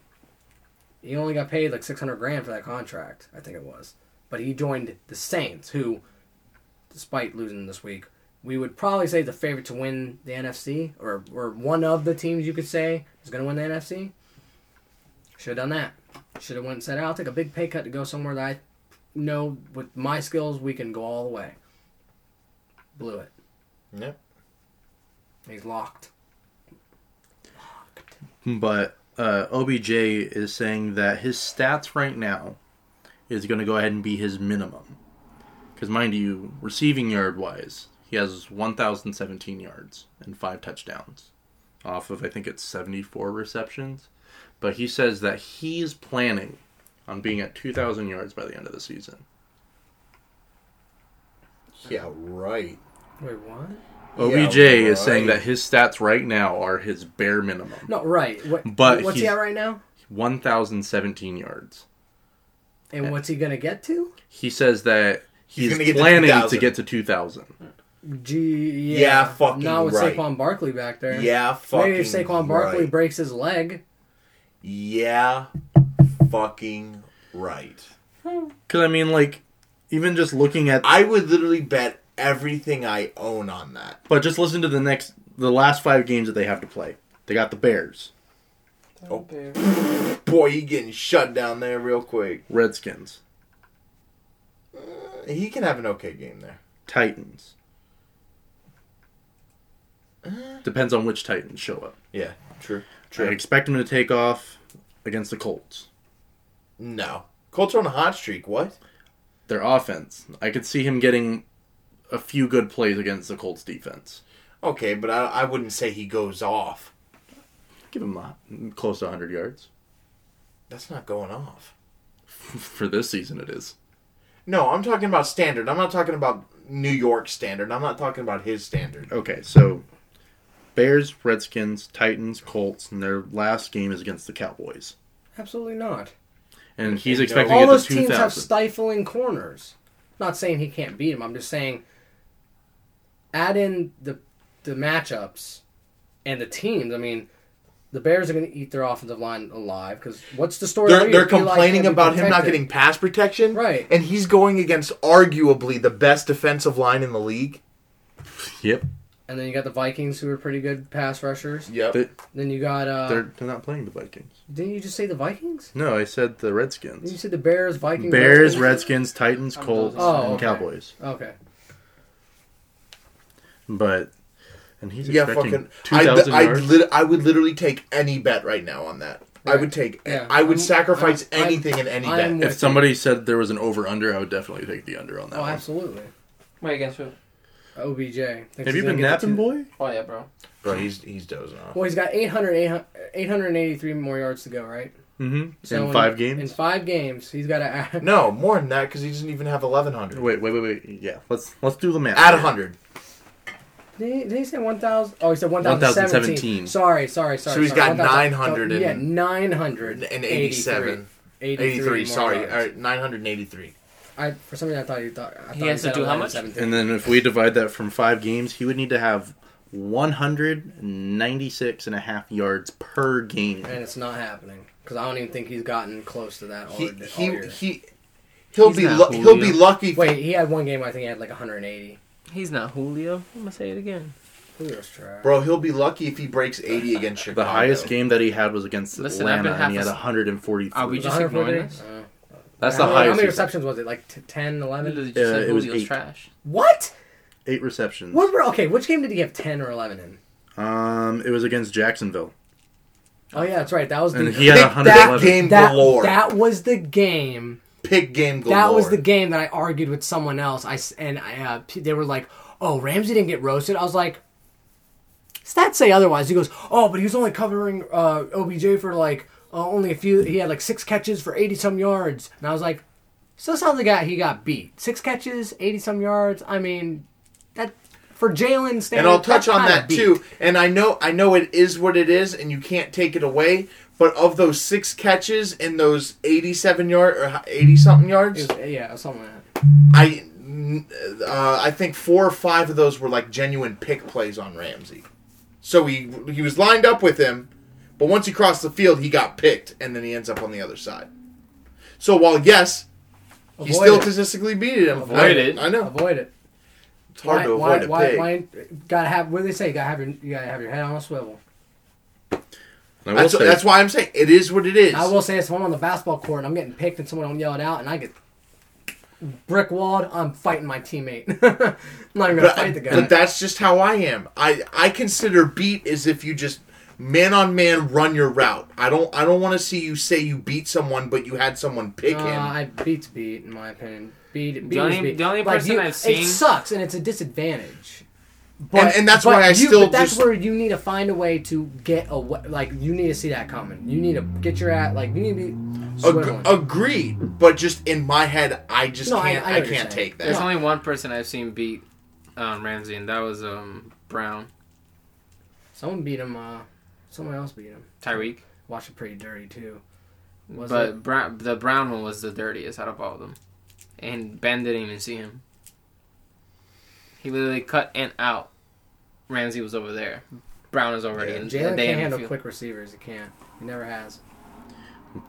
He only got paid like six hundred grand for that contract, I think it was. But he joined the Saints, who, despite losing this week, we would probably say the favorite to win the NFC, or or one of the teams you could say is going to win the NFC. Should have done that. Should have went and said, "I'll take a big pay cut to go somewhere that I know with my skills we can go all the way." Blew it.
Yep.
He's locked.
But uh, OBJ is saying that his stats right now is going to go ahead and be his minimum. Because mind you, receiving yard wise, he has 1,017 yards and five touchdowns off of I think it's 74 receptions. But he says that he's planning on being at 2,000 yards by the end of the season.
Yeah. Right.
Wait, what?
OBJ is saying
right.
that his stats right now are his bare minimum.
No, right. What,
But
what's he
he's-
at right now?
1,017 yards.
And what's he gonna get to?
He says that
He's
he's,
gonna get to
planning to,
2,000.
get to 2,000.
Gee, yeah,
Yeah, fucking
Not with
right.
Saquon Barkley back there.
Yeah. Fucking.
Maybe if Saquon Barkley
right.
breaks his leg,
Yeah. Fucking right.
Because, I mean, like, even just looking at.
I would literally bet everything I own on that.
But just listen to the next. The last five games that they have to play. They got the Bears,
Boy, he getting shut down there real quick.
Redskins,
He can have an okay game there.
Titans.
Uh.
Depends on which Titans show up.
Yeah. True.
I expect him to take off against the Colts.
No. Colts are on a hot streak. What?
Their offense. I could see him getting a few good plays against the Colts defense.
Okay, but I, I wouldn't say he goes off.
Give him a, close to 100 yards.
That's not going off.
For this season, it is.
No, I'm talking about standard. I'm not talking about New York standard. I'm not talking about his standard.
Okay, so Bears, Redskins, Titans, Colts, and their last game is against the Cowboys.
absolutely not.
And he's
no.
expecting
All
to get
those
to
teams have
2,000.
stifling corners. Not saying he can't beat him. I'm just saying, add in the the matchups and the teams. I mean, the Bears are going to eat their offensive line alive because what's the story?
They're,
later
they're
if Eli can't
complaining
be
about him not
protected?
getting pass protection.
Right.
And he's going against arguably the best defensive line in the league.
yep.
And then you got the Vikings, who are pretty good pass rushers.
Yep.
They,
Then you got. Uh,
they're, they're not playing the Vikings.
Didn't you just say the Vikings?
No, I said the
Didn't you
Redskins.
say the Bears, Vikings,
Bears,
Redskins?
Redskins, Titans,
I'm
Colts,
done.
Oh,
and
okay.
Cowboys.
Okay.
But, and he's
Yeah,
expecting
fucking. I,
2,000
I,
yards.
lit, I would literally take any bet right now on that. I
Right.
would take.
Yeah.
I would
I'm-
sacrifice
I'm-
anything in any
I'm
bet.
with
if somebody said there was an over-under, I would definitely take the under on that
Oh,
one.
absolutely.
Wait, against who?
OBJ.
Have you been napping, boy?
Oh yeah, bro.
Bro, he's he's dozing off.
Well, he's got 800, 883 more yards to go, right?
Mm-hmm.
So
in five
In
games.
five games, he's got to.
No, more than that because he doesn't even have eleven hundred.
Wait, wait, wait, wait. Yeah, let's let's do the math.
Add hundred,
Did he, did he say 1,000? Oh, he said 1,017.
1,017.
Sorry, sorry, sorry.
So he's
sorry.
got
1,000
900
so, Yeah,
and-
900.
and eighty-seven.
83.
Eighty-three. Sorry,
yards.
all right, nine hundred and eighty-three.
I, for some reason, I thought you thought. I thought
He has to
said
do how much?
1117.
And then if we divide that from five games, he would need to have 196 and a half yards per game.
And it's not happening. Because I don't even think he's gotten close to that all,
He
all
he
year.
he. He'll
He's
be
not
lu-
Julio.
he'll be lucky.
Wait, he had one game, I think he had like 180.
He's not Julio. I'm gonna say it again.
Julio's trash.
bro, he'll be lucky if he breaks eighty against Chicago.
The highest game that he had was against
Listen, I've
Atlanta,
been half
and he had
as-
143.
Are we
Was
just
140?
ignoring this?
Uh,
That's the
how many- How
highest.
many
he
receptions was it? Like t- 10,
I
11?
literally just
Uh,
said
it was
Julio's
eight.
trash.
What?
had. Eight receptions.
What were, okay, which game did he have 10 or 11 in?
Um, it was against Jacksonville,
Oh, yeah, that's right. That was the
and he had
Pick that
111.
game
that,
galore.
that was the game.
Pick game galore.
That was the game that I argued with someone else. I s- and I, uh, p- they were like, "Oh, Ramsey didn't get roasted." I was like, "Stats say otherwise." He goes, "Oh, but he was only covering uh, OBJ for like uh, only a few. He had like six catches for eighty some yards." And I was like, "So that's how the guy he got beat. Six catches, eighty some yards. I mean, that for Jalen standards.
and I'll touch
that's
on
kinda
that
beat.
too. And I know I know it is what it is, and you can't take it away. But of those six catches and those eighty-seven yard or eighty something yards,
It was- yeah, something like that.
I uh, I think four or five of those were like genuine pick plays on Ramsey. So he he was lined up with him, but once he crossed the field, he got picked, and then he ends up on the other side. So while yes, he
Avoid
still
it.
statistically beat him.
Avoid it.
I, I know
Avoid it.
it's hard to avoid a
why,
pick.
why- gotta have what do they say? You gotta have your you gotta have your head on a swivel.
And I will
that's,
say-
that's why I'm saying it is what it is.
I will say if I'm on the basketball court and I'm getting picked and someone don't yell it out and I get brick walled, I'm fighting my teammate. I'm not even gonna
but,
fight the guy.
but that's just how I am. I I consider beat is if you just man on man run your route. I don't I don't want to see you say you beat someone, but you had someone pick
Uh,
him.
I beat beat in my opinion. Beat, beat
The only-
is beat.
the only person
you-
I've seen-
it sucks and it's a disadvantage.
And- and that's why I
you,
still
But that's
just-
where you need to find a way to get away. Like you need to see that coming. You need to get your at. Like you need to be.
Ag-
swiveling.
agreed, but just in my head, I just
No, I-
can't.
I
I,
understand.
can't take that.
There's only one person I've seen beat um, Ramsey, and that was um, Brown
Someone beat him. Uh, someone else beat him.
Tyreek.
Watched it pretty dirty too. Was
But
it?
Brown, the Brown one was the dirtiest out of all of them, and Ben didn't even see him. He literally cut and out. Ramsey was over there. Brown is already in.
Jalen
they
can't
in the
handle
field.
quick receivers. He can't. He never has.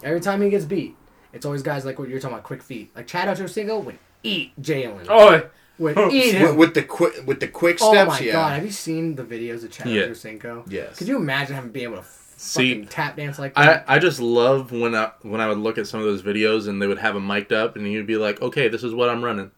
Every time he gets beat, it's always guys like what you're talking about, quick feet. Like Chad Ochocinco would eat Jalen.
Oh,
would eat
with,
him.
with the quick with the quick
Oh
steps,
my
yeah.
god! Have you seen the videos of Chad
Yeah.
Ochocinco?
Yes.
Could you imagine having been able to
See,
fucking tap dance like
I,
that?
I just love when I when I would look at some of those videos and they would have him mic'd up and he'd be like, "Okay, this is what I'm running."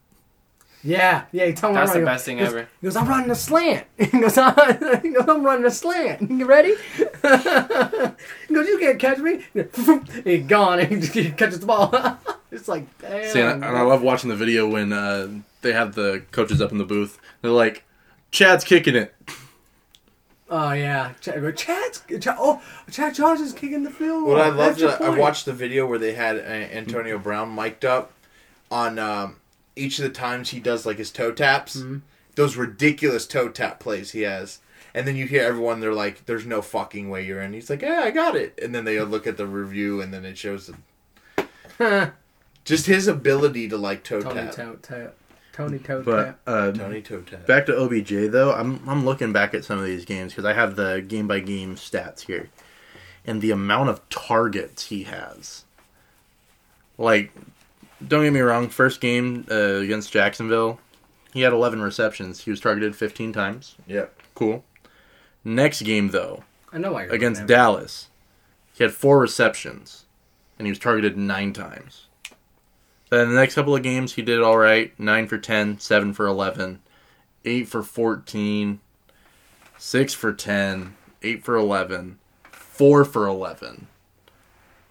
yeah, yeah. You tell him
That's
I'm
the
running-
best thing
he goes-
ever.
He goes, "I'm running a slant." He goes, "I'm, he goes, I'm running a slant. You ready?" he goes, "You can't catch me." he gone and he just- he catches the ball. it's like damn.
See, and I, and I love watching the video when uh, they have the coaches up in the booth. They're like, "Chad's kicking it."
Oh yeah, Chad, Chad's Chad, oh Chad Josh is kicking the field.
What I
Oh, That's
loved,
your
uh, I
point.
watched the video where they had uh, Antonio Brown mic'd up on um, each of the times he does like his toe taps,
Mm-hmm.
those ridiculous toe tap plays he has. And then you hear everyone, they're like, "There's no fucking way you're in." He's like, "Yeah, I got it." And then they look at the review, and then it shows them. Just his ability to like toe
Tony
tap,
Toe Tap. Tony Toe
But
Tap.
uh,
Tony toe tap.
back to OBJ though, I'm I'm looking back at some of these games because I have the game by game stats here, and the amount of targets he has. Like, don't get me wrong. First game uh, against Jacksonville, he had 11 receptions. He was targeted 15 times.
Yep.
Cool. Next game though,
I know why you're
against
doing
Dallas, he had four receptions, and he was targeted nine times. Then the next couple of games, he did all right: nine for 10, 7 for 11, 8 for 14, 6 for 10, 8 for 11, 4 for 11,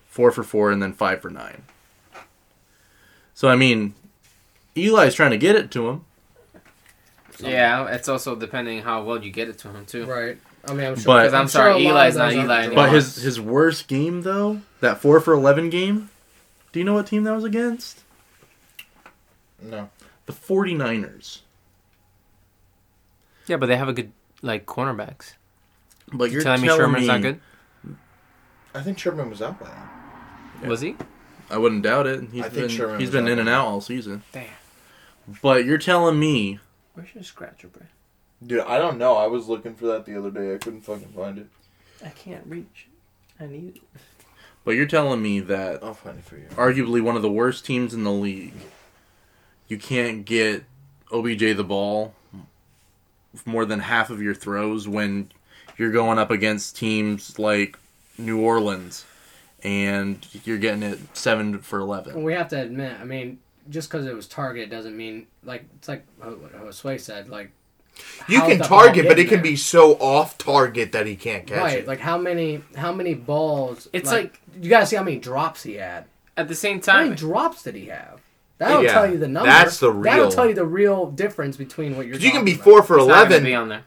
4 for 4, and then 5 for 9. So I mean, Eli's trying to get it to him.
that.
Yeah, it's also depending how well you get it to him too.
Right. I mean, I'm sure.
But-
Because I'm,
I'm sure a
sorry,
lot of
Eli's
those
not
aren't
Eli
the-
anymore.
But his his worst game though, that four for eleven game. Do you know what team that was against?
No.
The 49ers.
yeah, but they have a good like cornerbacks.
But you're
telling me Sherman's not good?
I think Sherman was out by then.
Was he?
I wouldn't doubt it. He's
I
been
think Sherman
he's
was
been
out
in
there.
and out all season.
Damn.
But you're telling me
Where's your scratcher, bro?
Dude, I don't know. I was looking for that the other day. I couldn't fucking find it.
I can't reach. I need it.
but you're telling me that
I'll find it for you.
arguably one of the worst teams in the league, you can't get OBJ the ball for more than half of your throws when you're going up against teams like New Orleans and you're getting it 7 for 11.
We have to admit, I mean, just because it was target doesn't mean like it's like uh, what Josue said, like
You
how
can
the
target,
ball
but it
getting
can
there.
be so off target that he can't catch
right,
it.
like how many how many balls?
It's
you gotta see how many drops he had.
At the same
How many
time,
drops did he have? That'll
Yeah,
tell you the number.
that's the
That'll
real-
tell you the real difference between what you're.
'Cause you can
talking
be
about.
four for
it's not gonna
eleven.
be on there.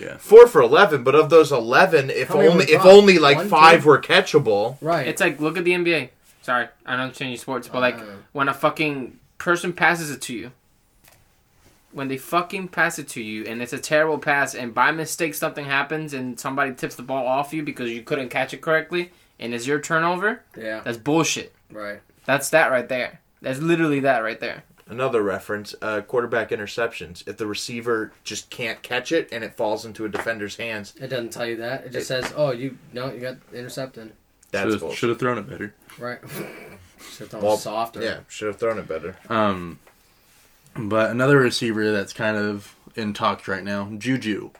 Yeah.
four for eleven, but of those eleven, if
How many
only
were
if
dropped?
only like
One,
five
two?
were catchable.
Right.
It's like look at the NBA. Sorry, I don't change sports, but like
Uh.
when a fucking person passes it to you, when they fucking pass it to you, and it's a terrible pass, and by mistake something happens, and somebody tips the ball off you because you couldn't catch it correctly, and it's your turnover.
yeah.
That's bullshit.
Right.
That's that right there. That's literally that right there.
Another reference: uh, quarterback interceptions. If the receiver just can't catch it and it falls into a defender's hands,
It doesn't tell you that. It just says, "Oh, you no, you got intercepted."
that's
Should have,
bullshit.
should have thrown it better.
Right. Should've thrown
Well,
softer.
Yeah, should have thrown it better.
Um, but another receiver that's kind of in talks right now, Juju.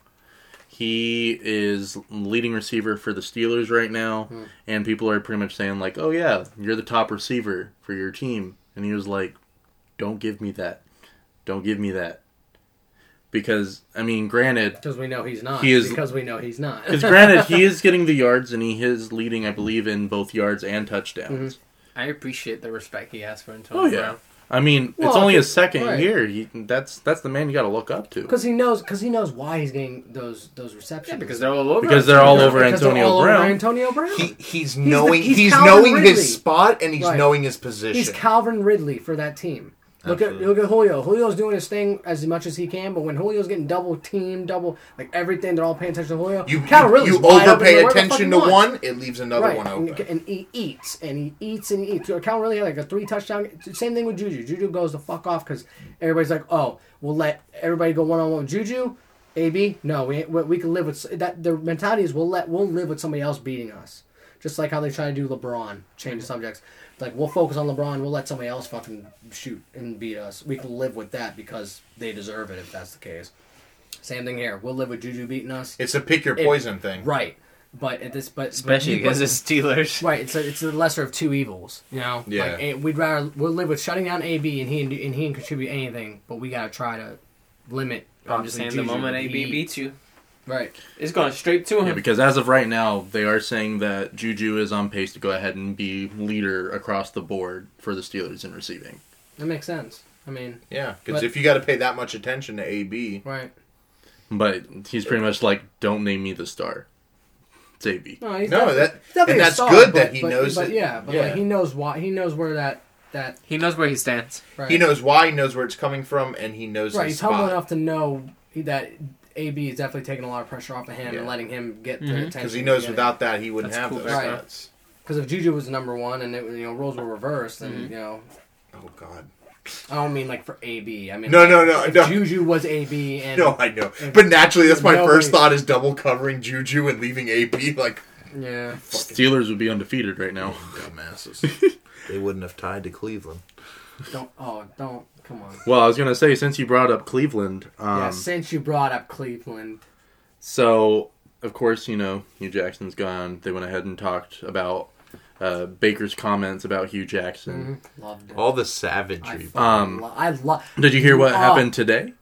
He is leading receiver for the Steelers right now,
Hmm.
and people are pretty much saying like, "Oh yeah, you're the top receiver for your team," and he was like, "Don't give me that, don't give me that," because I mean, granted,
Because we know he's not.
He is-
because we know he's not.
because granted he is getting the yards and he is leading, I believe, in both yards and touchdowns.
Mm-hmm.
I appreciate the respect he has for Antonio
Oh yeah,
Brown.
I mean,
Well,
it's only his
it's-
second
right.
year. He, that's that's the man you got to look up to.
Because he knows. Because he knows why he's getting those those receptions.
Yeah, because they're all over.
Because
us.
they're all over
Because they're
Antonio
all over
Brown.
Antonio Brown.
He, he's knowing
he's
he's,
Calvin
knowing
Ridley.
his spot and he's
Right.
knowing his position.
he's Calvin Ridley for that team. Look
Absolutely.
at look at Julio. Julio's doing his thing as much as he can, but when Julio's getting double teamed, double like everything, they're all paying attention to Julio.
you
Calvin Ridley's
you
wide open
overpay
wherever the fuck he
attention to
wants.
one, it leaves another
right.
one
and,
open.
and he eats and he eats and he eats. Calvin Ridley had like a three touchdown. Same thing with Juju. Juju goes the fuck off because everybody's like, oh, we'll let everybody go one on one. Juju, AB, no, we, we we can live with that. The mentality is we'll let we'll live with somebody else beating us, just like how they try to do LeBron. Change subjects. Like we'll focus on LeBron. We'll let somebody else fucking shoot and beat us. We can live with that because they deserve it if that's the case. Same thing here. We'll live with Juju beating us.
It's a pick your poison thing.
Right. But at this, but
especially
but,
against the Steelers.
Right, it's a, it's the lesser of two evils, you know.
Yeah.
Like, eh, we'd rather we'll live with shutting down AB and he and, and he can contribute anything, but we gotta try to limit.
I'm just saying, the
Juju,
moment
but
AB
he-
beats you,
E. Right.
it's going straight to
Yeah,
him.
because as of right now, they are saying that Juju is on pace to go ahead and be leader across the board for the Steelers in receiving.
That makes sense. I mean,
Yeah, because
But-
if you got to pay that much attention to AB,
right.
But he's pretty much like, don't name me the star. It's AB.
No, he's
No,
definitely-
that-
he's definitely
and
a
that's good that he
but,
knows
But
it.
yeah, but
Yeah.
Like, he knows why. He knows where that that.
He knows where he stands.
Right.
he knows why, he knows where it's coming from, and he knows
Right.
his
He's
spot.
humble enough to know he- that AB is definitely taking a lot of pressure off of him
Yeah.
and letting him get the
Mhm.
attention.
Because he knows without that he wouldn't
That's
have
cool
those
fact.
stats.
Because if Juju was number one and it, you know rules were reversed,
Mm-hmm.
then you know
Oh God.
I don't mean like for AB. I mean
No, no, no,
if
no.
Juju was AB and
No, I know. But naturally, that's my
No
first
way.
thought is double covering Juju and leaving AP like
yeah,
Steelers would be undefeated right now.
Oh,
dumbasses. they wouldn't have tied to Cleveland.
don't oh don't come on.
Well, I was gonna say since you brought up Cleveland, um,
yeah, since you brought up Cleveland,
so of course you know Hugh Jackson's gone. They went ahead and talked about uh, Baker's comments about Hugh Jackson.
loved it.
All the
I
savagery.
fucking
Mm-hmm. Um,
lo- I love.
Did you hear what
Oh.
happened today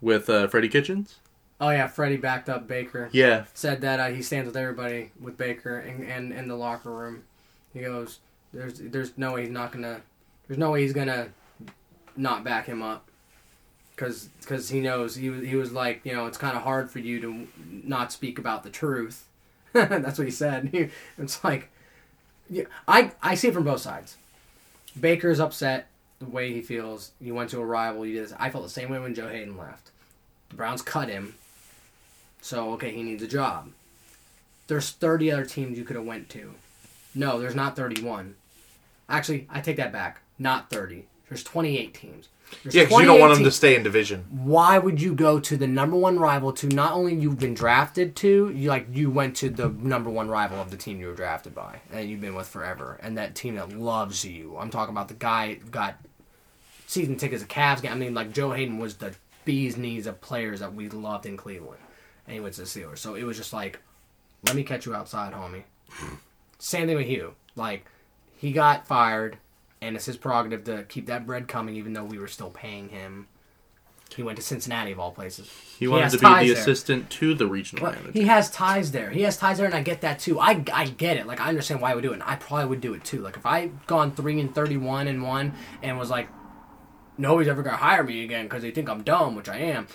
with uh, Freddie Kitchens?
Oh yeah, Freddie backed up Baker.
Yeah,
Said that uh, he stands with everybody with Baker and and in the locker room. He goes, "There's there's no way he's not gonna. There's no way he's gonna not back him up." because he knows he was he was like you know it's kind of hard for you to not speak about the truth. That's what he said. It's like, yeah, I I see it from both sides. Baker's upset the way he feels. You went to a rival. You did this. I felt the same way when Joe Hayden left. The Browns cut him, so okay, he needs a job. There's 30 other teams you could have went to. No, there's not 31. Actually, I take that back. Not 30. There's 28 teams. There's
Yeah, because you don't
28
want them to
teams
stay in division.
why would you go to the number one rival to not only you've been drafted to, you like you went to the number one rival of the team you were drafted by and you've been with forever, and that team that loves you. I'm talking about the guy who got season tickets to Cavs game. I mean, like Joe Hayden was the bee's knees of players that we loved in Cleveland, and he went to the Steelers. So it was just like, let me catch you outside, homie. Same thing with Hugh. Like he got fired, and it's his prerogative to keep that bread coming, even though we were still paying him. He went to Cincinnati of all places.
He wanted
has
to be the
ties there.
assistant to the regional
Well,
manager.
He has ties there. He has ties there, and I get that too. I, I get it. Like I understand why I would do it. And I probably would do it too. Like if I had gone three and thirty one and one and was like, nobody's ever gonna hire me again because they think I'm dumb, which I am.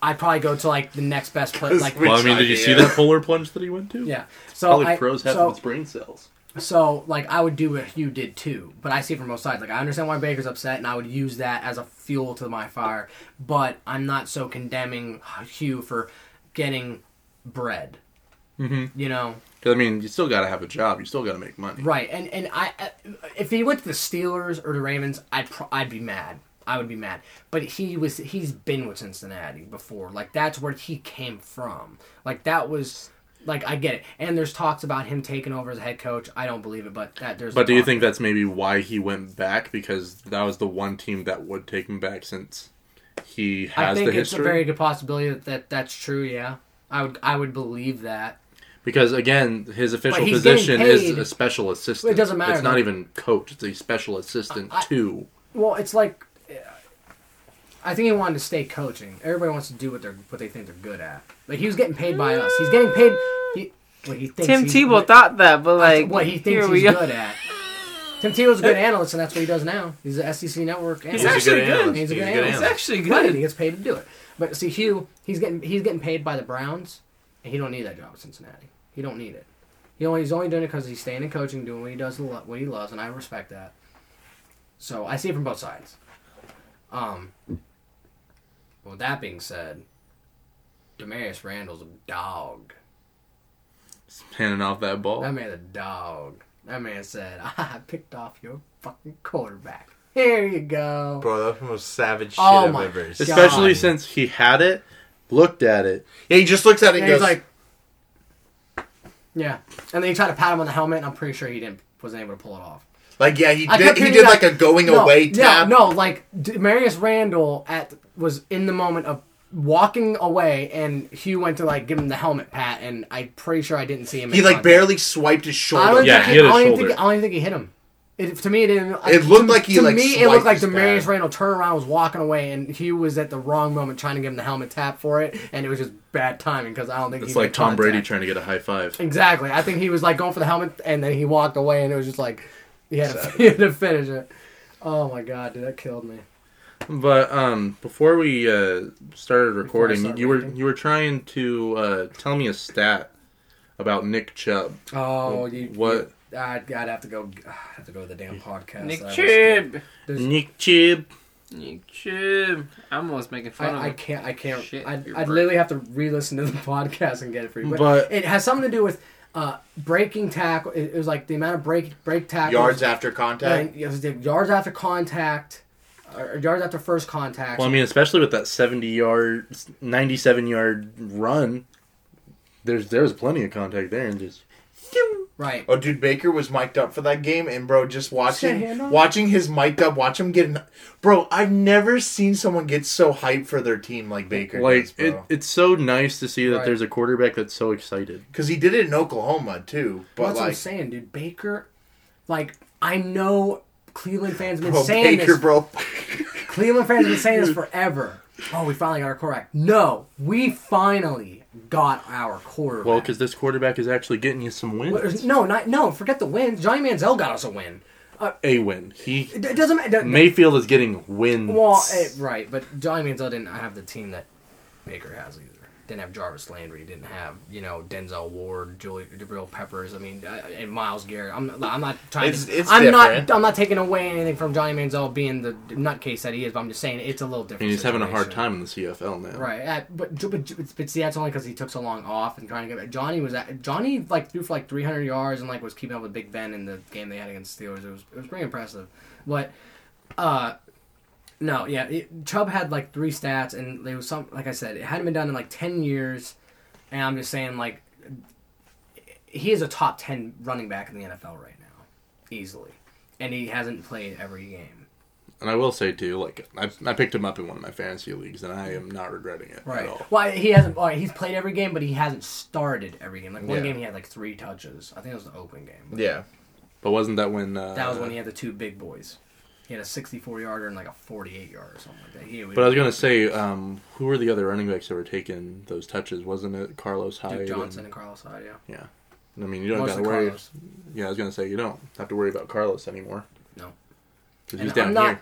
I'd probably go to like the next best place. Like
well, I mean, did you see that polar plunge that he went to?
yeah. So
Probably
I,
froze half
so,
of his brain cells.
so like I would do what you did too, but I see it from both sides. Like I understand why Baker's upset, and I would use that as a fuel to my fire. But I'm not so condemning Hugh for getting bread. Mm-hmm. You know,
'Cause, I mean, you still got to have a job. You still got to make money.
right? And and I, I- if he went to the Steelers or the Ravens, I'd pro- I'd be mad. I would be mad. But he was he's been with Cincinnati before. Like that's where he came from. Like that was. Like I get it, and there's talks about him taking over as head coach. I don't believe it, but that there's.
But do you
talk.
think that's maybe why he went back? Because that was the one team that would take him back since he has
I think
the
it's
history.
a very good possibility that, that that's true. Yeah, I would I would believe that.
Because again, his official
But he's
position
getting
is
paid.
a special assistant.
It doesn't matter,
It's not
though.
even coach. It's a special assistant
I-
to.
Well, it's like uh, I think he wanted to stay coaching. Everybody wants to do what they are what they think they're good at. Like he was getting paid by us. He's getting paid. He, what he thinks
Tim
he's
Tebow
what,
thought that, but like,
what he thinks
here we
he's
go.
good at. Tim Tebow's a good analyst, and that's what he does now. He's an SEC network. Analyst.
He's actually good.
analyst.
He's a good
It's
analyst.
actually
Right, and he
good.
gets paid to do it. But see, Hugh, he's getting he's getting paid by the Browns, and he don't need that job at Cincinnati. He don't need it. He only, he's only doing it because he's staying in coaching, doing what he does, lo- what he loves, and I respect that. So I see it from both sides. Um. Well, that being said, Demarius Randall's a dog.
Handing off that ball.
That man's a dog. That man said, "I picked off your fucking quarterback. Here you go."
Bro, that was the most savage shit
Oh my
I've ever seen.
Especially
God.
since he had it, looked at it.
Yeah, he just looks at it and
And he's
goes,
like, yeah. And then he tried to pat him on the helmet, and I'm pretty sure he didn't wasn't able to pull it off.
like, yeah, he
I
did,
kept
he
hearing
did
that-
like a going
no,
away
yeah,
tap.
no, like D- Marius Randall at was in the moment of walking away, and Hugh went to like give him the helmet pat, and I'm pretty sure I didn't see him.
He
make
like
contact.
barely swiped his
I
shoulder.
don't,
Yeah,
think,
he hit
I,
his
don't even think,
shoulder.
I don't even think he hit him. It, to me, it didn't. I-
It looked
to,
like he,
to
like,
me, it
swiped
looked like
his
Demarius
pad.
Randall turned around, was walking away, and Hugh was at the wrong moment trying to give him the helmet tap for it, and it was just bad timing because I don't think
It's
he
like
made
Tom Brady
contact.
trying to get a high five.
Exactly. I think he was like going for the helmet, and then he walked away, and it was just like he had, to, he had to finish it. Oh my god, dude, that killed me.
But um, before we uh, started recording,
started
you were
recording.
you were trying to uh, tell me a stat about Nick Chubb.
Oh, you
What?
you- I'd, I'd have to go. I'd have to go to the damn podcast.
Nick
I was-
Chib.
Nick Chubb.
Nick Chib. I'm almost making fun
I, I
of him.
can't. I can't.
Shit,
I'd,
you're
I'd
right.
literally have to re-listen to the podcast and get it for you. But,
But-
it has something to do with uh, breaking tackle. It, it was like the amount of break break tackles
Yards after contact.
and- it was the yards after contact, or yards after first contact.
Well, I mean, especially with that seventy yard, ninety-seven yard run, there's there was plenty of contact there, and just
right.
Oh, dude, Baker was mic'd up for that game, and bro, just
Shit, hand
watching
on.
watching his mic'd up, watch him getting. Bro, I've never seen someone get so hyped for their team like Baker does,
like it,
bro.
it's so nice to see that
Right.
there's a quarterback that's so excited.
Because he did it in Oklahoma too, but
That's what I'm
like,
saying, dude. Baker, like I know Cleveland fans have been
bro,
saying
Baker,
this.
bro,
Cleveland fans have been saying this forever. Oh, we finally got our quarterback. No, we finally got our quarterback.
Well, because this quarterback is actually getting you some wins.
What- No, not no. Forget the wins. Johnny Manziel got us a win.
a win. He
It it doesn't matter.
Mayfield is getting wins.
Well, eh, right, but Johnny Manziel didn't have the team that Baker has either. Didn't have Jarvis Landry. Didn't have you know Denzel Ward, Julie Jabril Peppers. I mean, uh, and Miles Garrett. I'm not, I'm not trying.
It's-
to,
it's
I'm
different.
not. I'm not taking away anything from Johnny Manziel being the nutcase that he is. But I'm just saying it's a little different.
and he's having a hard
situation.
time in the CFL now.
Right, uh, but, but but but see, that's only because he took so long off and trying to get back. Johnny was at, Johnny like threw for like 300 yards and like was keeping up with Big Ben in the game they had against the Steelers. It was it was pretty impressive, but uh, no, yeah, it, Chubb had like three stats and there was some like I said, it hadn't been done in like 10 years, and I'm just saying like he is a top 10 running back in the NFL right now, easily, and he hasn't played every game.
And I will say too, like I, I picked him up in one of my fantasy leagues, and I am not regretting it at all.
Well, he hasn't. Well, he's played every game, but he hasn't started every game. Like one
Yeah.
game, he had like three touches. I think it was the open game. But
Yeah.
But wasn't that when uh,
That was when he had the two big boys. He had a 64 yarder and like a 48 yarder or something like that. He,
But I was gonna say, um, who were the other running backs that were taking those touches? Wasn't it Carlos Hyde?
Duke Johnson
and-
and Carlos Hyde. Yeah,
yeah. I mean, you don't got to
mostly
worry.
Carlos.
Yeah, I was gonna say you don't have to worry about Carlos anymore
No,
because
And
he's down
I'm not,
here.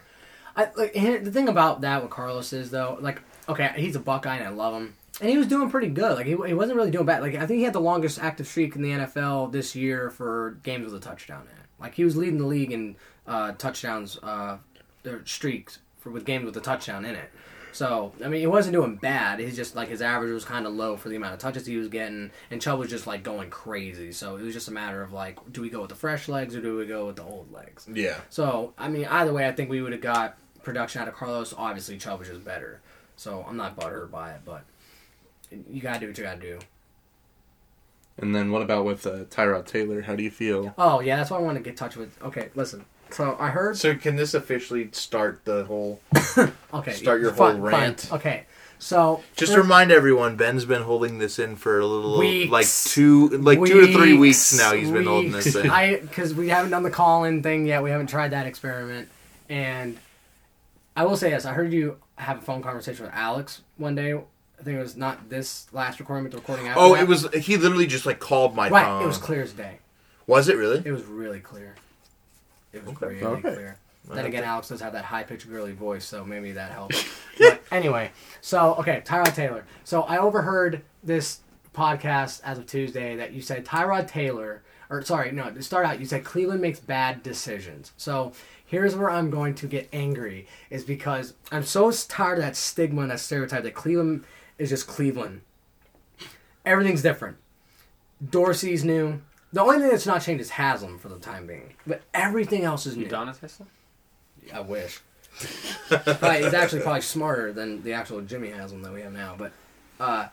I, like, here- the thing about that with Carlos is though, like, okay, he's a Buckeye and I love him, and he was doing pretty good. Like, he, he wasn't really doing bad. Like, I think he had the longest active streak in the NFL this year for games with a touchdown in. it. Like, he was leading the league in uh, touchdowns, uh, their streaks for with games with a touchdown in it. So I mean, he wasn't doing bad. He's just like his average was kind of low for the amount of touches he was getting, and Chubb was just like going crazy. So it was just a matter of like, do we go with the fresh legs or do we go with the old legs?
Yeah.
So, I mean, either way, I think we would have got production out of Carlos. Obviously, Chubb was just better. So, I'm not buttered by it, but you got to do what you got to do.
And then what about with uh, Tyrod Taylor? How do you feel?
Oh, yeah, that's what I want to get in touch with. Okay, listen. So, I heard.
So can this officially start the whole?
Okay.
start your
fine,
whole
fine.
rant.
Okay. So.
Just remind everyone, Ben's been holding this in for a little
Weeks.
like two like two to three weeks now. He's been holding this in.
I because we haven't done the call-in thing yet. We haven't tried that experiment, and I will say this: I heard you have a phone conversation with Alex one day. I think it was not this last recording, but the recording after.
oh,
that.
it was he literally just like called my
right.
phone.
It was
Um,
clear as day.
Was it really?
It was really clear. It was really
Okay.
clear. Then again, Alex does have that high pitched girly voice, so maybe that helps. but anyway, so okay, Tyrod Taylor. So I overheard this podcast as of Tuesday that you said Tyrod Taylor, or sorry, no, to start out, you said Cleveland makes bad decisions. So here's where I'm going to get angry, is because I'm so tired of that stigma and that stereotype that Cleveland is just Cleveland. Everything's different. Dorsey's new. The only thing that's not changed is Haslam for the time being, but everything else is new.
Udonis Haslam?
I wish. but he's actually probably smarter than the actual Jimmy Haslam that we have now. But uh,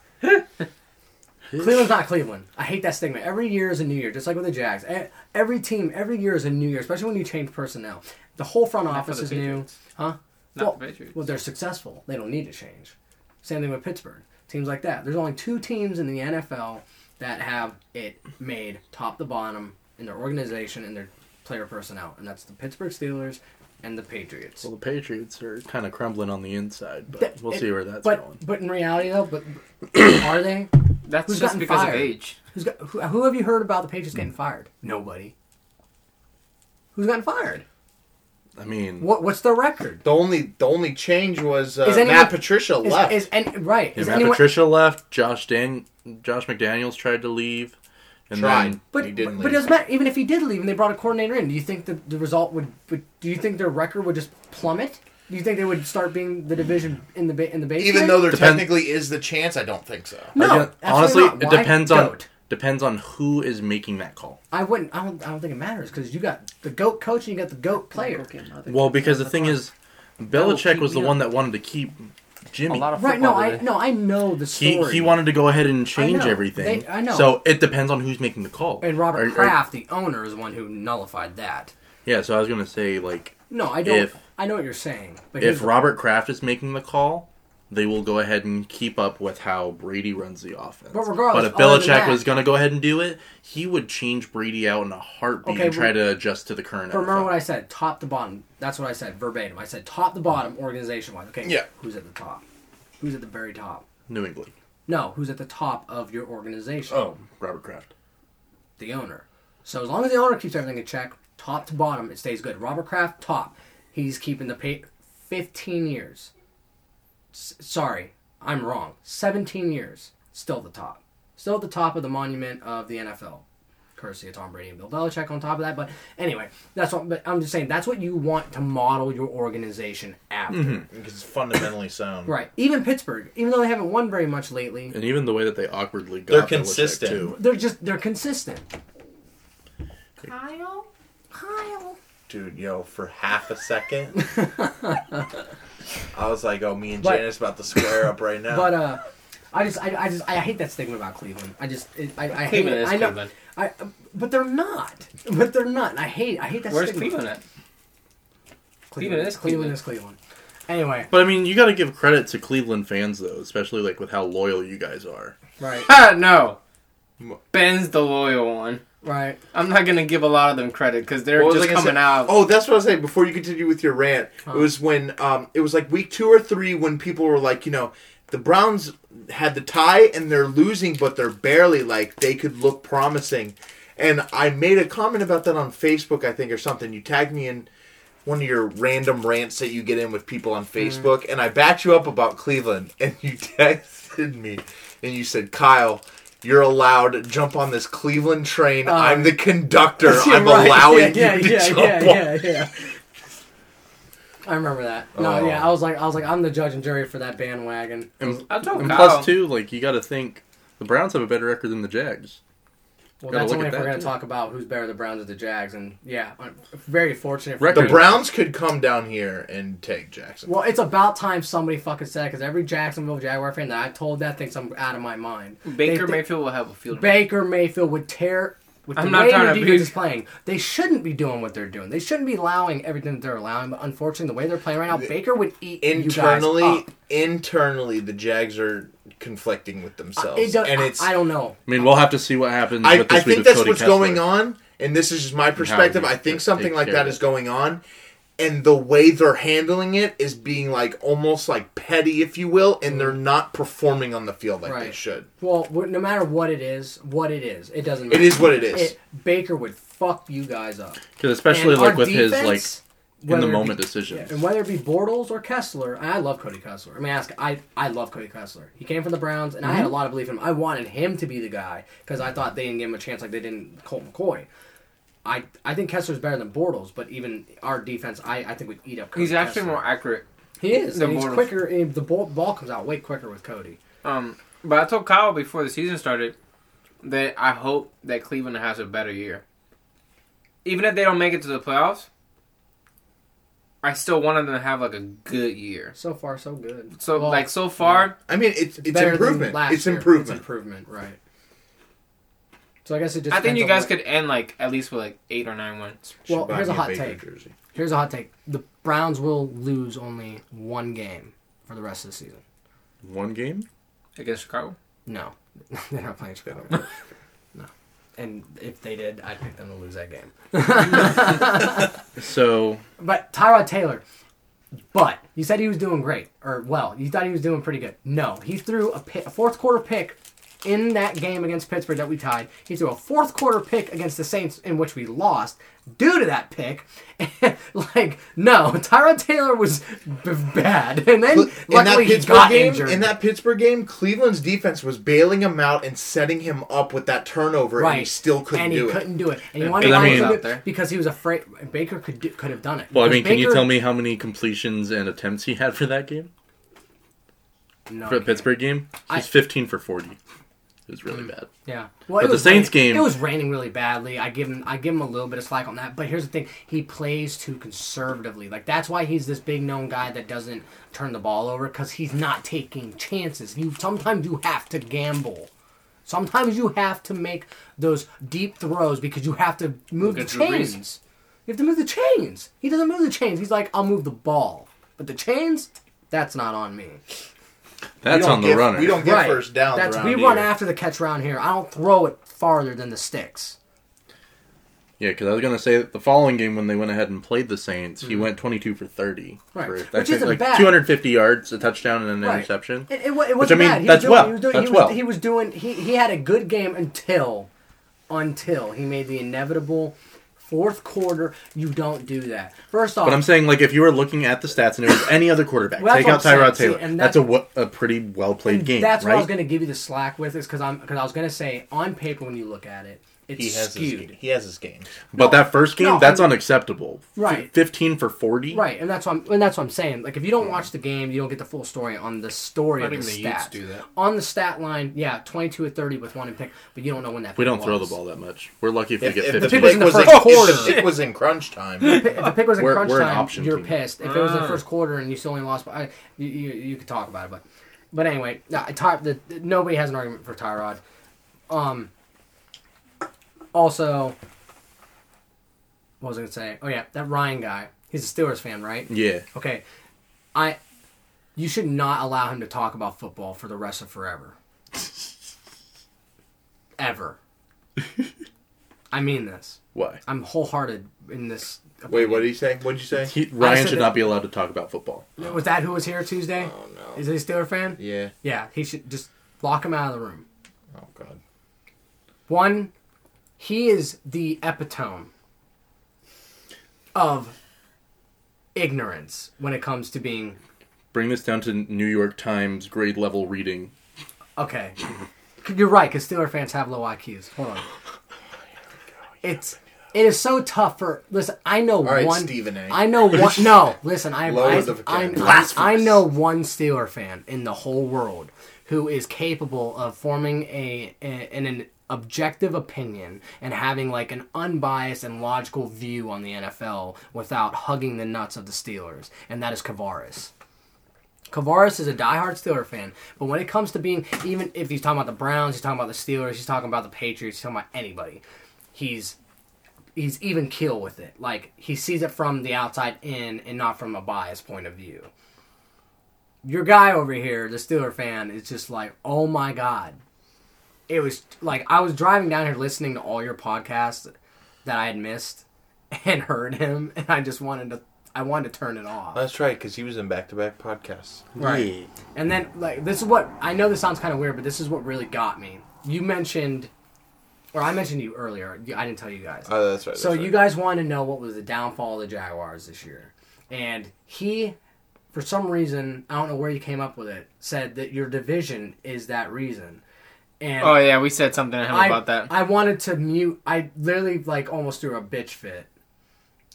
Cleveland's not Cleveland. I hate that stigma. Every year is a new year, just like with the Jags. E- Every team, every year is a new year, especially when you change personnel. The whole front
for
office
the
is new,
Patriots.
huh?
Not
well,
the Patriots.
well, they're successful. They don't need to change. Same thing with Pittsburgh. Teams like that. There's only two teams in the NFL that have it made top to bottom in their organization and their player personnel, and that's the Pittsburgh Steelers and the Patriots.
Well, the Patriots are kind of crumbling on the inside, but
That-
we'll
it-
see where that's
but,
going.
But in reality, though, but are they?
That's
Who's
just
gotten
because
fired?
of age.
Who's got, who, who have you heard about the Patriots getting fired? Nobody. Who's gotten fired?
I mean,
What What's their record?
The only the only change was uh,
Is anyone-
Matt Patricia
Is,
left.
is any, right?
yeah,
Is
Matt
anyone,
Patricia left. Josh Dan, Josh McDaniels tried to leave, and
Tried.
then
But
He didn't
but, but it
leave.
doesn't matter. Even if he did leave and they brought a coordinator in, do you think the, the result would, would? Do you think their record would just plummet? Do you think they would start being the division in the ba- in the basement?
Even though there
Depend-
technically is the chance, I don't think so.
no,
Again,
absolutely
honestly,
not.
it
Why?
depends on
Goat.
depends on who is making that call.
I wouldn't. I don't. I don't think it matters because you got the goat coach and you got the goat player.
Well, because the thing is, Belichick was the one that wanted to keep
a
Jimmy.
lot of
Right? No,
football
I
today.
no, I know the
he,
story.
he wanted to go ahead and change
I know.
everything.
They- I know.
So it depends on who's making the call.
and
Or-
Robert
or-
Kraft, the owner, is the one who nullified that.
yeah. So I was gonna say like
No, I don't.
If-
I know what you're saying, but here's
if
the-
Robert Kraft is making the call, they will go ahead and keep up with how Brady runs the offense.
But regardless,
if
other than
Belichick
that-
was going to go ahead and do it, he would change Brady out in a heartbeat
Okay,
and try
but-
to adjust to the current.
Remember
NFL.
what I said, top to bottom. That's what I said verbatim. I said top to bottom, organization wise. Okay,
Yeah.
Who's at the top? Who's at the very top?
New England,
No, who's at the top of
Oh.
Oh,
your organization?
Robert Kraft.
the owner. So as long as the owner keeps everything in check, top to bottom, it stays good. Robert Kraft, top. He's keeping the pay 15 years. S- sorry, I'm wrong. 17 years. Still the top. Still at the top of the monument of the NFL. Courtesy of Tom Brady and Bill Belichick on top of that. But anyway, that's what but I'm just saying that's what you want to model your organization after.
Because it's fundamentally sound.
Right. Even Pittsburgh, even though they haven't won very much lately,
And even the way that they awkwardly got
They're
Belichick,
consistent.
too.
they're just they're consistent.
Dude, yo, for half a second, I was like, oh, me and
But-
Janice about to square up right now.
But uh, I just, I, I just, I hate that stigma about Cleveland. I just, it, I, I hate
Cleveland
it.
is
I know,
Cleveland.
I, but they're not. But they're not. And I hate, I hate that.
Where's
stigma.
Cleveland at? Cleveland is
Cleveland is Cleveland. Anyway,
But I mean, you got to give credit to Cleveland fans though, especially like with how loyal you guys are.
right,
Ah, no. Ben's the loyal one.
right.
I'm not gonna give a lot of them credit because they're
What was
just
I gonna
coming
say?
out.
Oh, that's what I was saying before you continue with your rant. It was when um, it was like week two or three when people were like, you know, the Browns had the tie and they're losing, but they're barely like they could look promising. And I made a comment about that on Facebook, I think, or something. You tagged me in one of your random rants that you get in with people
Hmm.
on Facebook, and I backed you up about Cleveland, and you texted me, and you said, Kyle. You're allowed jump on this Cleveland train.
Um,
I'm the conductor. I'm
Right.
allowing
yeah,
you to
yeah,
jump
yeah,
on.
yeah, yeah, yeah. I remember that. No,
Oh.
yeah, I was like, I was like, I'm the judge and jury for that bandwagon.
And,
I told
and
Kyle.
plus two, like you got to think the Browns have a better record than the Jags.
Well,
Gotta
that's
look
only
at
if we're
that,
gonna
too.
talk about who's better, the Browns or the Jags, and yeah, I'm very fortunate. For
Record.
The Browns could come down here and take Jackson.
Well, it's about time somebody fucking said it because every Jacksonville Jaguar fan that I told that thinks I'm out of my mind.
Baker
They-
Mayfield will have a field.
Baker Mayfield would tear. With the
I'm not
way
trying
their
to
defense
be-
is playing, they shouldn't be doing what they're doing. They shouldn't be allowing everything that they're allowing. But unfortunately, the way they're playing right now, Baker would eat
internally,
You guys up.
internally, the Jags are conflicting with themselves,
It does,
and it's.
I,
I,
don't know.
I mean, we'll have to see what happens.
I,
with this week
think
with
that's
Cody
what's
Kessler.
going on, and this is just my perspective.
we
I think
take
something like
care
that
of
is
it.
going on, and the way they're handling it is being like almost like petty, if you will, and they're not performing on the field like they
Mm. Right.
should.
Well, w- no matter what it is, what it is, it doesn't. matter.
is what it is.
Baker would fuck you guys up,
'Cause especially
And
like
our
with his
defense,
like in
whether
the
it be-
moment
Yeah,
decisions.
and whether it be Bortles or Kessler, and I love Cody Kessler. I mean, ask I I love Cody Kessler. He came from the Browns, and I
Mm-hmm.
had a lot of belief in him. I wanted him to be the guy because I thought they didn't give him a chance like they didn't Colt McCoy. I I think Kessler's better than Bortles, but even our defense, I, I think would eat up. Cody
He's actually
Kessler.
more accurate.
He is.
than
and he's
Bortles.
quicker. And the ball, ball comes out way quicker with Cody.
Um, but I told Kyle before the season started that I hope that Cleveland has a better year. Even if they don't make it to the playoffs, I still wanted them to have like a good year.
So far, so good.
So
Well,
like so far,
I mean, it's it's,
better than
improvement.
last
It's
year.
improvement.
It's improvement, right? So I guess it just.
I think
depends
you
on
guys
what-
could end like at least with like eight or nine wins.
Should
Well,
buy
here's
me
a hot
Baker
take.
jersey.
Here's a hot take: the Browns will lose only one game for the rest of the season.
One game.
against Chicago.
No, they're not playing Chicago. no, and if they did, I'd pick them to lose that game.
So
But Tyrod Taylor, but you said he was doing great, or well, you thought he was doing pretty good. No, he threw a, pi- a fourth quarter pick in that game against Pittsburgh that we tied. He threw a fourth quarter pick against the Saints in which we lost due to that pick. like, no, Tyrod Taylor was b- bad, and then
But in that
luckily he
Pittsburgh
got
game,
injured.
in that Pittsburgh game, Cleveland's defense was bailing him out and setting him up with that turnover, and he still couldn't
and
do
he
it.
couldn't do it. And you
And
want to
Baker
why
was
he
out
couldn't do
there.
it? because he was afraid Baker could do, could have done it.
well, I mean,
Because
can you
Baker-
tell me how many completions and attempts he had for that game?
No,
For the
I can't.
Pittsburgh game,
I- Hmm.
he's 15 for 40. It was really bad.
Yeah, well,
But the
was
Saints
raining-
game-
it was raining really badly. I give him I give him a little bit of slack on that. But here's the thing: he plays too conservatively. Like that's why he's this big known guy that doesn't turn the ball over because he's not taking chances. You sometimes you have to gamble. Sometimes you have to make those deep throws because you have to move the
at Drew Brees.
chains. You have to move the chains. He doesn't move the chains. He's like, I'll move the ball, but the chains, that's not on me.
That's
don't
on the
get-
runner.
We don't get first downs.
That's
around
we run
here.
after the catch round here. I don't throw it farther than the sticks.
Yeah, because I was gonna say that the following game when they went ahead and played the Saints, he went 22 for 30,
Hmm. Right.
for,
Which
I think,
isn't
like
bad.
250 yards, a touchdown, and an
Right.
interception.
It, it, wa- it
Which I
wasn't
mean,
bad. He
that's
was doing,
well.
He was doing,
That's
he was,
well.
He was doing. He, he had a good game until until he made the inevitable fourth quarter. You don't do that. First off,
But I'm saying, like, if you were looking at the stats and it was any other quarterback,
Well, that's
take out
what I'm
Tyrod
saying. See,
Taylor.
and
that's
that-
a wa- a pretty well played game,
That's
right?
what I was going to give you the slack with is because I'm because I was going to say on paper when you look at it, it's
He has his,
skewed.
he has his games.
But that first game,
no,
that's
I'm-
unacceptable. F-
Right.
Fifteen for forty.
Right, and that's what I'm, and that's what I'm saying. Like, if you don't watch the game, you don't get the full story on the story
I
of the
think the Utes
stats.
do that.
On the stat line, yeah, twenty-two or thirty with one in pick, but you don't know when that.
We
pick
don't throw the
was.
ball that much. We're lucky if,
If,
we get
if the
fifty.
pick
was in the
was in,
first
if the
quarter.
pick was in crunch time,
If the pick was in
We're-
crunch
we're an
time,
option
you're
team.
pissed. If it
Ah.
was in the first quarter and you still only lost, by, you, you you could talk about it. But but anyway, no, I- Ty, the, the- nobody has an argument for Tyrod. Um. Also, what was I gonna say? Oh yeah, that Ryan guy. He's a Steelers fan, right?
yeah.
Okay, I. You should not allow him to talk about football for the rest of forever. Ever. I mean this.
Why?
I'm wholehearted in this.
wait,
opinion.
what did he say? What did you say?
He,
said
Ryan should
that-
not be allowed to talk about football.
Was that who was here Tuesday?
Oh no.
Is he a Steeler fan?
Yeah.
Yeah, he should just lock him out of the room.
Oh god.
One, he is the epitome of ignorance when it comes to being
Bring this down to New York Times grade level reading.
okay. You're right, because Steeler fans have low IQs. Hold on. It's it is so tough for listen. I know
right,
one.
Stephen A.
I know one. No, listen. I
Lower
I,
the fucking-
I, I,
Blasphemous.
I know one Steeler fan in the whole world who is capable of forming a, a an, an objective opinion and having like an unbiased and logical view on the NFL without hugging the nuts of the Steelers, and that is Kavaris. Kavaris is a diehard Steeler fan, but when it comes to being, even if he's talking about the Browns, he's talking about the Steelers, he's talking about the Patriots, he's talking about anybody, he's he's even keel with it. Like he sees it from the outside in and not from a biased point of view. Your guy over here, the Steeler fan, is just like, oh my god. It was like I was driving down here listening to all your podcasts that I had missed and heard him, and I just wanted to, I wanted to turn it off.
That's right, because he was in back to back podcasts.
Right. And then like this is what I know this sounds kind of weird, but this is what really got me. You mentioned or I mentioned you earlier. I didn't tell you guys.
Oh, that's right.
so
that's
you
right.
guys wanted to know what was the downfall of the Jaguars this year. And he for some reason, I don't know where you came up with it, said that your division is that reason. And
Oh yeah, we said something to him
I,
about that.
I wanted to mute. I literally like almost threw a bitch fit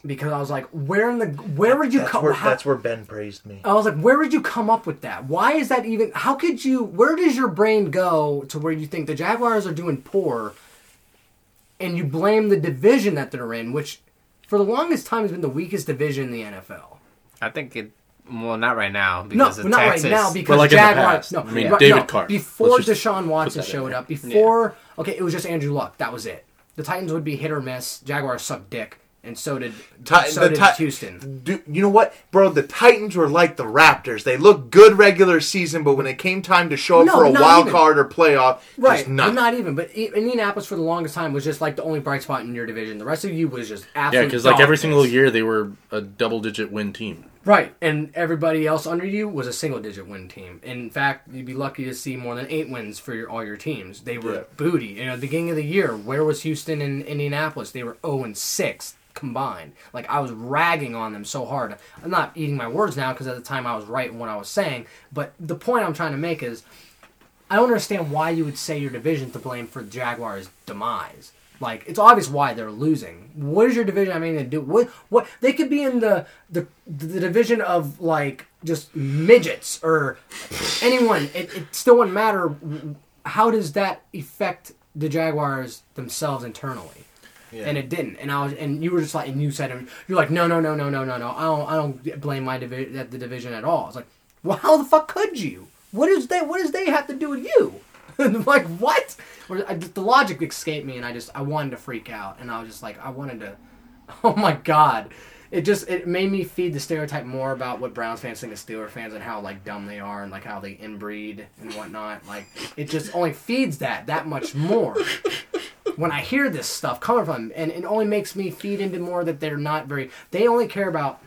because I was like, "Where in the where would you
That's
come?
where,
how-
that's where Ben praised me.
I was like, where did you come up with that? Why is that even? How could you? Where does your brain go to where you think the Jaguars are doing poor, and you blame the division that they're in, which for the longest time has been the weakest division in the NFL.
I think it. Well, not right now
No,
because
but
of
not
Texas.
right now because
But like in the
Jaguars.
past.
No,
I mean,
right-
David
no,
Carr.
Before
Let's just
Deshaun Watson
that in
showed
there.
up, before okay, it was just Andrew Luck. That was it. The Titans would be hit or miss. Jaguars sucked dick, and so did
Ti-
so
the
did
Ti-
Houston.
Dude, you know what, bro? The Titans were like the Raptors. They looked good regular season, but when it came time to show up
No,
for a
not
wild
even.
card or playoff,
Right,
just
not,
nothing.
not even. But I- Indianapolis for the longest time was just like the only bright spot in your division. The rest of you was just
Yeah,
absolutely.
because like every single year they were a double digit win team.
Right, and everybody else under you was a single digit win team. In fact, you'd be lucky to see more than eight wins for your, all your teams. They were
Yeah.
booty. You know, at the beginning of the year, where was Houston and Indianapolis? They were zero and six combined. Like I was ragging on them so hard. I'm not eating my words now because at the time I was right in what I was saying. But the point I'm trying to make is. I don't understand why you would say your division to blame for Jaguars' demise. Like it's obvious why they're losing. What is your division? I mean, to do what? What they could be in the the the division of like just midgets or anyone. It, it still wouldn't matter. How does that affect the Jaguars themselves internally? And it didn't. And I was, and you were just like, and you said, you're like, no, no, no, no, no, no, no. I don't, I don't blame my division, the division at all. It's like, well, how the fuck could you? What is they? What does they have to do with you? And I'm like what? Or I, the logic escaped me, and I just I wanted to freak out, and I was just like, I wanted to. Oh my god. It just it made me feed the stereotype more about what Browns fans think of Steeler fans and how like dumb they are and like how they inbreed and whatnot. Like it just only feeds that that much more when I hear this stuff coming from them, and it only makes me feed into more that they're not very. They only care about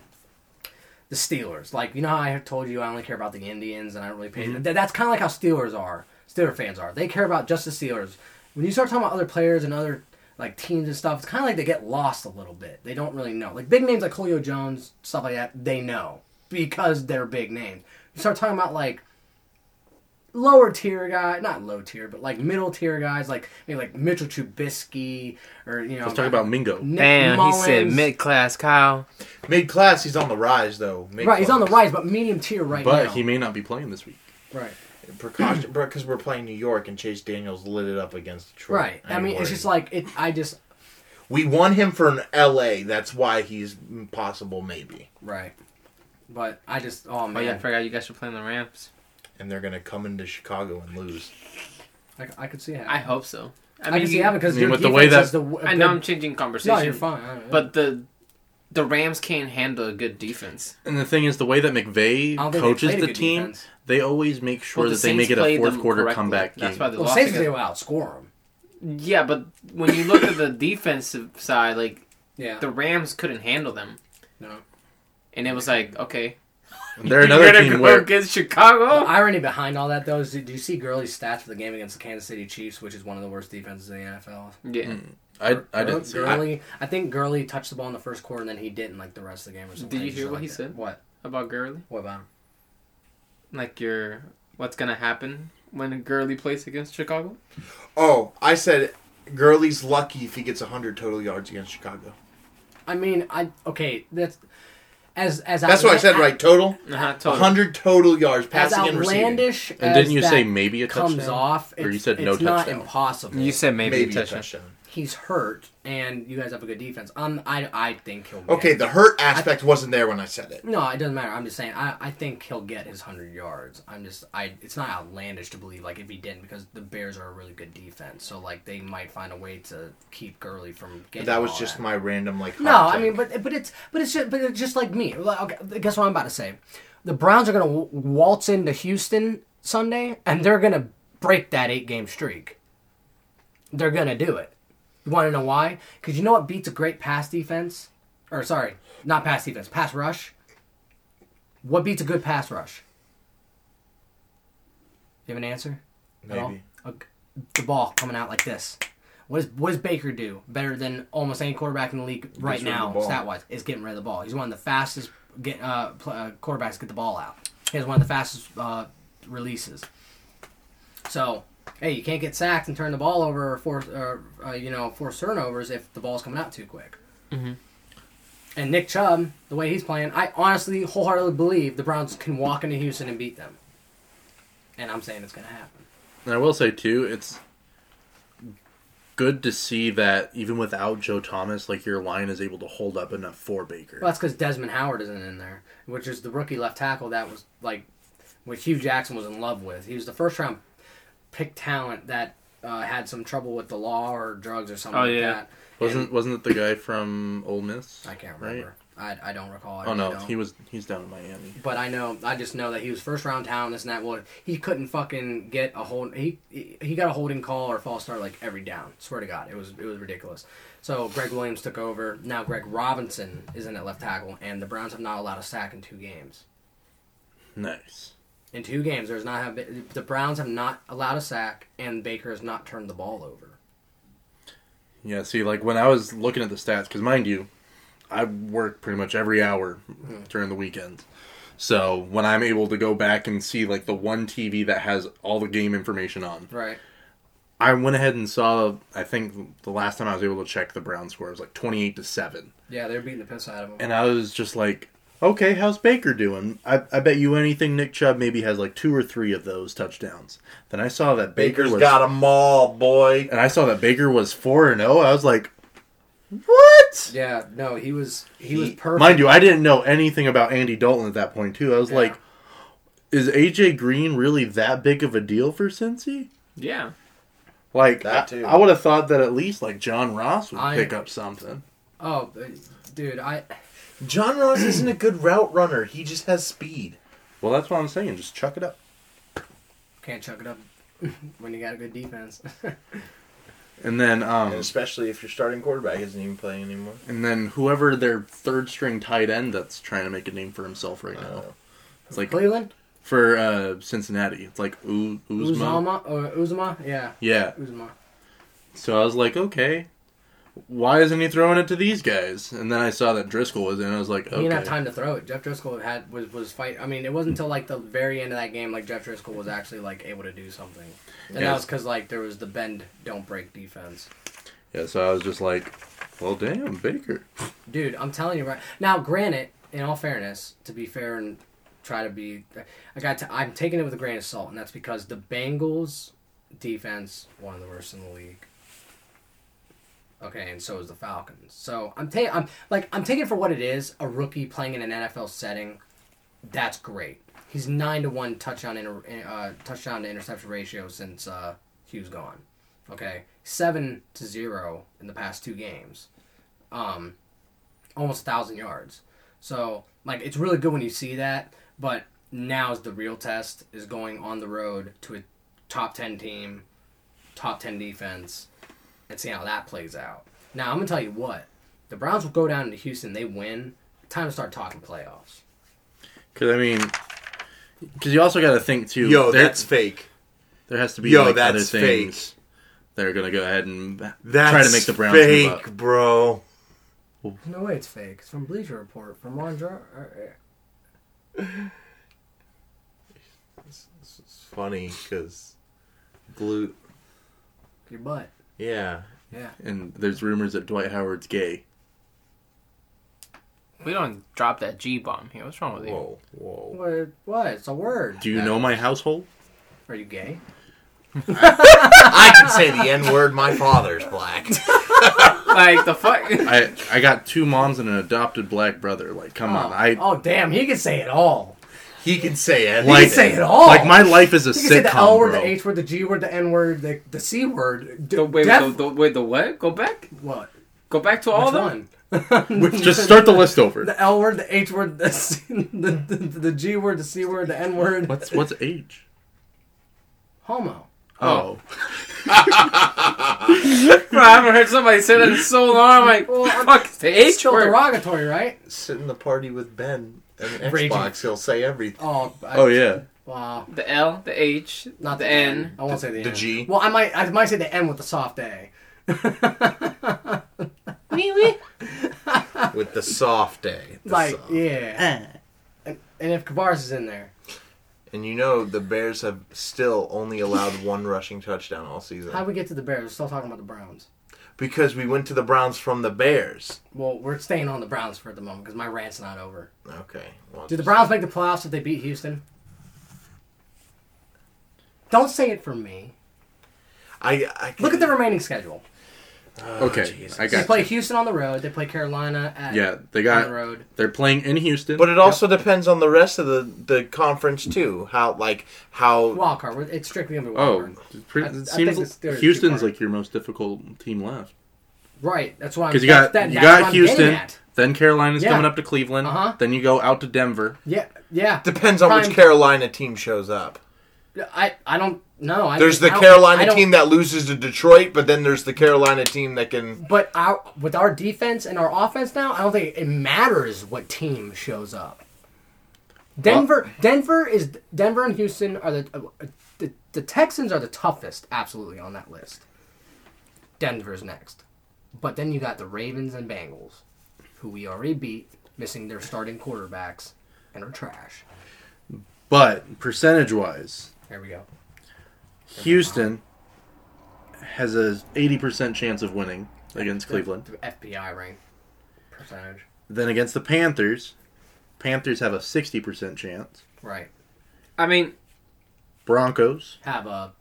the Steelers. Like you know, how I have told you I only care about the Indians, and I don't really
Mm-hmm.
pay. That, that's kind of like how Steelers are. Steeler fans are. They care about just the Steelers. When you start talking about other players and other like teams and stuff, it's kind of like they get lost a little bit. They don't really know. Like big names like Julio Jones, stuff like that, they know because they're big names. You start talking about like lower tier guy, not low tier, but like middle tier guys, like maybe like Mitchell Trubisky or you know.
Let's talk about Mingo.
Nick
Damn, he said
Mullins.
mid class Kyle.
Mid class, he's on the rise though.
Right, he's on the
Mid-class.
rise, but medium tier right
But
now.
he may not be playing this week.
right.
Precaution, because we're playing New York and Chase Daniels lit it up against Detroit.
Right. I
I'm
mean,
worried.
it's just like it. I just
we won him for an L.A. That's why he's possible, maybe.
right, but I just oh
Oh
man,
yeah, I forgot you guys were playing the Rams.
And they're gonna come into Chicago and lose.
I, I could see it. I,
I hope so. I
I,
mean,
could see
you-
it because
I mean,
your
with the way
defense
that-
is the,
I know I'm changing conversation.
No, you're fine. I-
But the the Rams can't handle a good defense.
And the thing is, the way that McVay
I don't think they
coaches
played a
the
good
team,
defense.
they always make sure
Well, the
that they make
Saints
it a
played
fourth
them
quarter
correctly.
comemeback game.
That's why they
well,
lost.
Saints
again.
they will outscore them.
Yeah, but when you look at the defensive side, like
Yeah.
the Rams couldn't handle them,
no.
and it was like, okay,
And they're
you're
another
gonna
team
go
where
against Chicago.
The irony behind all that though is, do you see Gurley's stats for the game against the Kansas City Chiefs, which is one of the worst defenses in the NFL?
yeah,
Mm. I, I
Gur-
didn't see it.
Gurley, I, think Gurley touched the ball in the first quarter and then he didn't like the rest of the game or something.
Did you hear
Something
what
like
he
that.
said?
What?
about Gurley,
What about him?
like your what's gonna happen when Gurley plays against Chicago?
Oh, I said Gurley's lucky if he gets hundred total yards against Chicago.
I mean, I okay. That's as as
That's what I said,
outla-
right? Total
Uh-huh, totally.
hundred total yards
As
passing and receiving.
outlandish
And
as
didn't you
that
say maybe a
comes
touchdown?
off,
Or you
it's,
said no
it's not
touchdown?
impossible.
You said maybe,
Maybe
a
a
touchdown.
touchdown.
he's hurt, and you guys have a good defense. I'm, I I think he'll. Get
Okay,
it.
the hurt aspect wasn't there when I said it.
No, it doesn't matter. I'm just saying. I, I think he'll get his hundred yards. I'm just. I. It's not outlandish to believe like if he didn't because the Bears are a really good defense. So like they might find a way to keep Gurley from getting.
That was
all
just
that.
my random like.
No,
hot
I mean,
take.
but but it's but it's just but it's just like me. Like, Okay, guess what I'm about to say? The Browns are going to waltz into Houston Sunday, and they're going to break that eight game streak. They're going to do it. You want to know why? Because you know what beats a great pass defense, or sorry, not pass defense, pass rush. What beats a good pass rush? You have an answer? At all?
Maybe.
Okay. The ball coming out like this. What, is, what does Baker do better than almost any quarterback in the league right
rid of
now,
the ball.
stat wise? Is getting rid of the ball. He's one of the fastest get, uh, pl- uh, quarterbacks to get the ball out. He has one of the fastest uh, releases. So, hey, you can't get sacked and turn the ball over or force, or, uh, you know, force turnovers if the ball's coming out too quick. And Nick Chubb, the way he's playing, I honestly wholeheartedly believe the Browns can walk into Houston and beat them. And I'm saying it's going to happen.
And I will say too, it's good to see that even without Joe Thomas, like your line is able to hold up enough for Baker.
Well, that's because Desmond Howard isn't in there, which is the rookie left tackle that was like what Hugh Jackson was in love with. He was the first round pick talent that uh, had some trouble with the law or drugs or something
Oh,
like
yeah.
that.
wasn't wasn't it the guy from Ole Miss?
I can't
right?
remember. I, I don't recall. I
Oh no,
really don't.
he was he's down in Miami.
But I know, I just know that he was first round talent, this and that. Well, he couldn't fucking get a hold. He he got a holding call or a false start like every down. Swear to God, it was it was ridiculous. So Greg Williams took over. Now Greg Robinson is in at left tackle, and the Browns have not allowed a sack in two games.
Nice.
In two games, there's not have been, the Browns have not allowed a sack, and Baker has not turned the ball over.
Yeah, see, like when I was looking at the stats, because mind you, I work pretty much every hour
Hmm.
during the weekend. So when I'm able to go back and see like the one TV that has all the game information on,
Right.
I went ahead and saw. I think the last time I was able to check the Brown score it was like twenty-eight to seven,
Yeah, they're beating the piss out of him.
and I was just like, "Okay, how's Baker doing?" I, I bet you anything, Nick Chubb maybe has like two or three of those touchdowns. Then I saw that Baker
Baker's
was,
got them all, boy.
and I saw that Baker was four and zero. I was like, "What?"
yeah. No, he was he, was
He-
perfect.
Mind you, I didn't know anything about Andy Dalton at that point too. I was
Yeah.
like, "Is AJ Green really that big of a deal for Cincy?"
Yeah,
Like,
That
I-
too.
I, would have thought that at least like John Ross would
I-
pick up something.
oh, dude, I
John Ross isn't a good route runner. He just has speed.
Well, that's what I'm saying. Just chuck it up.
can't chuck it up when you got a good defense.
And then, um,
And especially if your starting quarterback isn't even playing anymore.
and then whoever their third string tight end that's trying to make a name for himself right now.
Uh,
It's like
Cleveland,
for uh, Cincinnati. It's like U- Uzma.
Uzama, or Uzuma, Oh, yeah,
Yeah.
Uzuma.
So I was like, okay. why isn't he throwing it to these guys? And then I saw that Driscoll was in. I was like,
He
okay.
didn't have time to throw it. Jeff Driscoll had was was fight. I mean, it wasn't until like the very end of that game like Jeff Driscoll was actually like able to do something, and that
Yes.
was because like there was the bend don't break defense.
Yeah, so I was just like, well, damn, Baker.
Dude, I'm telling you right now. Granted, in all fairness, to be fair and try to be, I got to. I'm taking it with a grain of salt, and that's because the Bengals defense one of the worst in the league. Okay, and so is the Falcons. So I'm taking. I'm like I'm taking it for what it is. A rookie playing in an NFL setting, that's great. He's nine to one touchdown inter, uh, touchdown to interception ratio since uh, Hugh's gone. Okay, seven to zero in the past two games um, almost a thousand yards. So like it's really good when you see that, but now's the real test is going on the road to a top ten team, top ten defense, and see how that plays out. Now I'm gonna tell you what, the Browns will go down to Houston, they win. Time to start talking playoffs.
Because, I mean, because you also got to think, too.
Yo,
there-
that's fake.
There has to be
Yo,
like other
that's
things that are going to go ahead and
That's
try to make the Browns move
fake,
up.
bro.
No way, it's fake. It's from Bleacher Report, from Ron. Jar- er,
It's funny because glute.
your butt.
Yeah,
Yeah.
And there's rumors that Dwight Howard's gay.
We don't drop that G bomb here. What's wrong with you?
whoa, whoa.
What? What? It's a word.
Do you know my household?
Are you gay?
I can say the N word. My father's black.
Like the fuck.
I I got two moms and an adopted black brother. Like, come
Oh,
on, I
oh damn, he can say it all.
He can say it.
Like-
He can say it all.
like my life is a
Oh. You can say
sitcom,
the L word,
bro.
the H word, the G word, the N word, the, the C word. D-
The, wait,
def-
the, the, wait, the what? Go back?
what?
Go back to all
Which
of them?
one?
Just start the list over.
The L word, the H word, the, C, the, the, the G word, the C word, the N word.
What's what's H?
Homo.
Oh,
Bro, I haven't heard somebody say that in so long. I'm like,
Well, I'm-
fuck, it's the
It's
H
still
word.
derogatory, right?
Sit in the party with Ben and
Raging.
Xbox. He'll say everything.
Oh, I,
oh yeah.
Wow.
The L, the H,
Not
the N.
I won't say the,
the
N.
G.
Well, I might, I might say the N with the soft A.
Wee wee.
with the soft A. the
Like,
soft.
yeah. And, and if Kavars is in there,
And you know the Bears have still only allowed one rushing touchdown all season
how we get to the Bears? We're still talking about the Browns.
because we went to the Browns from the Bears.
Well, we're staying on the Browns for the moment because my rant's not over.
Okay. Well,
Do the Browns make the playoffs if they beat Houston? Don't say it for me.
I, I Oh,
Look at the remaining schedule.
Okay, I
They
got.
play Houston on the road. They play Carolina at
Yeah, they
on the
got.
road.
They're playing in Houston.
But it also depends on the rest of the, the conference too. How like how
Wild card. We're- It's strictly gonna be
oh,
wild card.
it's pretty-
I- I
it
think
seems
it's- they're too
Houston's
far.
like your most difficult team left
Right. That's why I'm.
because you got
that-
you
that's what
got
I'm getting
Houston,
at.
then Carolina's
Yeah.
coming up to Cleveland,
Uh-huh.
then you go out to Denver.
Yeah. Yeah.
depends on which
Prime-
Carolina team shows up.
I. I don't know. I
There's the
I don't- I
Carolina
don't-
team that loses to Detroit, but then there's the Carolina team that can.
But our with our defense and our offense now, I don't think it matters what team shows up. Denver, Denver is Denver and Houston are the, uh, the the Texans are the toughest, absolutely on that list. Denver's next, but then you got the Ravens and Bengals, who we already beat, missing their starting quarterbacks and are trash.
But percentage wise,
There we go.
Houston has a 80% chance of winning against Cleveland.
The FBI ring percentage,
Then against the Panthers, Panthers have a 60% chance.
right?
I mean,
Broncos,
Have a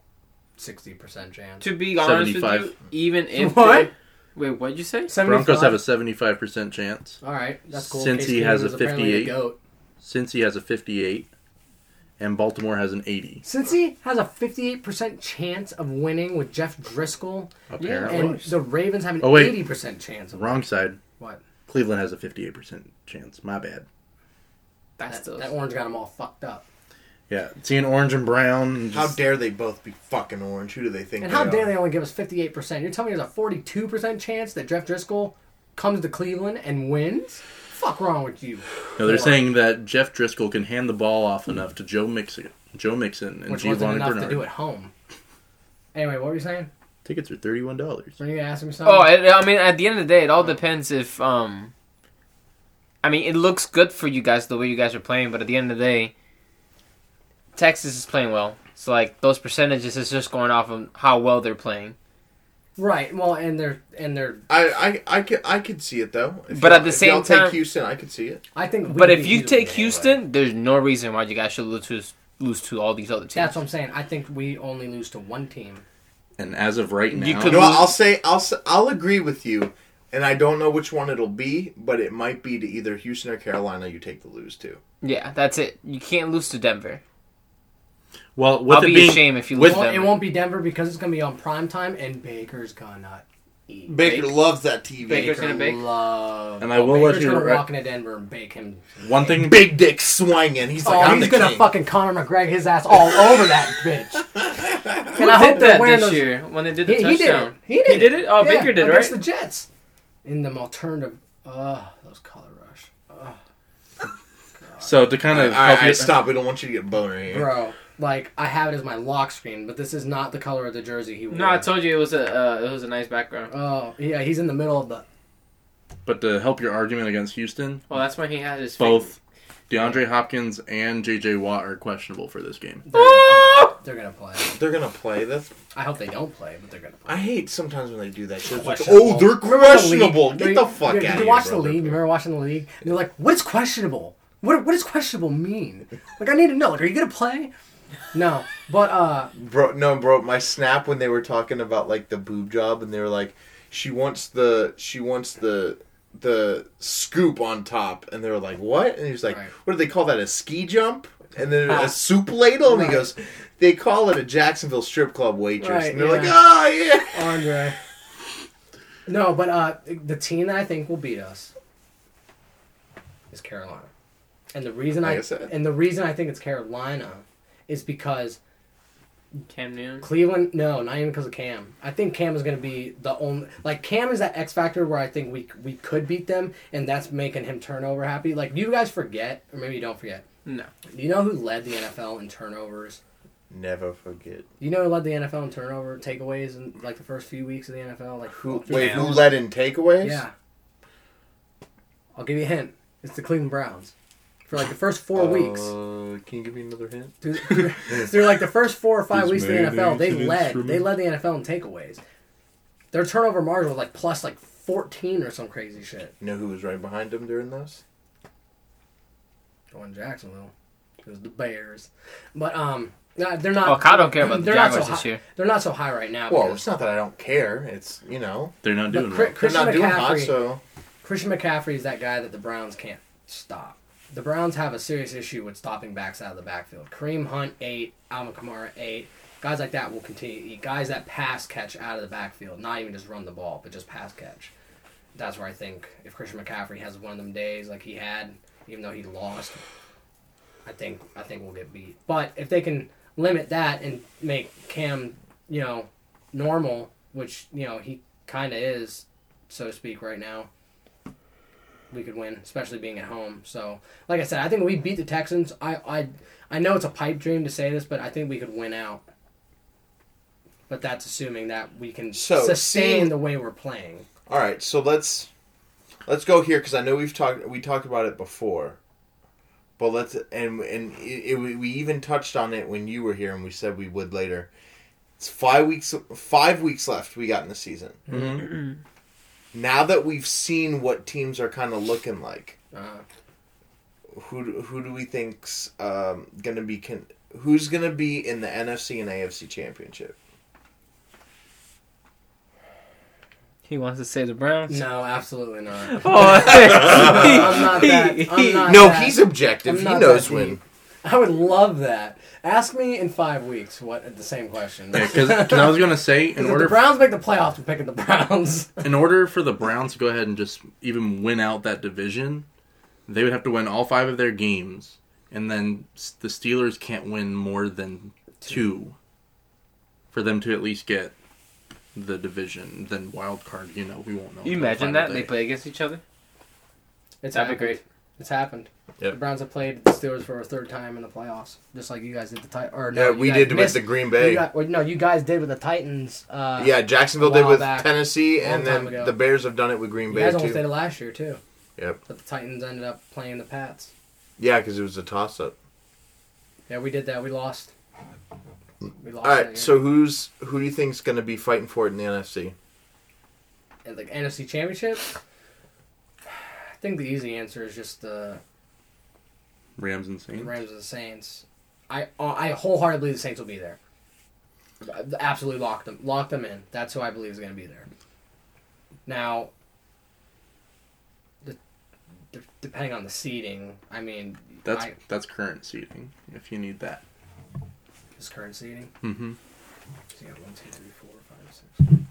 sixty percent chance.
to be honest with you,
75.
even if.
What?
they- Wait, what'd you say?
Broncos have a
75.
75% chance.
All right, that's cool.
Since
Case
he has
Keenum
a
is apparently
58.
goat.
Cincy has a 58 and Baltimore has an 80.
Since he has a 58% chance of winning with Jeff Driscoll,
Apparently.
and the Ravens have an
Oh, wait.
80% chance of
Wrong side.
What?
Cleveland has a 58% chance. My bad.
That's
That,
still.
that orange got them all fucked up.
Yeah, seeing orange and brown. and
How
just-
dare they both be fucking orange? Who do they think?
And how
they
dare
are?
they only give us 58%? You're telling me there's a 42% chance that Jeff Driscoll comes to Cleveland and wins? Fuck wrong with you.
no, they're saying that Jeff Driscoll can hand the ball off enough to Joe Mixon, Joe Mixon and
Which
Giovanni
wasn't enough
Bernard
to do at home. Anyway, what were you saying?
Tickets are thirty-one dollars.
Are you gonna ask him something?
Oh, it, I mean, at the end of the day, it all depends if um. I mean, it looks good for you guys the way you guys are playing, but at the end of the day, Texas is playing well. So like those percentages is just going off of how well they're playing.
right. Well, and they're and they're.
I, I, I could, I could see it though. If
But
y'all-
at the
if
same
y'all
time-
take Houston, I could see it.
I think. we
But if
beat
you take
anyway.
Houston, there's no reason why you guys should lose to lose to all these other teams.
that's what I'm saying. I think we only lose to one team.
And as of right now,
You could-
No, I'll say I'll s- I'll agree with you, and I don't know which one it'll be, but it might be to either Houston or Carolina. You take the lose to.
yeah, that's it. You can't lose to Denver.
well, with
I'll
it
be
being,
ashamed if you
with
It won't, it
Denver.
won't be Denver because it's gonna be on prime time, and Baker's gonna eat.
Baker
Bake.
loves that TV.
Baker's gonna bake.
Love. Oh,
And I will let
Baker's
you
gonna
re-
walk into Denver and bake him.
one thing.
Big dick swinging. He's like,
oh,
I'm
he's
the
gonna
king.
fucking Conor McGregor his ass all over that bitch. and I
Who
hope
did
they're
that
wearing
this
those.
year when they did the
He, he did. It.
touchdown.
He did.
He did it? Oh, Baker did,
against
right?
the Jets in them alternative. Ugh, those color rush,
So to kind
All
of
right,
help
all
you,
right, stop. We don't want you to get boner here.
bro. Like I have it as my lock screen, but this is not the color of the jersey he wore.
No, I told you it was a uh, it was a nice background.
Oh yeah, he's in the middle of the.
but to help your argument against Houston,
Well, that's when he had his
both DeAndre Hopkins and J.J. Watt are questionable for this game.
They're,
Oh!
they're gonna play.
They're gonna play this.
I hope they don't play, but they're gonna play.
I hate sometimes when they do that. shit. It's like,
Questionable.
oh, they're questionable. Get the fuck
you,
out of
You
here,
watch the
brother.
league. You remember watching the league? And you're like, what is questionable? What what does questionable mean? Like I need to know. Like, are you gonna play? No, but uh,
Bro, no, bro. My snap when they were talking about like the boob job, and they were like, "She wants the, she wants the, the scoop on top," and they were like, "What?" And he was like,
Right.
"What do they call that? A ski jump?" And then
Ah.
a soup ladle, and
Right.
he goes, "They call it a Jacksonville strip club waitress,"
Right,
and they're like,
yeah.
"Ah, yeah."
Andre. No, but uh, the team that I think will beat us is Carolina, and the reason I,
Like I said.
and the reason I think it's Carolina is because
Cam Newton.
Cleveland. No, not even because of Cam. I think Cam is going to be the only like Cam is that X factor where I think we we could beat them, and that's making him turnover happy. Like you guys forget, or maybe you don't forget.
No.
Do you know who led the NFL in turnovers?
Never forget
Do you know who led the NFL in turnover takeaways in like the first few weeks of the NFL? Like
who.
through-
Wait, who let in takeaways?
Yeah. I'll give you a hint. It's the Cleveland Browns. For like the first four weeks,
Uh, Can you give me another hint?
through, through like the first four or five
Is
weeks of the
mayonnaise
NFL, they
an
led.
instrument?
They led the NFL in takeaways. Their turnover margin was like plus like fourteen or some crazy shit.
You know who was right behind him during those?
Going Oh, Jacksonville, it was the Bears, but um, nah, they're not.
Oh, Kyle don't care about the
they're not
Jaguars
so
this
high-
year.
They're not so high right now.
Well,
because-
it's not that I don't care. It's you know
They're not
but
doing
Chri-
well.
they're
Christian
not doing hot,
McCaffrey-
so
Christian McCaffrey is that guy that the Browns can't stop. The Browns have a serious issue with stopping backs out of the backfield. Kareem Hunt eight, Alvin Kamara eight. Guys like that will continue to eat. Guys that pass catch out of the backfield, not even just run the ball, but just pass catch. That's where I think if Christian McCaffrey has one of them days like he had, even though he lost, I think I think we'll get beat. But if they can limit that and make Cam, you know, normal, which you know he kind of is, so to speak, right now, we could win, especially being at home. So, like I said, I think we beat the Texans. I I I know it's a pipe dream to say this, but I think we could win out. But that's assuming that we can
So,
sustain
seeing-
the way we're playing.
All right, so let's let's go here because I know we've talked we talked about it before, but let's and and it, it, we even touched on it when you were here and we said we would later. It's five weeks five weeks left we got in the season.
Mm-hmm.
Now that we've seen what teams are kind of looking like,
Uh,
who do- who do we think's um, gonna be con- who's gonna be in the NFC and AFC championship?
He wants to say the Browns.
no, absolutely not. I'm
Oh,
not that. I'm not
No,
that.
he's objective.
I'm
He
not
knows
that
when.
deep. I would love that. Ask me in five weeks what the same question.
Because I was gonna say, in
Because if the
order
Browns make the playoffs, I'm picking the Browns.
in order for the Browns to go ahead and just even win out that division, they would have to win all five of their games, and then s- the Steelers can't win more than two for them to at least get the division. Then wild card, you know, we won't know. until the
you imagine
final
that
day.
they play against each other?
It's
That'd be
happened.
great.
It's happened.
Yep.
The Browns have played the Steelers for a third time in the playoffs, just like you guys did the Titans. Or no,
Yeah,
you
uh, we
guys
did with
missed-
the Green Bay.
You got- well, no, you guys did with the Titans. Uh,
yeah, Jacksonville
a
did
while
with
back,
Tennessee,
long
and
time
then
ago.
the Bears have done it with Green
you
Bay
guys
too.
almost did it last year too,
Yep.
but the Titans ended up playing the Pats.
Yeah, because it was a toss up.
Yeah, we did that. We lost. We lost.
All
that year.
right, so who's who do you think's going to be fighting for it in the
Oh,
NFC?
And, like NFC Championship. I think the easy answer is just the
Rams and Saints.
the Rams and the Saints. I uh, I wholeheartedly believe the Saints will be there. Absolutely lock them lock them in. That's who I believe is going to be there. Now, the, de- depending on the seeding, I mean,
That's
I,
that's current seating. If you need that.
is current seeding.
Mm-hmm.
So you got one, two, three, four, five, six.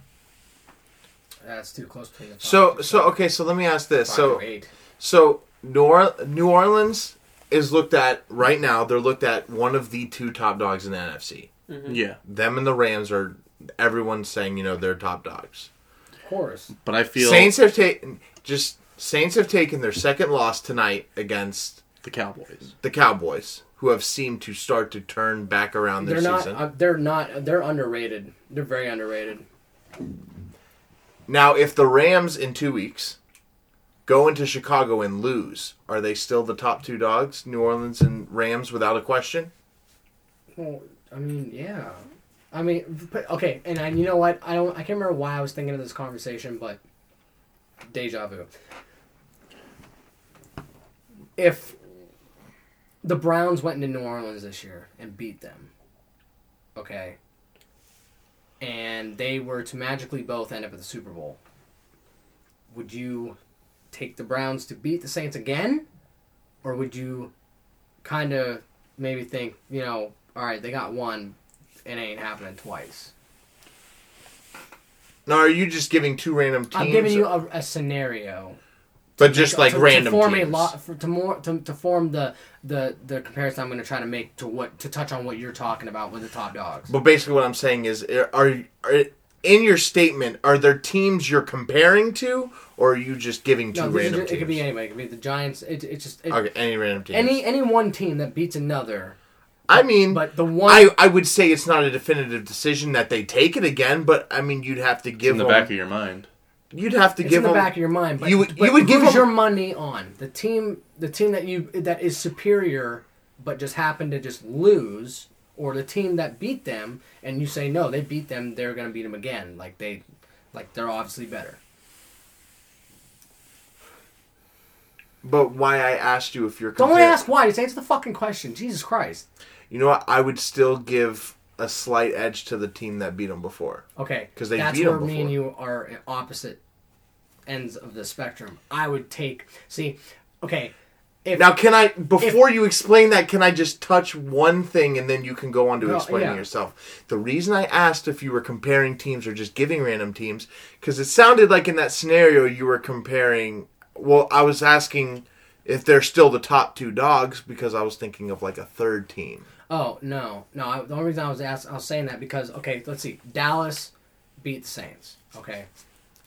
That's too close between the five,
So
six,
so
seven,
okay, so let me ask
five
this. So
through eight.
so New, or- New Orleans is looked at right now. They're looked at one of the two top dogs in the NFC.
Yeah,
Them and the Rams are everyone's saying you know they're top dogs.
of course,
but I feel
Saints have taken just Saints have taken their second loss tonight against
the Cowboys.
the Cowboys, who have seemed to start to turn back around their
they're not.
season.
uh, they're not. They're underrated. They're very underrated.
Now, if the Rams in two weeks go into Chicago and lose, are they still the top two dogs, New Orleans and Rams, without a question?
Well, I mean, yeah. I mean, but- okay, and I, you know what? I don't. I can't remember why I was thinking of this conversation, but deja vu. If the Browns went into New Orleans this year and beat them, okay, and they were to magically both end up at the Super Bowl, would you take the Browns to beat the Saints again, or would you kind of maybe think, you know, all right, they got one, it ain't happening twice.
Now, are you just giving two random teams?
I'm giving you a, a scenario,
but just like
to,
random
to form
teams.
a lot for, to more to, to form the the the comparison. I'm going to try to make to what to touch on what you're talking about with the top dogs.
But basically, what I'm saying is, are, are in your statement, are there teams you're comparing to, or are you just giving two
No, this is
random
just- it
teams?
could be anybody. It could be the Giants. It, it's just it,
okay, any random teams.
any any one team that beats another.
I mean,
But the one
I, I would say it's not a definitive decision that they take it again, but I mean, you'd have to give
In the
them-
back of your mind.
You'd have to
it's
give
in the
them
back of your mind. But
you
you
would-
would,
you would give
give who's
them-
your money on the team, the team that you that is superior, but just happened to just lose, or the team that beat them, and you say no, they beat them, they're gonna beat them again, like they, like they're obviously better.
But why I asked you if you're
Don't
compar-
ask why. Just answer the fucking question. Jesus Christ.
You know what? I would still give a slight edge to the team that beat them before.
Okay,
'Cause they
that's
beat
where
'em
me
before.
and you are at opposite ends of the spectrum. I would take see, okay, if
Now, can I before you explain that? Can I just touch one thing and then you can go on to
No,
explaining
yeah.
yourself? The reason I asked if you were comparing teams or just giving random teams because it sounded like in that scenario you were comparing. Well, I was asking if they're still the top two dogs because I was thinking of like a third team.
Oh no, no. I, the only reason I was ask, I was saying that because okay, let's see. Dallas beat the Saints. Okay.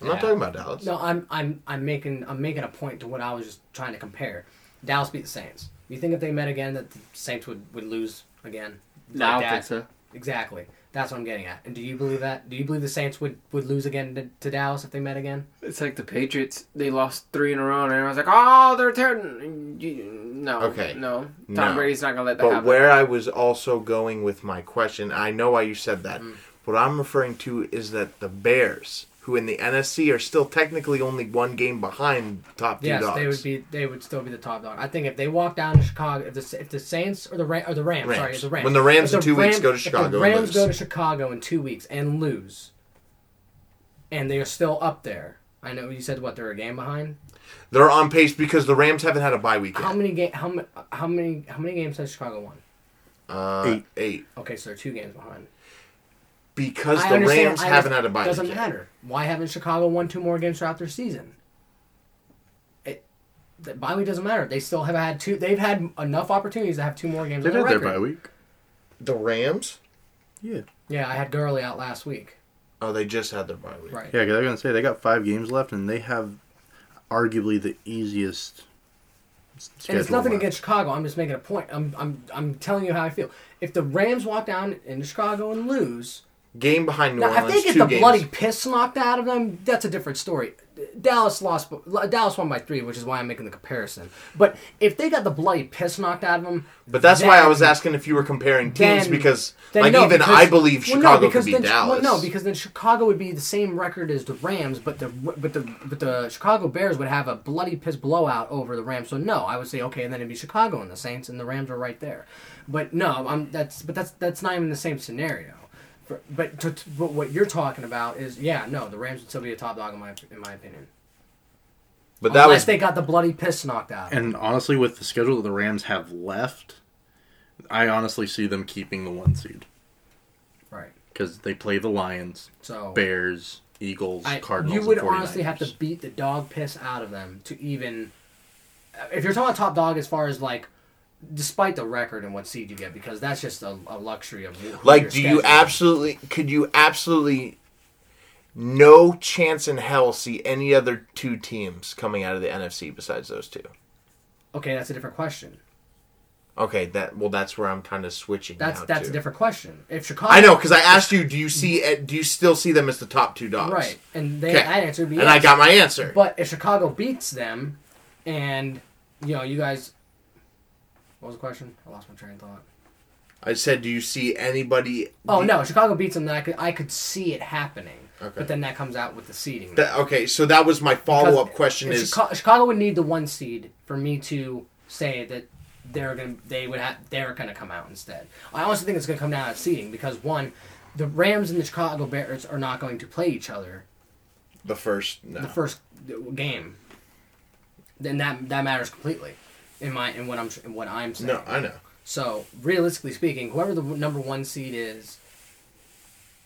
I'm not talking about Dallas.
No, I'm I'm I'm making I'm making a point to what I was just trying to compare. Dallas beat the Saints. You think if they met again that the Saints would would lose again?
No, I
Like
don't
that?
think so.
Exactly. That's what I'm getting at. And do you believe that? Do you believe the Saints would, would lose again to, to Dallas if they met again?
It's like the Patriots. They lost three in a row, and everyone's like, "Oh, they're terrible." No,
Okay.
no. Tom
No.
Brady's not gonna let that
But
happen.
where I was also going with my question, I know why you said that.
Mm.
What I'm referring to is that the Bears, who in the NFC are still technically only one game behind the top two
yes,
dogs.
they would be. They would still be the top dog. I think if they walk down to Chicago, if the if the Saints or the Ra- or the Rams, sorry,
Rams.
the Rams.
When the Rams
if
in two weeks go to
if
Chicago and
the Rams
lose.
go to Chicago in two weeks and lose, and they are still up there. I know you said what they're a game behind.
They're on pace because the Rams haven't had a bye weekend.
How many game? How many? How many? How many games has Chicago won?
Uh,
Eight.
eight.
Okay, so they're two games behind.
Because
I
the
understand-
Rams
I
haven't
understand-
had a bye
Doesn't
weekend.
matter. Why haven't Chicago won two more games throughout their season? It, the bye week doesn't matter. They still have had two. They've had enough opportunities to have two more games.
They've
on
had
their
their
record.
bye week.
The Rams?
Yeah.
Yeah, I had Gurley out last week.
Oh, they just had their bye week.
Right.
Yeah, because I was gonna say they got five games left, and they have arguably the easiest
and it's
schedule
nothing
wise.
against Chicago. I'm just making a point. I'm, I'm, I'm telling you how I feel. If the Rams walk down into Chicago and lose,
Game behind New
now if
Orleans.
they get
two
the
games.
bloody piss knocked out of them, that's a different story. Dallas lost. Dallas won by three, which is why I'm making the comparison. But if they got the bloody piss knocked out of them,
But that's why I was
then-
asking if you were comparing teams
then-
because,
then
like,
no,
even
because-
I believe
well, no,
Chicago could
because
beat
then-
Dallas.
Well, no, because then Chicago would be the same record as the Rams, but the but the but the Chicago Bears would have a bloody piss blowout over the Rams. So no, I would say okay, and then it'd be Chicago and the Saints, and the Rams are right there. But no, I'm that's but that's that's not even the same scenario. For- But, to, to- but what you're talking about is yeah no the Rams would still be a top dog in my in my opinion
but that
unless
was
they got the bloody piss knocked out.
And honestly, with the schedule that the Rams have left, I honestly see them keeping the one seed
right.
because they play the Lions,
So
Bears, Eagles,
I,
Cardinals.
You would
and
honestly have
49ers.
to beat the dog piss out of them to even. If you're talking top dog, as far as like, despite the record and what seed you get, because that's just a, a luxury of. who
like,
your
do you
schedule is.
absolutely could you absolutely no chance in hell see any other two teams coming out of the NFC besides those two?
Okay, that's a different question.
Okay, that well, that's where I'm kind of switching.
That's
now,
that's
too.
a different question. If Chicago,
I know because I asked you, do you see? eh, Do you still see them as the top two dogs?
right, and they
Okay.
that answer would be
and I
yes.
got my answer.
But if Chicago beats them, and you know, you guys, what was the question? I lost my train of thought.
I said, do you see anybody?
Oh no, Chicago beats them. Then I could I could see it happening.
Okay.
But then that comes out with the seeding.
That- okay, so that was my follow up
Because
question:
if
is
Chica- Chicago would need the one seed for me to say that they're gonna they would have they're gonna come out instead. I also think it's gonna come down to seeding because one, the Rams and the Chicago Bears are not going to play each other
the first? No.
the first game. Then that that matters completely in my in what I'm in what I'm saying.
no, I know.
So realistically speaking, whoever the number one seed is,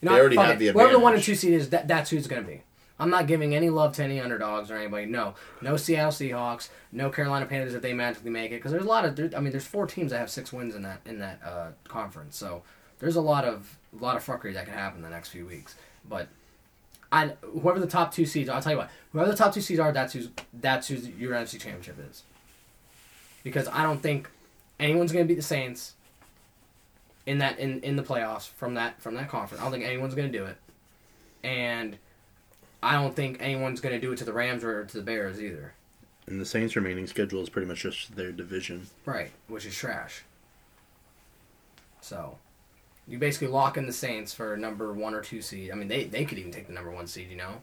you
They already
fuck
have
it.
the
whoever the one and
advantage.
two seed is, that, that's who's going to be. I'm not giving any love to any underdogs or anybody. No, no Seattle Seahawks, no Carolina Panthers if they magically make it. Because there's a lot of, there, I mean, there's four teams that have six wins in that in that uh, conference. So there's a lot of a lot of fuckery that can happen the next few weeks. But I, whoever the top two seeds, I'll tell you what, whoever the top two seeds are, that's who's that's who's your NFC Championship is. Because I don't think anyone's going to beat the Saints in that in, in the playoffs from that from that conference. I don't think anyone's going to do it, and I don't think anyone's going to do it to the Rams or to the Bears either.
And the Saints' remaining schedule is pretty much just their division.
Right, which is trash. So, you basically lock in the Saints for number one or two seed. I mean, they they could even take the number one seed, you know.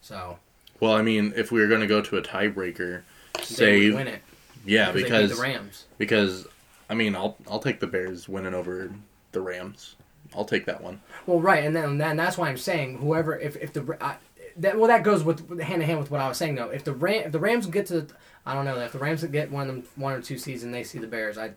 So
Well, I mean, if we were going to go to a tiebreaker,
they
say
would win it
yeah,
they beat
because
the Rams.
because I mean, I'll I'll take the Bears winning over the Rams. I'll take that one.
Well, right, and then and that's why I'm saying whoever if if the I, that well that goes with hand in hand with what I was saying though. If the Ram, if the Rams get to I don't know if the Rams get one of them one or two seeds and they see the Bears, I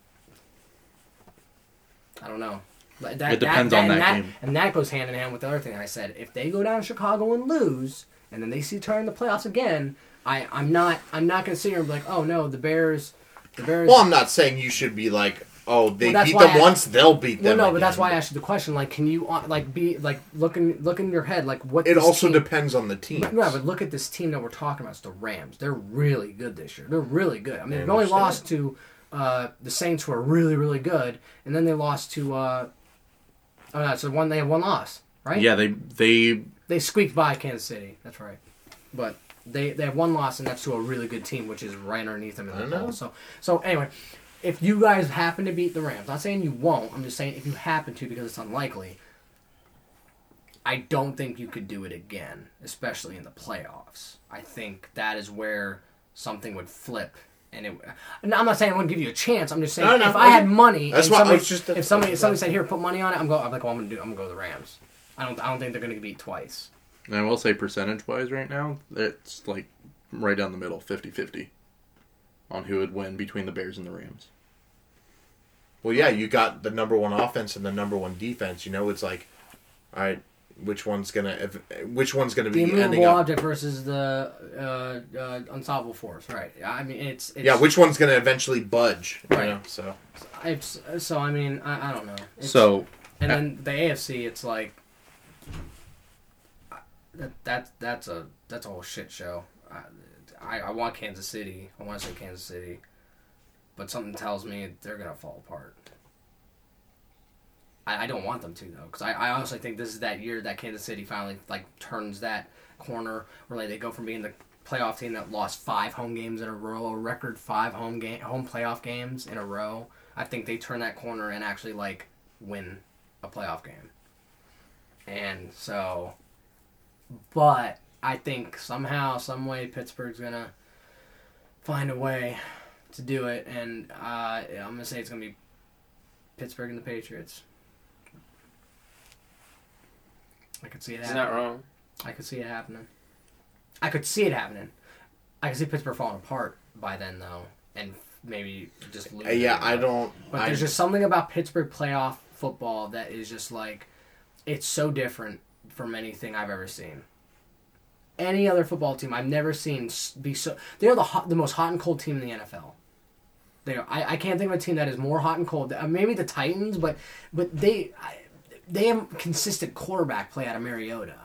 I don't know. Like, That,
It depends on
and
that game.
and that goes hand in hand with the other thing I said. If they go down to Chicago and lose, and then they see turn in the playoffs again, I I'm not I'm not gonna sit here and be like, oh no, the Bears, the Bears.
Well, I'm not saying you should be like, oh, they
Well, that's
beat
why
them
I-
once, they'll beat
Well,
them.
no, but that's
again.
why I asked you the question. Like, can you uh, like be like look in look in your head like what?
It
this
also
team-
depends on the team.
Yeah, but look at this team that we're talking about. It's the Rams. They're really good this year. They're really good. I mean, they've only
understand.
lost to uh, the Saints, who are really really good, and then they lost to. Uh, oh no, so one they have one loss, right?
Yeah, they they
They squeaked by Kansas City. That's right. But they they have one loss, and that's to a really good team, which is right underneath them in the
know.
poll. So so anyway, if you guys happen to beat the Rams, not saying you won't. I'm just saying if you happen to, because it's unlikely. I don't think you could do it again, especially in the playoffs. I think that is where something would flip. And it, and I'm not saying I wouldn't give you a chance. I'm just saying
No, no,
if I had
okay.
money,
That's
and
why I
somebody,
was just-
if somebody if somebody said here, put money on it, I'm go. I'm like, well, I'm gonna do. I'm gonna go to the Rams. I don't. I don't think they're gonna beat twice.
and I will say percentage wise right now, it's like right down the middle, 50-50 on who would win between the Bears and the Rams.
Well, yeah, you got the number one offense and the number one defense. You know, it's like, all right, which one's gonna, if, which one's gonna
The
be ending
immovable
up?
object versus the uh, uh, unsolvable force, right? I mean, it's, it's
Yeah, which one's gonna eventually budge? You
Right.
know, so
it's so. I mean, I, I don't know. It's,
So
and then the AFC, it's like I- that that that's a that's a whole shit show. I I, I want Kansas City. I want to say Kansas City. but something tells me they're gonna fall apart. I, I don't want them to though, because I, I honestly think this is that year that Kansas City finally like turns that corner where like, they go from being the playoff team that lost five home games in a row, a record five home game home playoff games in a row. I think they turn that corner and actually like win a playoff game. And so, but I think somehow, some way, Pittsburgh's gonna find a way to do it, and uh, I'm gonna say it's gonna be Pittsburgh and the Patriots. I could see it.
He's
happening.
not wrong.
I could see it happening. I could see it happening. I could see Pittsburgh falling apart by then, though, and maybe just
Uh,
losing.
yeah,
it.
I don't.
But
I,
there's just something about Pittsburgh playoff football that is just like, it's so different from anything I've ever seen. Any other football team I've never seen s- be so. They are the hot, the most hot and cold team in the NFL. They are. I, I can't think of a team that is more hot and cold. Uh, maybe the Titans, but but they I, they have consistent quarterback play out of Mariota.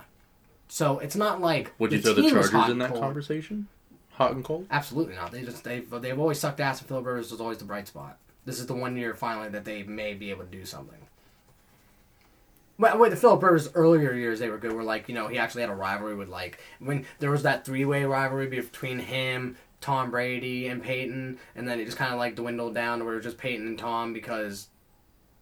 So it's not like
Would you throw
the
the
team is hot
Chargers in
and
that
cold.
conversation? Hot and cold?
Absolutely not. They just they've they've always sucked ass, and Philip Rivers was always the bright spot. This is the one year finally that they may be able to do something. But wait, the Philip Rivers earlier years they were good. Were like you know he actually had a rivalry with like when there was that three way rivalry between him, Tom Brady, and Peyton, and then it just kind of like dwindled down to where it was just Peyton and Tom because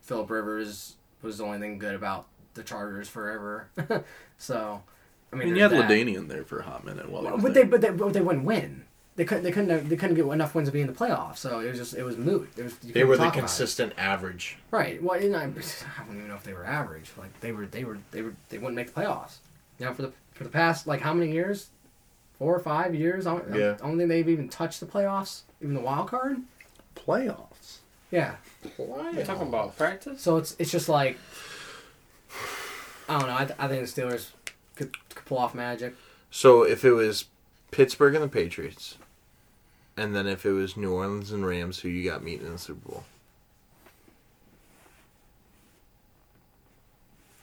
Philip Rivers was the only thing good about the Chargers forever. so I mean,
And you had
there's that.
Ladainian there for a hot minute while I was
But they,
there.
but they, but they wouldn't win. They couldn't. They couldn't. They couldn't get enough wins to be in the playoffs. So it was just. It was moot. It was, you
they
couldn't
were the
talk about it.
consistent average.
Right. Well, you know, I don't even know if they were average. Like they were, they were, they were, they wouldn't make the playoffs. You know, for the for the past like how many years, four or five years. I don't,
Yeah.
I don't think they've even touched the playoffs, even the wild card.
playoffs.
Yeah.
What are you talking about? Practice?
So it's it's just like, I don't know. I, th- I think the Steelers could, could pull off magic.
So if it was Pittsburgh and the Patriots, and then if it was New Orleans and Rams, who you got meeting in the Super Bowl?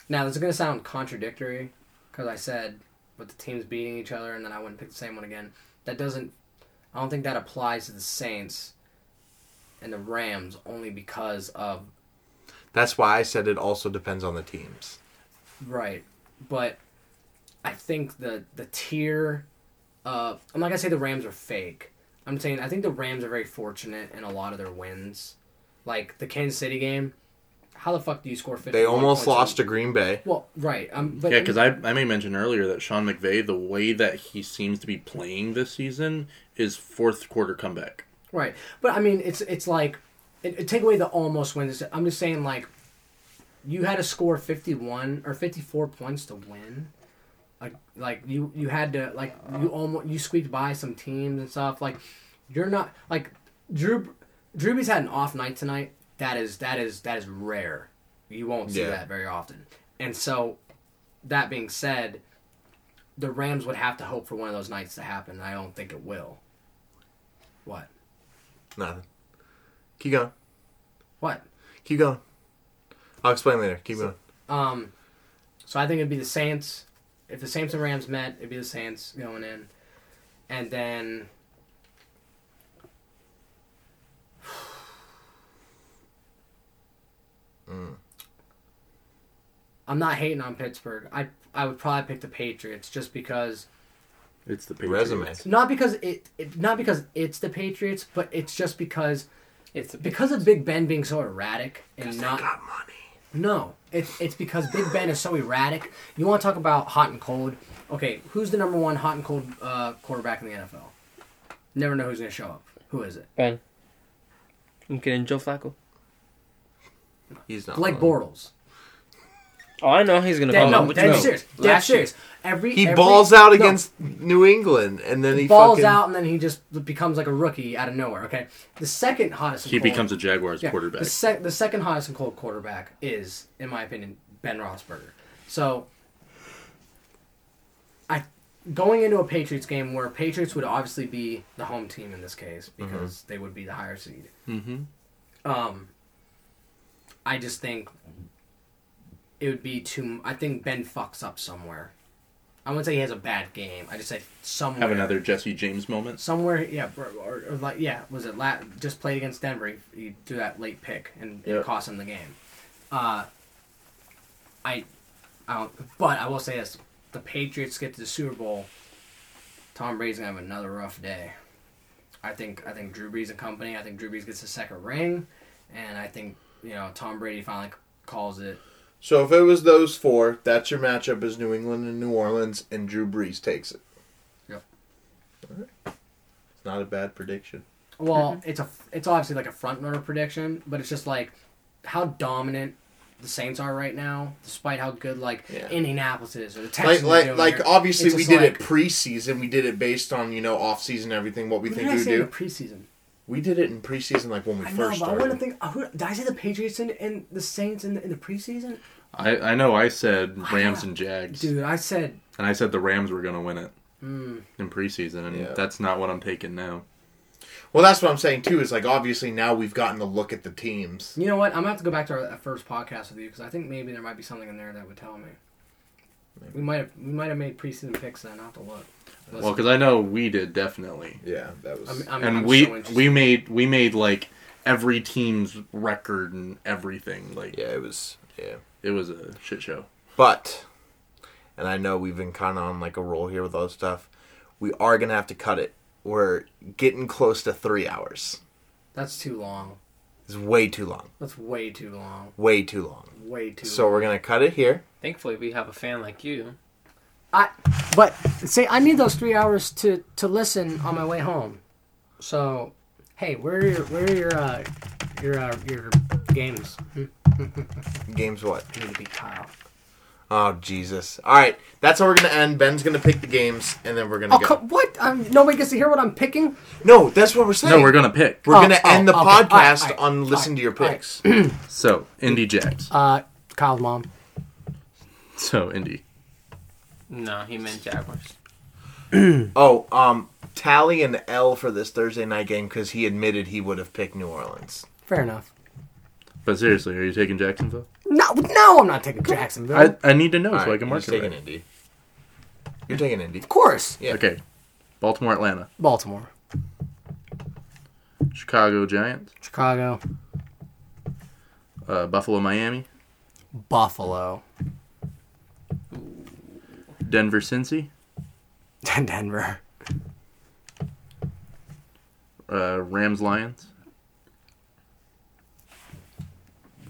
Now this is gonna sound contradictory, because I said with the teams beating each other, and then I wouldn't pick the same one again. That doesn't. I don't think that applies to the Saints and the Rams only because of
That's why I said it also depends on the teams.
right, but I think the the tier. Uh, I'm not gonna say the Rams are fake. I'm saying I think the Rams are very fortunate in a lot of their wins, like the Kansas City game. How the fuck do you score fifty?
They almost lost to Green Bay.
Well, right. Um, but
Yeah, because I, I may mention earlier that Sean McVay, the way that he seems to be playing this season is fourth quarter comeback.
Right, but I mean, it's it's like it, it take away the almost wins. I'm just saying, like, you had to score 51 or 54 points to win. Like, like you you had to like you almost you squeaked by some teams and stuff. Like, you're not like Drew. Drewby's had an off night tonight. That is that is that is rare. You won't see
Yeah.
that very often. And so, that being said, the Rams would have to hope for one of those nights to happen. and I don't think it will. What?
Nothing. Keep going.
What?
Keep going. I'll explain later. Keep going.
Um, so I think it'd be the Saints. If the Saints and Rams met, it'd be the Saints going in, and then. I'm not hating on Pittsburgh. I I would probably pick the Patriots just because
It's the Patriots.
Resume.
not because it, it not because it's the Patriots, but it's just because
It's a
because of Big Ben being so erratic and not
Got money.
no, it's it's because Big Ben is so erratic. You want to talk about hot and cold? Okay, who's the number one hot and cold uh, quarterback in the NFL? Never know who's going to show up. Who is it?
Ben. I'm kidding, Joe Flacco.
He's not
Blake
money.
Bortles.
Oh, I know he's gonna
Dead,
come.
no,
What
dead
you know?
serious. Dead
Last year.
serious. Every
He
every-
balls out
no,
against New England, and then he
balls
fucking
out, and then he just becomes like a rookie out of nowhere. Okay, the second hottest. and
He
cold-
becomes a Jaguars
Yeah,
quarterback.
The, sec- the second hottest and cold quarterback is, in my opinion, Ben Roethlisberger. So, I going into a Patriots game where Patriots would obviously be the home team in this case
Mm-hmm.
because they would be the higher seed.
Mhm.
Um, I just think it would be too. I think Ben fucks up somewhere. I wouldn't say he has a bad game. I just say somewhere.
Have another Jesse James moment.
Somewhere, yeah, or, or, or like, yeah, was it la- just played against Denver? He, he threw that late pick and
Yep.
it cost him the game. Uh, I, I don't, but I will say this: the Patriots get to the Super Bowl. Tom Brady's gonna have another rough day. I think I think Drew Brees and company. I think Drew Brees gets his second ring, and I think you know Tom Brady finally c- calls it.
So if it was those four, that's your matchup is New England and New Orleans, and Drew Brees takes it.
Yep.
It's not a bad prediction.
Well, it's a it's obviously like a front runner prediction, but it's just like how dominant the Saints are right now, despite how good like
Yeah.
Indianapolis is or the
Like,
Texans. are
like,
doing,
like
or-
obviously
it's
we
just
did
like-
it preseason. We did it based on you know offseason everything what we
What did
think
I
we would
say in the
do.
preseason?
We did it in preseason, like when we
I know,
first
but I
started.
want to think. uh, Who, did I say the Patriots and, and the Saints in the, in the preseason?
I, I know I said Rams and Jags,
Dude, Hmm. I said
and I said the Rams were going to win it in preseason, and
Yeah.
that's not what I'm taking now.
Well, that's what I'm saying too. Is like obviously now we've gotten to look at the teams.
You know what? I'm gonna have to go back to our that first podcast with you because I think maybe there might be something in there that would tell me. We might have we might have made preseason picks then. I have to look. Listen,
Well, because I know we did definitely,
Yeah, that was.
I'm, I'm,
and
I'm
we
so interested.
we made we made like every team's record and everything. Like
Yeah, it was. Yeah.
it was a shit show.
But, and I know we've been kind of on like a roll here with all this stuff. We are gonna have to cut it. We're getting close to three hours.
that's too long.
It's way too long.
That's way too long.
Way too long.
Way too.
So
long.
we're gonna cut it here.
Thankfully, we have a fan like you.
I but see, I need those three hours to to listen on my way home. So, hey, where are your where are your uh, your uh, your games?
Games what?
I need to beat Kyle.
Oh Jesus! All right, that's how we're gonna end. Ben's gonna pick the games, and then we're gonna
Oh,
go.
come, what? Um, nobody gets to hear what I'm picking.
No, that's what we're saying.
No, we're gonna pick.
We're
Oh,
gonna
oh,
end the
okay. All right,
podcast
all right,
on listen
all
to your
right, all
picks.
So Indy Jags.
Uh, Kyle's mom.
So Indy.
No, he meant Jaguars.
Oh, um, tally an L for this Thursday night game because he admitted he would have picked New Orleans.
Fair enough.
But seriously, are you taking Jacksonville?
No, no, I'm not taking Jacksonville.
I, I need to know so
All
I can
right,
mark
he's
it.
taking
Right.
Indy. You're taking Indy.
of course,
Yeah.
Okay, Baltimore Atlanta,
Baltimore,
Chicago Giants,
Chicago,
uh, Buffalo Miami,
Buffalo,
Denver Cincy,
Denver,
uh, Rams Lions.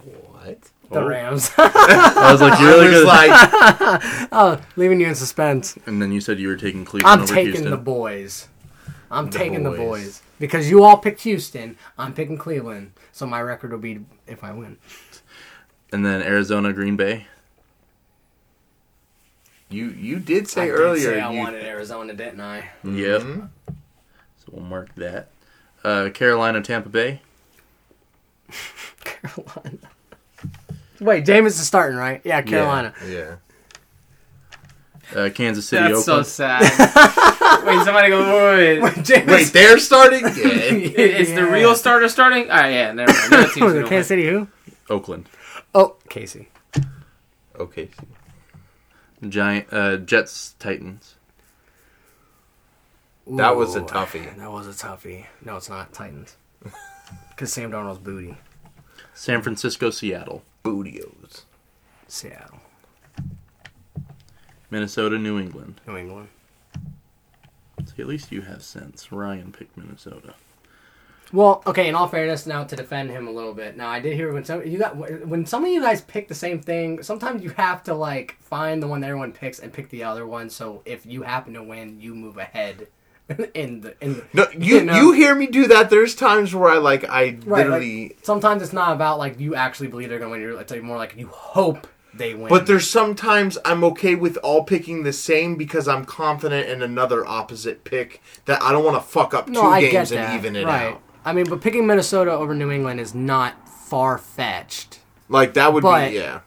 What?
the Rams.
I was like, you're really
I was
good.
like,
Leaving you in suspense.
and then you said you were taking Cleveland
I'm
over
taking
Houston.
the boys. I'm taking
boys.
the boys because you all picked Houston. I'm picking Cleveland, so my record will be if I win.
and then Arizona Green Bay.
you you did say
I did
earlier
say I
you
wanted Arizona, didn't I? Mm-hmm.
Yep. So we'll mark that. Uh, Carolina Tampa Bay.
Carolina. Wait, James is starting, right? Yeah, Carolina.
Yeah.
Uh, Kansas City
That's so
Oakland.
sad. Wait, somebody go. Wait, wait.
Jameis-
Wait, they're starting. Yeah.
It- It's the
Yeah.
real starter starting? Oh, yeah, never mind. That
Was
team's gonna
it
win.
Kansas City who?
Oakland.
Oh, Casey.
okay.
Giant uh, Jets Titans.
That was a
Ooh,
toughie.
That was a toughie. No, it's not Titans. Because Sam Darnold's booty.
San Francisco Seattle.
Bootios.
Seattle,
Minnesota New England.
New England.
See, at least you have sense. Ryan picked Minnesota.
Well, okay. In all fairness, now to defend him a little bit. Now I did hear when some you got when some of you guys pick the same thing. Sometimes you have to like find the one that everyone picks and pick the other one. So if you happen to win, you move ahead. in the in the,
No, you you,
know?
hear me do that. There's times where I like I
right, like,
literally.
sometimes it's not about like you actually believe they're going to win. You're- It's like more like you hope they win.
But there's sometimes I'm okay with all picking the same because I'm confident in another opposite pick that I don't want to fuck up
no,
two
I
games
get that.
and even it
right.
out.
I mean, but picking Minnesota over New England is not far fetched.
Like that would
But-
be yeah.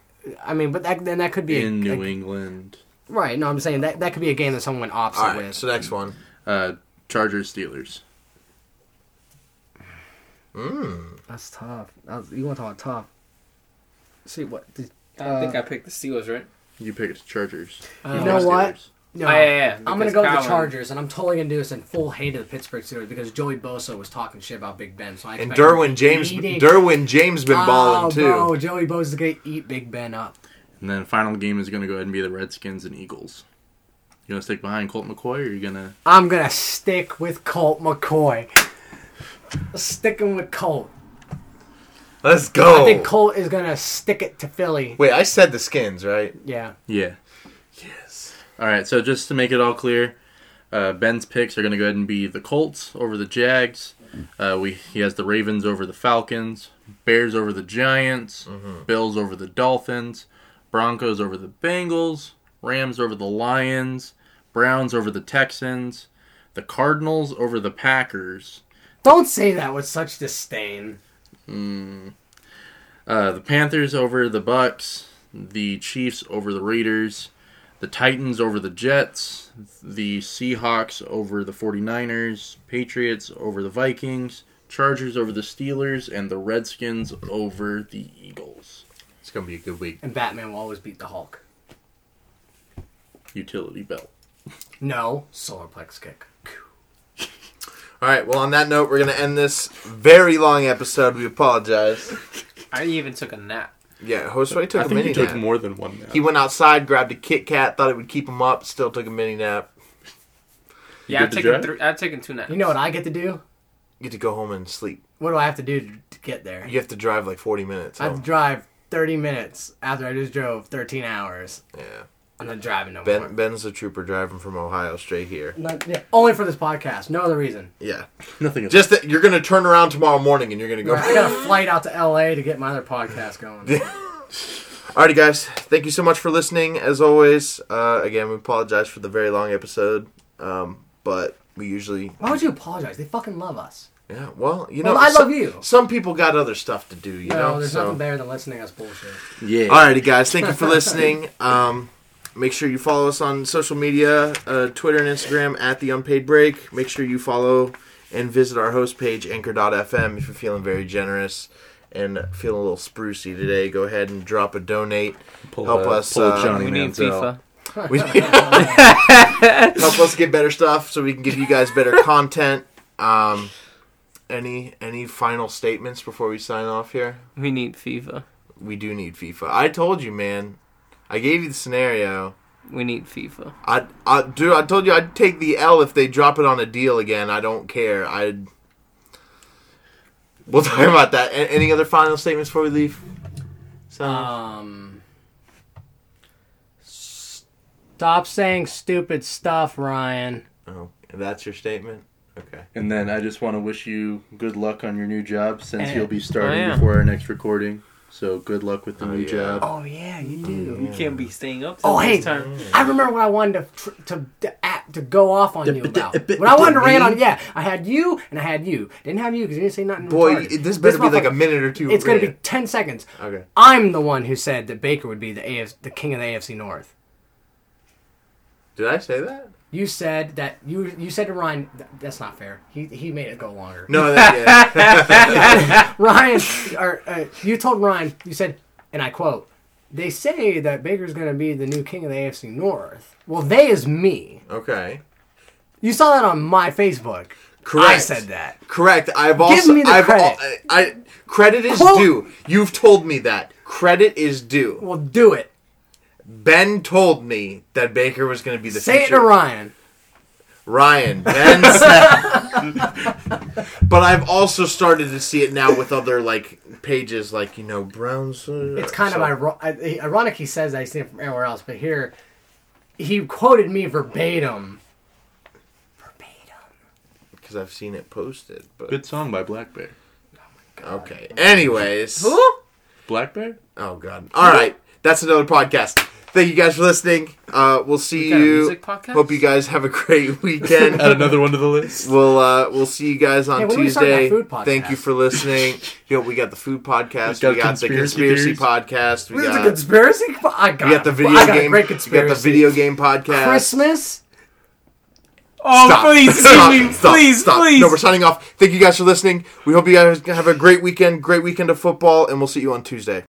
I mean, but that then that could be a-
In
a,
New England.
right. No, I'm saying that that could be a game that someone went opposite
All right,
with.
so next one.
Uh, Chargers Steelers.
That's tough. That was, you want to talk about tough? See what? Did,
I think I picked the Steelers, right?
You picked Chargers.
you know what?
Steelers.
No,
Oh, yeah, yeah, yeah,
I'm gonna
because
go with
Cowan-
the Chargers, and I'm totally gonna do this in full hate of the Pittsburgh Steelers because Joey Bosa was talking shit about Big Ben. So I
And
expect him
Derwin James,
eating-
Derwin James been balling too.
Oh, bro, Joey Bosa's gonna eat Big Ben up.
And then final game is going to go ahead and be the Redskins and Eagles. You going to stick behind Colt McCoy, or you going to?
I'm gonna stick with Colt McCoy. Sticking with Colt.
Let's go.
I think Colt is gonna stick it to Philly.
Wait, I said the skins, right?
Yeah.
Yeah. Yes. All right. So just to make it all clear, uh, Ben's picks are going to go ahead and be the Colts over the Jags. Uh, we he has the Ravens over the Falcons, Bears over the Giants, Bills over the Dolphins, Broncos over the Bengals, Rams over the Lions, Browns over the Texans, the Cardinals over the Packers.
Don't say that with such disdain.
Uh, the Panthers over the Bucks, the Chiefs over the Raiders, the Titans over the Jets, the Seahawks over the 49ers, Patriots over the Vikings, Chargers over the Steelers, and the Redskins over the Eagles.
It's gonna be a good week.
And Batman will always beat the Hulk.
Utility belt.
No, solar plex kick.
All right. Well, on that note, we're gonna end this very long episode. We apologize.
I even took a nap.
Yeah, Josue took
I
a
think
mini
you took
nap.
more than one. Now.
He went outside, grabbed a Kit Kat, thought it would keep him up, still took a mini nap.
Yeah, I've
good to
taken,
drive?
three, I've taken two naps.
You know what I get to do?
You get to go home and sleep.
What do I have to do to- to get there?
You have to drive like 40 minutes.
I have to
home.
drive 30 minutes after I just drove 13 hours.
yeah.
I'm not driving no more.
Ben Ben's a trooper driving from Ohio straight here.
Not- yeah, only for this podcast. No other reason.
Yeah.
Nothing.
Just that you're gonna turn around tomorrow morning and you're gonna go.
I got a flight out to LA to get my other podcast going.
Alrighty, guys. Thank you so much for listening. As always, uh, again, we apologize for the very long episode, um, but we usually,
Why would you apologize? They fucking love us.
yeah. Well, you know,
Well, I
some-
love you.
Some people got other stuff to do, you
No,
know.
there's
so-
nothing better than listening to us bullshit.
yeah.
Alrighty, guys. Thank you for listening. Um, make sure you follow us on social media, uh, Twitter and Instagram at the Unpaid Break. Make sure you follow and visit our host page, Anchor.fm, if you're feeling very generous and feeling a little sprucey today. Go ahead and drop a donate.
Pull,
help
uh,
us,
pull
uh,
Johnny
We need
Manziel.
FIFA.
We help us get better stuff so we can give you guys better content. Um, any any final statements before we sign off here?
We need FIFA.
We do need FIFA. I told you, man. I gave you the scenario.
We need FIFA.
I, I, dude, I told you I'd take the L if they drop it on a deal again. I don't care. I'd. We'll talk about that. A- any other final statements before we leave? So,
Um, stop saying stupid stuff, Ryan.
oh, that's your statement. Okay.
And then I just want to wish you good luck on your new job since
Eh.
you'll be starting
Oh, yeah.
before our next recording. So good luck with the new
yeah.
job.
Oh yeah, you do.
You can't be staying up.
Oh
till
hey,
this time.
I remember what I wanted to tr- to to, at, to go off on you about. What I wanted to rant on, yeah, I had you and I had you. Didn't have you because you didn't say nothing.
Boy,
retarded.
it- this better be like a
motherfucker-
minute or two.
It's gonna be
rant.
ten seconds.
Okay.
I'm the one who said that Baker would be the AF- the king of the AFC North.
Did I say that?
You said that you you said to Ryan, "Th- that's not fair. He he made it go longer.
No, that, yeah.
Ryan, or uh, you told Ryan, you said, and I quote, "They say that Baker's going to be the new king of the AFC North." Well, they is me.
okay.
You saw that on my Facebook. I
Correct.
said that.
Correct. I've also.
me the
I've
credit.
al- I, I- credit is
Quote-
due. You've told me that. Credit is due.
Well, do it.
Ben told me that Baker was going to be the
Say it
future.
to Ryan.
Ryan, Ben Snell. but I've also started to see it now with other like pages, like you know Browns. uh,
It's kind
so-
of iro- I- ironic he says that. He's seen it from everywhere else, but here he quoted me verbatim. Verbatim.
because I've seen it posted. But
Good song by Black Bear.
okay. Anyways,
Black Bear?
oh god. All right, that's another podcast. Thank you guys for listening. Uh, we'll see
We got a
you.
music podcast?
Hope you guys have a great weekend.
Add another one to the list.
We'll uh, we'll see you guys on
Hey, when do we start
Tuesday.
that food podcast?
Thank you for listening. Yo, we got the food podcast.
We got
We got the
conspiracy
conspiracy
theories.
podcast. We
There's a
got
conspiracy. I got,
we got the
it.
video
I got a
game.
great
We got
conspiracy.
the video game podcast.
Christmas.
Oh
Stop.
please,
Stop.
excuse me,
Stop.
please,
Stop.
please.
No, we're signing off. Thank you guys for listening. We hope you guys have a great weekend, great weekend of football, and we'll see you on Tuesday.